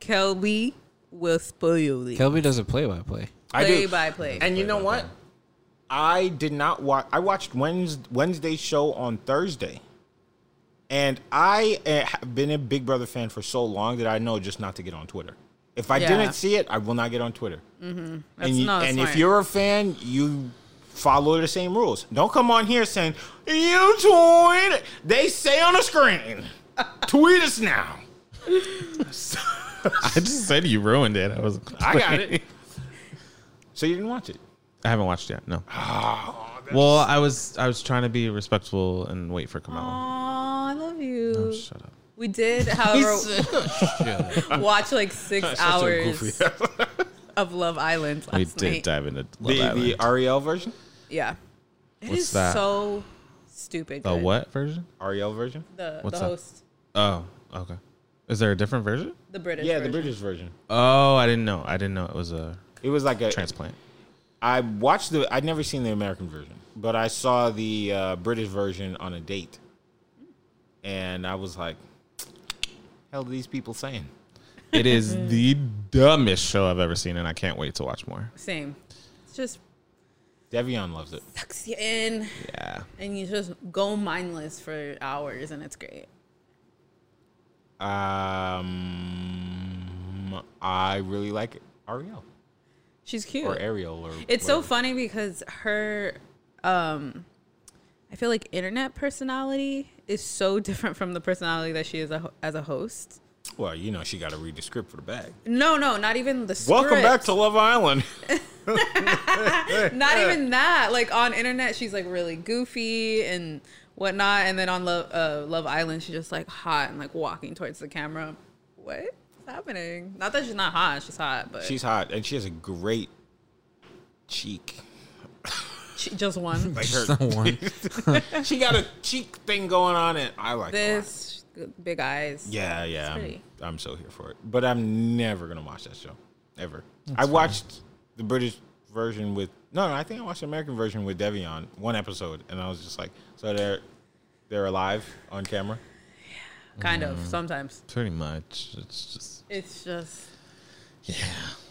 Speaker 4: Kelby will spoil you.
Speaker 1: Kelby does a play-by-play.
Speaker 3: I
Speaker 4: play
Speaker 3: do.
Speaker 4: by play.
Speaker 3: And you know what? I did not watch. I watched Wednesday, Wednesday's show on Thursday, and I eh, have been a Big Brother fan for so long that I know just not to get on Twitter. If I
Speaker 4: Yeah. Mm-hmm.
Speaker 3: didn't see it, I will not get on Twitter.
Speaker 4: That's
Speaker 3: and you-
Speaker 4: not
Speaker 3: and if
Speaker 4: smart.
Speaker 3: you're a fan, you follow the same rules. Don't come on here saying you tweet. They say on the screen, tweet us now.
Speaker 7: I just said you ruined it. I was.
Speaker 3: I got it. So you didn't watch it.
Speaker 7: I haven't watched yet. No. well, I was I was trying to be respectful and wait for Kamala. Oh,
Speaker 4: Aw, I love you.
Speaker 7: Shut up.
Speaker 4: we did, however, watch like six hours of Love Island last
Speaker 7: We did
Speaker 4: night.
Speaker 7: dive into Love
Speaker 3: The the
Speaker 7: Island.
Speaker 3: Ariel version,
Speaker 4: Yeah, it is
Speaker 7: What's that?
Speaker 4: so stupid.
Speaker 7: The
Speaker 4: good.
Speaker 7: what version?
Speaker 3: Ariel version.
Speaker 4: The,
Speaker 7: What's
Speaker 4: the
Speaker 7: that?
Speaker 4: host,
Speaker 7: Oh, okay. Is there a different version?
Speaker 4: the British.
Speaker 3: Yeah, the
Speaker 4: version.
Speaker 3: British version.
Speaker 7: Oh, I didn't know. I didn't know it was a
Speaker 3: It was like a
Speaker 7: transplant.
Speaker 3: I watched the. I'd never seen the American version, but I saw the uh, British version on a date, and I was like, "Hell, are these people saying?"
Speaker 7: It is the dumbest show I've ever seen, and I can't wait to watch more.
Speaker 4: Same. It's just
Speaker 3: Devion loves it.
Speaker 4: sucks you in,
Speaker 7: Yeah.
Speaker 4: and you just go mindless for hours, and it's great.
Speaker 3: Um, I really like Ariel
Speaker 4: She's cute.
Speaker 3: or Ariel or.
Speaker 4: It's so
Speaker 3: whatever.
Speaker 4: funny because her, um, I feel like internet personality is so different from the personality that she is a, ho- as a host.
Speaker 3: Well, you know, she got to read the script for the bag.
Speaker 4: No, no, not even the script.
Speaker 3: Welcome back to Love Island.
Speaker 4: Not even that. Like on internet, she's like really goofy and whatnot, and then on Love uh, Love Island, she's just like hot and like walking towards the camera. What's happening? Not that she's not hot. She's hot, but
Speaker 3: She's hot, and she has a great cheek.
Speaker 4: she just won.
Speaker 3: Like
Speaker 1: Just the
Speaker 3: her,
Speaker 1: one.
Speaker 3: she got a cheek thing going on, and I like it a lot.
Speaker 4: this she's got big eyes.
Speaker 3: Yeah, yeah. I'm,
Speaker 4: pretty.
Speaker 3: I'm so here for it. But I'm never going to watch that show. Ever. I watched the British version with. No, no, I think I watched the American version with Devion, one episode. And I was just like, so they're they're alive on camera?
Speaker 4: Kind of sometimes.
Speaker 7: Pretty much. It's just
Speaker 4: It's just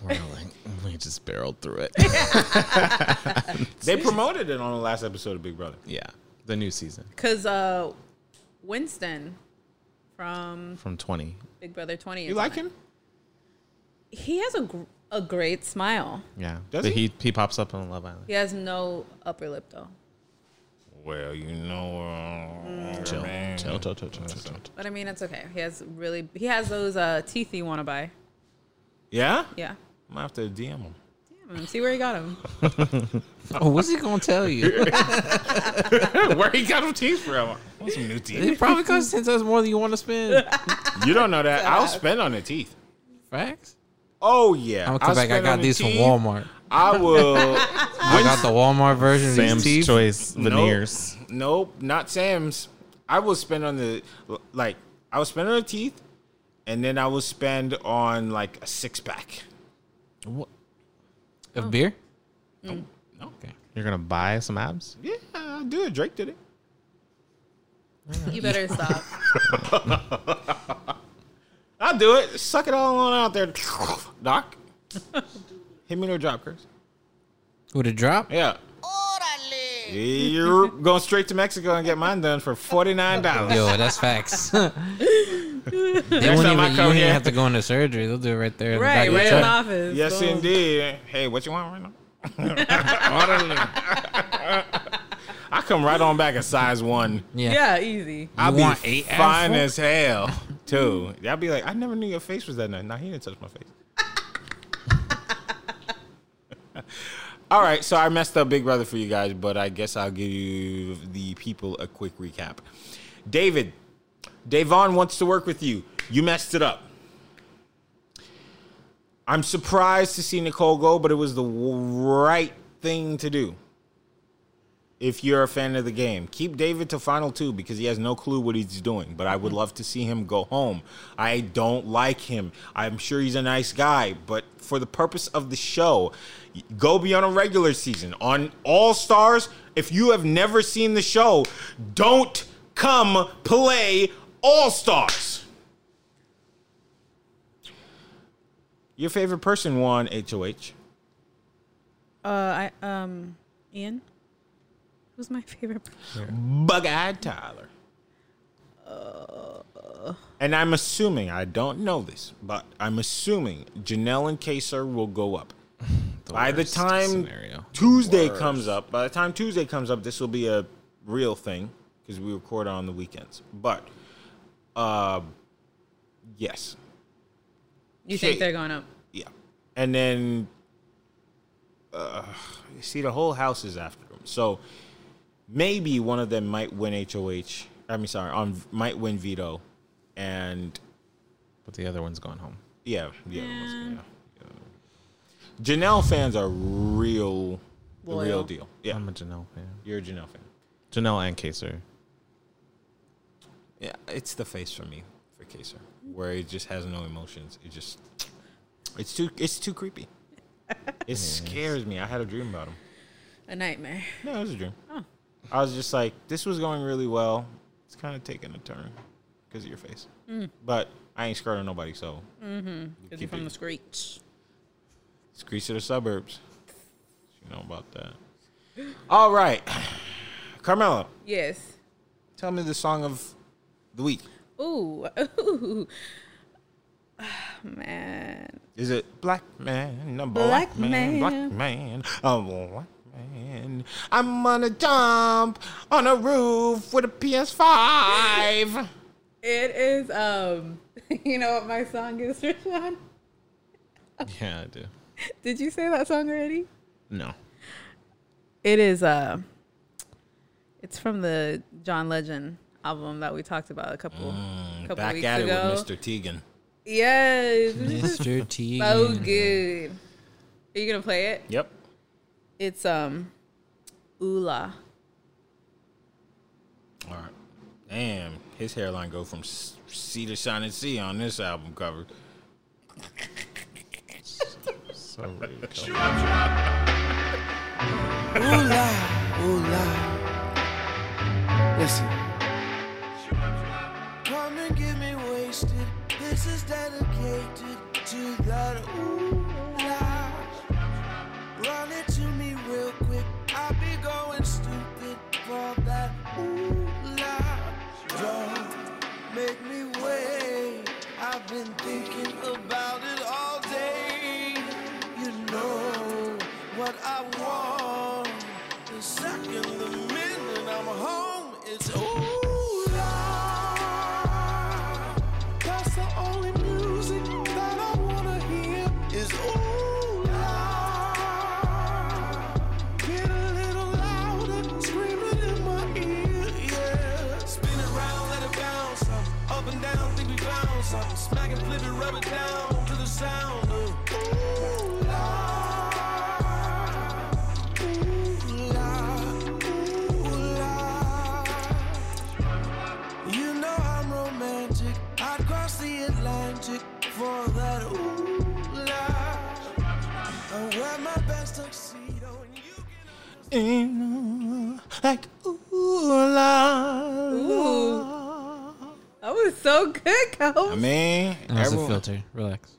Speaker 7: we're like we just barreled through it.
Speaker 3: They promoted it on the last episode of Big Brother.
Speaker 7: yeah. The new season
Speaker 4: Cause uh, Winston from
Speaker 7: from twenty.
Speaker 4: Big Brother Twenty.
Speaker 3: You like him?
Speaker 4: He has a gr- a great smile.
Speaker 7: Yeah.
Speaker 3: Does
Speaker 7: But
Speaker 3: he?
Speaker 7: he he pops up on Love Island.
Speaker 4: He has no upper lip though.
Speaker 3: Well, you know, uh,
Speaker 7: Chill.
Speaker 3: man.
Speaker 7: Chill, chill, chill, chill, chill, chill.
Speaker 4: But I mean, it's okay. He has really he has those uh, teeth you want to buy.
Speaker 3: Yeah,
Speaker 4: Yeah.
Speaker 3: I'm gonna have to DM him.
Speaker 4: Mm, See where he got him.
Speaker 1: Oh, what's he gonna tell you?
Speaker 3: Where he got them teeth from? I want some new
Speaker 1: it
Speaker 3: teeth.
Speaker 1: probably costs ten times more than you want to spend.
Speaker 3: You don't know that. I'll spend on the teeth.
Speaker 1: Facts.
Speaker 3: Oh yeah,
Speaker 1: I'm gonna come
Speaker 3: I'll
Speaker 1: back. I
Speaker 3: spend on
Speaker 1: got
Speaker 3: the
Speaker 1: these from
Speaker 3: teeth.
Speaker 1: Walmart.
Speaker 3: I will.
Speaker 1: I got the Walmart version
Speaker 7: Sam's
Speaker 1: of these teeth.
Speaker 7: Choice
Speaker 3: Nope.
Speaker 7: veneers.
Speaker 3: Nope, not Sam's. I will spend on the like. I will spend on the teeth, and then I will spend on like a six pack.
Speaker 1: of beer.
Speaker 3: Mm.
Speaker 7: You're gonna buy some abs.
Speaker 3: Yeah, I'll do it. Drake did it.
Speaker 4: You better stop.
Speaker 3: I'll do it. Suck it all on out there, Doc. Hit me no drop, Chris.
Speaker 1: Would it drop?
Speaker 3: Yeah. You're going straight to Mexico and get mine done for forty nine dollars.
Speaker 1: Yo, that's facts. they won't
Speaker 3: time
Speaker 1: even, you
Speaker 3: I come
Speaker 1: won't even
Speaker 3: here-
Speaker 1: have to go into surgery. They'll do it right there. in the back
Speaker 4: right,
Speaker 1: of the
Speaker 4: right in
Speaker 1: truck.
Speaker 4: the office.
Speaker 3: Yes,
Speaker 4: Boom.
Speaker 3: indeed. Hey, what you want right now? I come right on back a size one.
Speaker 1: Yeah.
Speaker 4: Yeah, easy.
Speaker 3: I'll
Speaker 1: want
Speaker 3: be
Speaker 1: eight
Speaker 3: fine
Speaker 1: Advil?
Speaker 3: as hell too. I'll be like, I never knew your face was that nice. Nah, he didn't touch my face. All right, so I messed up Big Brother for you guys, but I guess I'll give you the people a quick recap. David, Davon wants to work with you. You messed it up. I'm surprised to see Nicole go, but it was the w- right thing to do. If you're a fan of the game, keep David to final two because he has no clue what he's doing. But I would love to see him go home. I don't like him. I'm sure he's a nice guy, but for the purpose of the show, y- go beyond a regular season. On All Stars, if you have never seen the show, don't come play All Stars. Your favorite person won HOH.
Speaker 4: Uh, I um, Ian. Who's my favorite?
Speaker 3: Bug Eyed Tyler. Uh. and I'm assuming, I don't know this, but I'm assuming Janelle and Kaser will go up. by the
Speaker 7: worst
Speaker 3: time
Speaker 7: scenario.
Speaker 3: Tuesday comes up, by the time Tuesday comes up, this will be a real thing because we record on the weekends. But, uh, yes,
Speaker 4: You think
Speaker 3: Shit.
Speaker 4: they're going up?
Speaker 3: yeah. And then, uh, you see, the whole house is after them. So maybe one of them might win HOH. I mean, sorry, on might win veto, and
Speaker 7: But the other one's going home.
Speaker 3: yeah, the other ones, yeah, yeah. Janelle fans are real, the real
Speaker 4: Loyal.
Speaker 3: deal. Yeah,
Speaker 7: I'm a Janelle fan.
Speaker 3: you're a Janelle fan.
Speaker 7: Janelle and Kaser.
Speaker 3: Yeah, it's the face for me for Kaser, where it just has no emotions. It just, it's too, it's too creepy. It scares me. I had a dream about him.
Speaker 4: A nightmare.
Speaker 3: No, it was a dream. I was just like, this was going really well. It's kind of taking a turn because of your face. But I ain't scared of nobody, so
Speaker 4: Mm. Mm-hmm. Is he
Speaker 3: keep
Speaker 4: from
Speaker 3: it.
Speaker 4: the screech?
Speaker 3: Screech of the suburbs. You know about that. All right. Carmelo,
Speaker 4: Yes.
Speaker 3: tell me the song of the week.
Speaker 4: Ooh. Ooh. Ah, man.
Speaker 3: Is it Black Man, a black,
Speaker 4: Black
Speaker 3: man, black man, a black man? I'm gonna jump on a roof with a PS5.
Speaker 4: It is um. You know what my song is, Rashawn?
Speaker 7: Yeah, I do.
Speaker 4: Did you say that song already?
Speaker 7: No.
Speaker 4: It is uh it's from the John Legend album that we talked about a couple
Speaker 3: Mm,
Speaker 4: couple
Speaker 3: Back
Speaker 4: weeks
Speaker 3: at it
Speaker 4: ago.
Speaker 3: with Mr. Teagan.
Speaker 4: Yes. This is
Speaker 1: Mr. T.
Speaker 4: so good. Are you gonna play it?
Speaker 3: Yep.
Speaker 4: It's um Ula.
Speaker 3: All right. Damn, his hairline go from s- sea to shining sea on this album cover.
Speaker 7: So rude.
Speaker 6: Listen.
Speaker 5: Come and get me wasted. This is dedicated to that ooh la. Run it to me real quick. I'll be going stupid for that ooh la. Don't make me wait. I've been thinking about it all day. something. Smack and flip it, rub it down to the sound of ooh la, ooh la, ooh la. You know I'm romantic. I'd cross the Atlantic for that ooh la. I wear my best tuxedo and you.
Speaker 3: In, like ooh la
Speaker 4: Ooh. That was so good,
Speaker 3: I
Speaker 4: Coach.
Speaker 3: mean,
Speaker 1: That was a
Speaker 3: everyone-
Speaker 1: filter. Relax.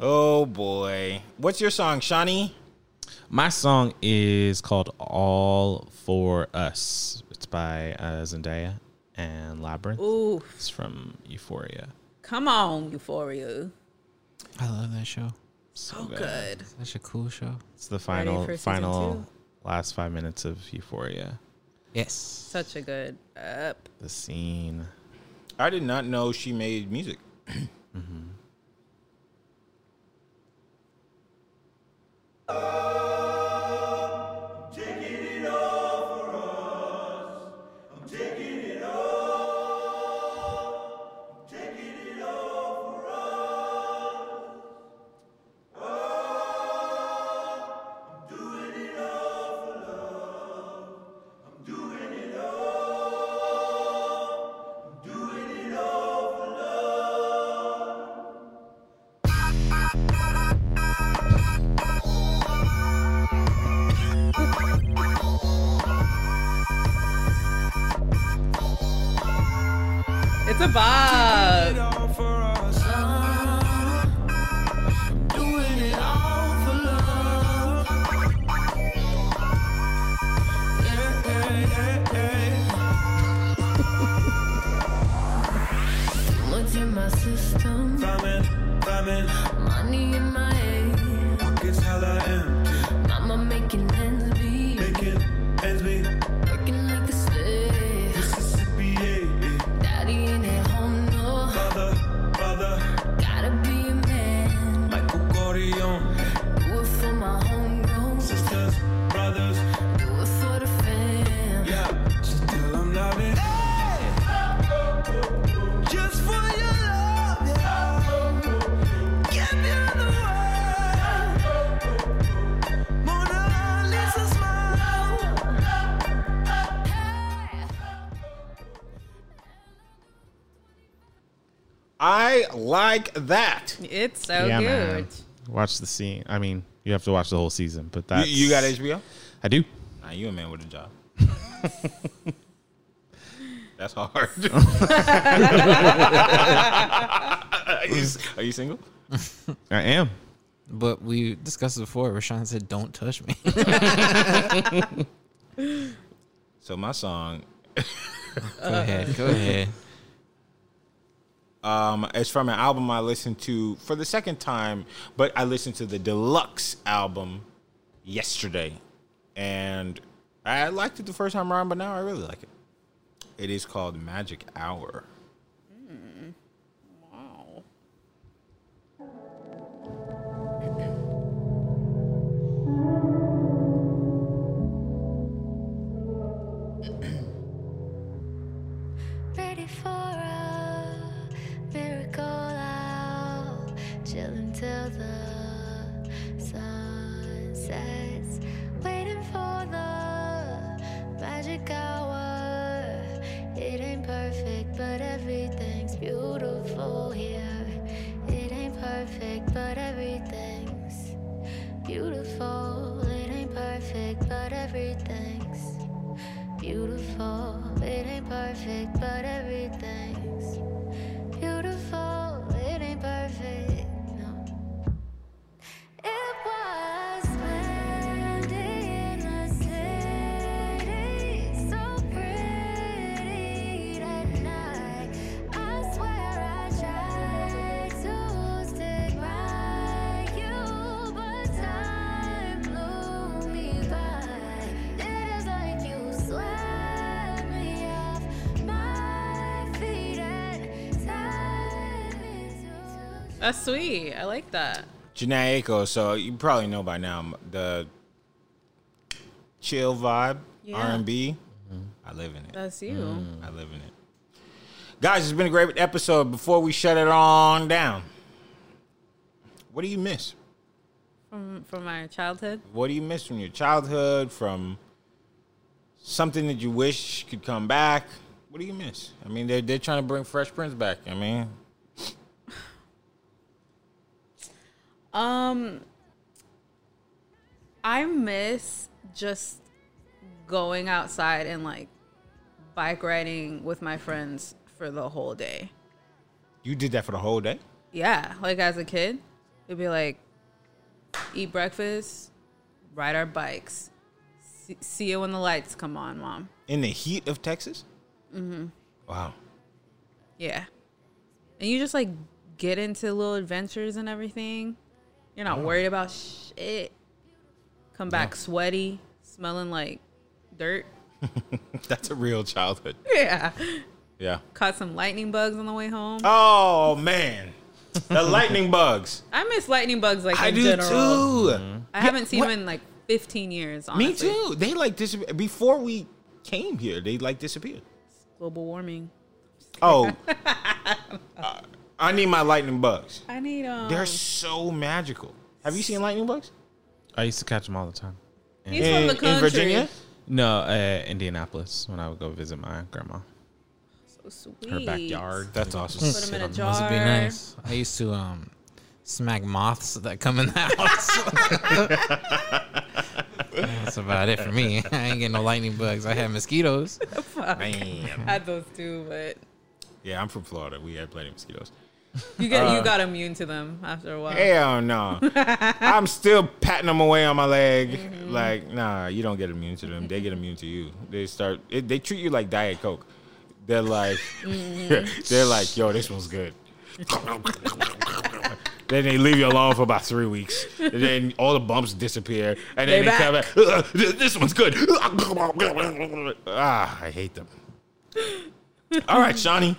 Speaker 3: Oh boy, what's your song, Shawnee?
Speaker 7: My song is called All for Us. It's by uh, Zendaya and Labyrinth.
Speaker 4: Ooh,
Speaker 7: It's from Euphoria.
Speaker 4: come on, Euphoria.
Speaker 1: I love that show.
Speaker 4: So Oh, good.
Speaker 1: Such a cool show.
Speaker 7: It's the final,
Speaker 4: for season
Speaker 7: final,
Speaker 4: two.
Speaker 7: last five minutes of Euphoria.
Speaker 1: Yes.
Speaker 4: Such a good uh, up.
Speaker 7: The scene.
Speaker 3: I did not know she made music.
Speaker 4: It's a vibe.
Speaker 5: all for us. I'm doing it all for love. Yeah, yeah, yeah, yeah.
Speaker 2: What's in my system?
Speaker 5: Thumbing, thumbing,
Speaker 2: Money in my head.
Speaker 5: pockets hella empty.
Speaker 2: Mama making ends meet.
Speaker 5: Making ends meet.
Speaker 2: Working like a slave.
Speaker 5: Mississippi, yeah, yeah.
Speaker 2: Daddy ain't at home, no.
Speaker 5: Mother, mother,
Speaker 2: Gotta be a man.
Speaker 5: Michael Corleone.
Speaker 2: Do it for my homegrown.
Speaker 5: Sisters, brothers,
Speaker 2: Do it for the fam.
Speaker 5: yeah. Still I'm loving. Just for your love, yeah. Give you the world. Mona Lisa smile.
Speaker 3: I like that.
Speaker 4: It's so
Speaker 7: yeah,
Speaker 4: good.
Speaker 7: man. Watch the scene. I mean, you have to watch the whole season, but
Speaker 3: You,
Speaker 7: that's
Speaker 3: you got HBO?
Speaker 7: I do.
Speaker 3: Nah, you a man with a job. That's hard. are, you, are you single?
Speaker 7: I am.
Speaker 1: But we discussed it before. Rashawn said, "Don't touch me."
Speaker 3: So my song, Uh,
Speaker 1: go ahead. Go ahead.
Speaker 3: um, it's from an album I listened to for the second time, but I listened to the deluxe album yesterday, and I liked it the first time around, but now I really like it. It is called Magic Hour.
Speaker 4: Wow.
Speaker 2: Ready for a miracle out, chilling till the sun sets, waiting for the magic hour. It ain't perfect, but everything's beautiful here. It ain't perfect, but everything's beautiful. It ain't perfect, but everything's beautiful. It ain't perfect, but everything's beautiful. It ain't perfect, no. It was Monday in the city, so pretty that night. I swear I tried to stay by you, but time blew me by. It is like you swept me off my feet and tied me to.
Speaker 4: That's sweet. I like that.
Speaker 3: Janae Aiko, so you probably know by now the chill vibe,
Speaker 4: Yeah.
Speaker 3: R and B. I live in it.
Speaker 4: That's you. Mm.
Speaker 3: I live in it. Guys, it's been a great episode. Before we shut it on down, what do you miss?
Speaker 7: Mm.
Speaker 4: From from my childhood.
Speaker 3: What do you miss from your childhood? From something that you wish could come back? What do you miss? I mean, they're they're trying to bring Fresh Prince back. I mean,
Speaker 4: Um, I miss just going outside and like bike riding with my friends for the whole day.
Speaker 3: you did that for the whole day.
Speaker 4: Yeah, like as a kid, it'd be like eat breakfast, ride our bikes, see, see you when the lights come on, mom.
Speaker 3: In the heat of Texas?
Speaker 4: hmm
Speaker 3: Wow.
Speaker 4: Yeah, and you just like get into little adventures and everything. You're not
Speaker 3: Yeah.
Speaker 4: worried about shit. Come back sweaty, smelling like dirt.
Speaker 3: That's a real childhood.
Speaker 4: Yeah,
Speaker 3: Yeah.
Speaker 4: caught some lightning bugs on the way home.
Speaker 3: Oh man. The lightning bugs.
Speaker 4: I miss lightning bugs like
Speaker 3: I
Speaker 4: in
Speaker 3: do
Speaker 4: general.
Speaker 3: too.
Speaker 4: I haven't seen them in like 15 years. Honestly.
Speaker 3: Me too. They like disappeared before we came here. They like disappeared.
Speaker 4: Global warming.
Speaker 3: Oh, Uh, I need my lightning bugs.
Speaker 4: I need um.
Speaker 3: They're so magical. Have you seen lightning bugs?
Speaker 7: I used to catch them all the time.
Speaker 4: He's from In- the in country. Virginia?
Speaker 7: No, uh, Indianapolis when I would go visit my grandma.
Speaker 4: so sweet.
Speaker 7: Her backyard.
Speaker 3: That's awesome.
Speaker 4: Put 'em in a jar.
Speaker 1: Must be nice. I used to um smack moths that come in the house. That's about it for me. I ain't getting no lightning bugs. I had mosquitoes.
Speaker 4: Fuck. Had those too, but
Speaker 3: Yeah, I'm from Florida. We had plenty of mosquitoes.
Speaker 4: you get
Speaker 3: Uh,
Speaker 4: you got immune to them after a while.
Speaker 3: Hell no. I'm still patting them away on my leg. Like, nah, you don't get immune to them. They get immune to you. They start. It, they treat you like Diet Coke. They're like,
Speaker 2: Mhm.
Speaker 3: they're like, yo, this one's good. then they leave you alone for about three weeks. And then all the bumps disappear. And then
Speaker 2: They
Speaker 3: they
Speaker 2: back.
Speaker 3: come back. "Ugh, th- This one's good. ah, I hate them. All right, Shawnee.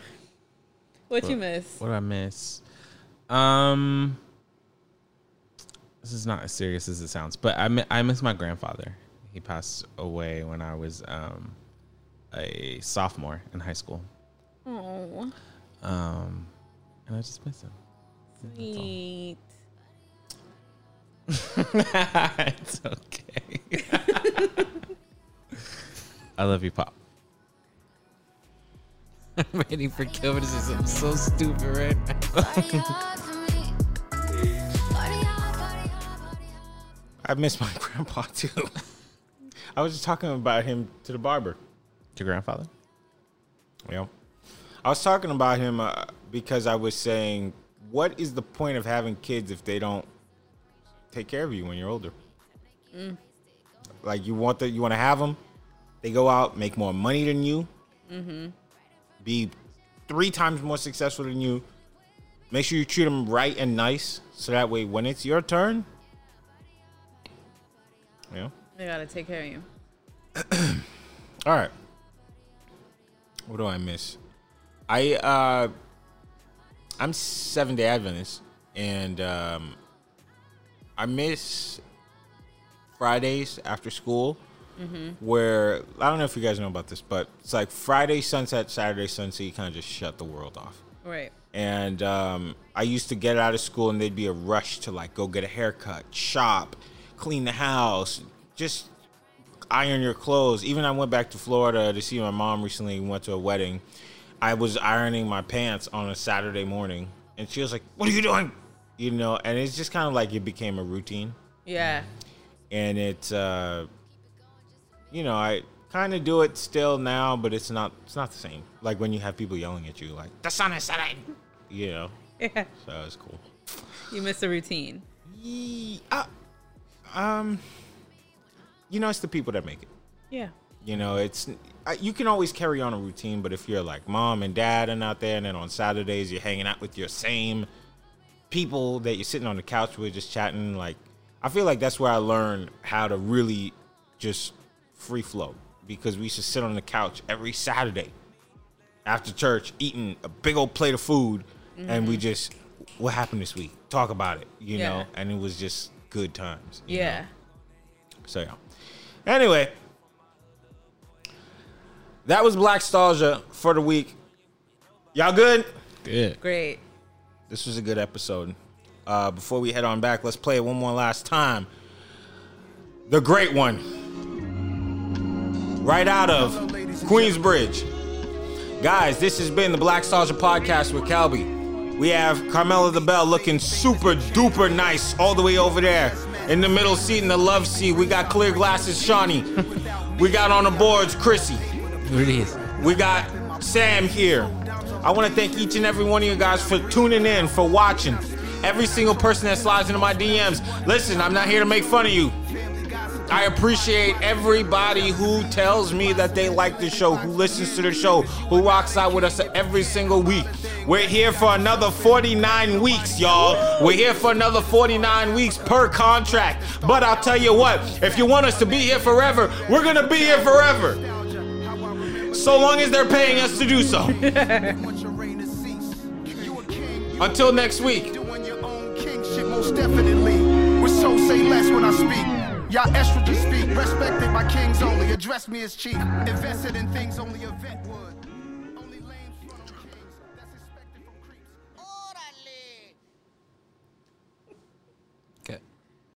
Speaker 4: What you miss?
Speaker 7: What did I miss? Um, this is not as serious as it sounds, but I mi- I miss my grandfather. He passed away when I was um a sophomore in high school.
Speaker 4: Oh,
Speaker 7: Um, and I just miss him.
Speaker 4: sweet.
Speaker 7: it's okay. I love you, Pop.
Speaker 1: I'm waiting for Gilbert to say something so stupid right now.
Speaker 3: I miss my grandpa too. I was just talking about him to the barber.
Speaker 7: Your grandfather?
Speaker 3: Yeah. I was talking about him uh, because I was saying, what is the point of having kids if they don't take care of you when you're older?
Speaker 2: Mm.
Speaker 3: Like you want the, you want to have them. They go out, make more money than you,
Speaker 2: Mm-hmm.
Speaker 3: be three times more successful than you. Make sure you treat them right and nice, so that way when it's your turn, yeah.
Speaker 4: They gotta take care of you.
Speaker 3: All right. What do I miss? I uh I'm Seventh Day Adventist and um I miss Fridays after school
Speaker 2: Mhm.
Speaker 3: where I don't know if you guys know about this, but it's like Friday sunset, Saturday sunset, you kind of just shut the world off.
Speaker 4: Right.
Speaker 3: And um, I used to get out of school, and there'd be a rush to like go get a haircut, shop, clean the house, just iron your clothes. Even I went back to Florida to see my mom recently. We went to a wedding. I was ironing my pants on a Saturday morning, and she was like, "What are you doing?" You know, and it's just kind of like it became a routine
Speaker 4: Yeah.
Speaker 3: and it's uh you know i kind of do it still now but it's not it's not the same like when you have people yelling at you like the sun is setting you know
Speaker 4: Yeah.
Speaker 3: so it's cool
Speaker 4: You miss the routine.
Speaker 3: um you know it's the people that make it
Speaker 4: Yeah.
Speaker 3: you know it's I- you can always carry on a routine but if you're like mom and dad are not there and then on saturdays you're hanging out with your same people that you're sitting on the couch with just chatting like i feel like that's where i learned how to really just free flow because we used to sit on the couch every saturday after church eating a big old plate of food and we
Speaker 4: Mhm.
Speaker 3: just what happened this week talk about it you
Speaker 4: Yeah.
Speaker 3: know and it was just good times you know?
Speaker 4: Yeah.
Speaker 3: So yeah. Anyway, That was Black Stalgia for the week. Y'all good?
Speaker 1: Good.
Speaker 4: Great.
Speaker 3: This was a good episode. Uh, before we head on back, let's play it one more last time. The great one. Right out of Queensbridge. Guys, this has been the Black Stalgia Podcast with Calby. We have Carmela the Bell looking super duper nice all the way over there. In the middle seat, in the love seat, we got clear glasses, Shawnee. we got on the boards, Chrissy.
Speaker 1: It is.
Speaker 3: We got Sam here. I want to thank each and every one of you guys for tuning in, for watching. Every single person that slides into my DMs. Listen, I'm not here to make fun of you. I appreciate everybody who tells me that they like the show, who listens to the show, who rocks out with us every single week. We're here for another 49 weeks, y'all. We're here for another 49 weeks per contract. But I'll tell you what, if you want us to be here forever, we're going to be here forever. So long as they're paying us to do so. Until next week.
Speaker 6: shit most definitely. With so say less when I speak. Y'all estrogen speak, respected by kings only. Address me as chief. Invested in things only a vet would.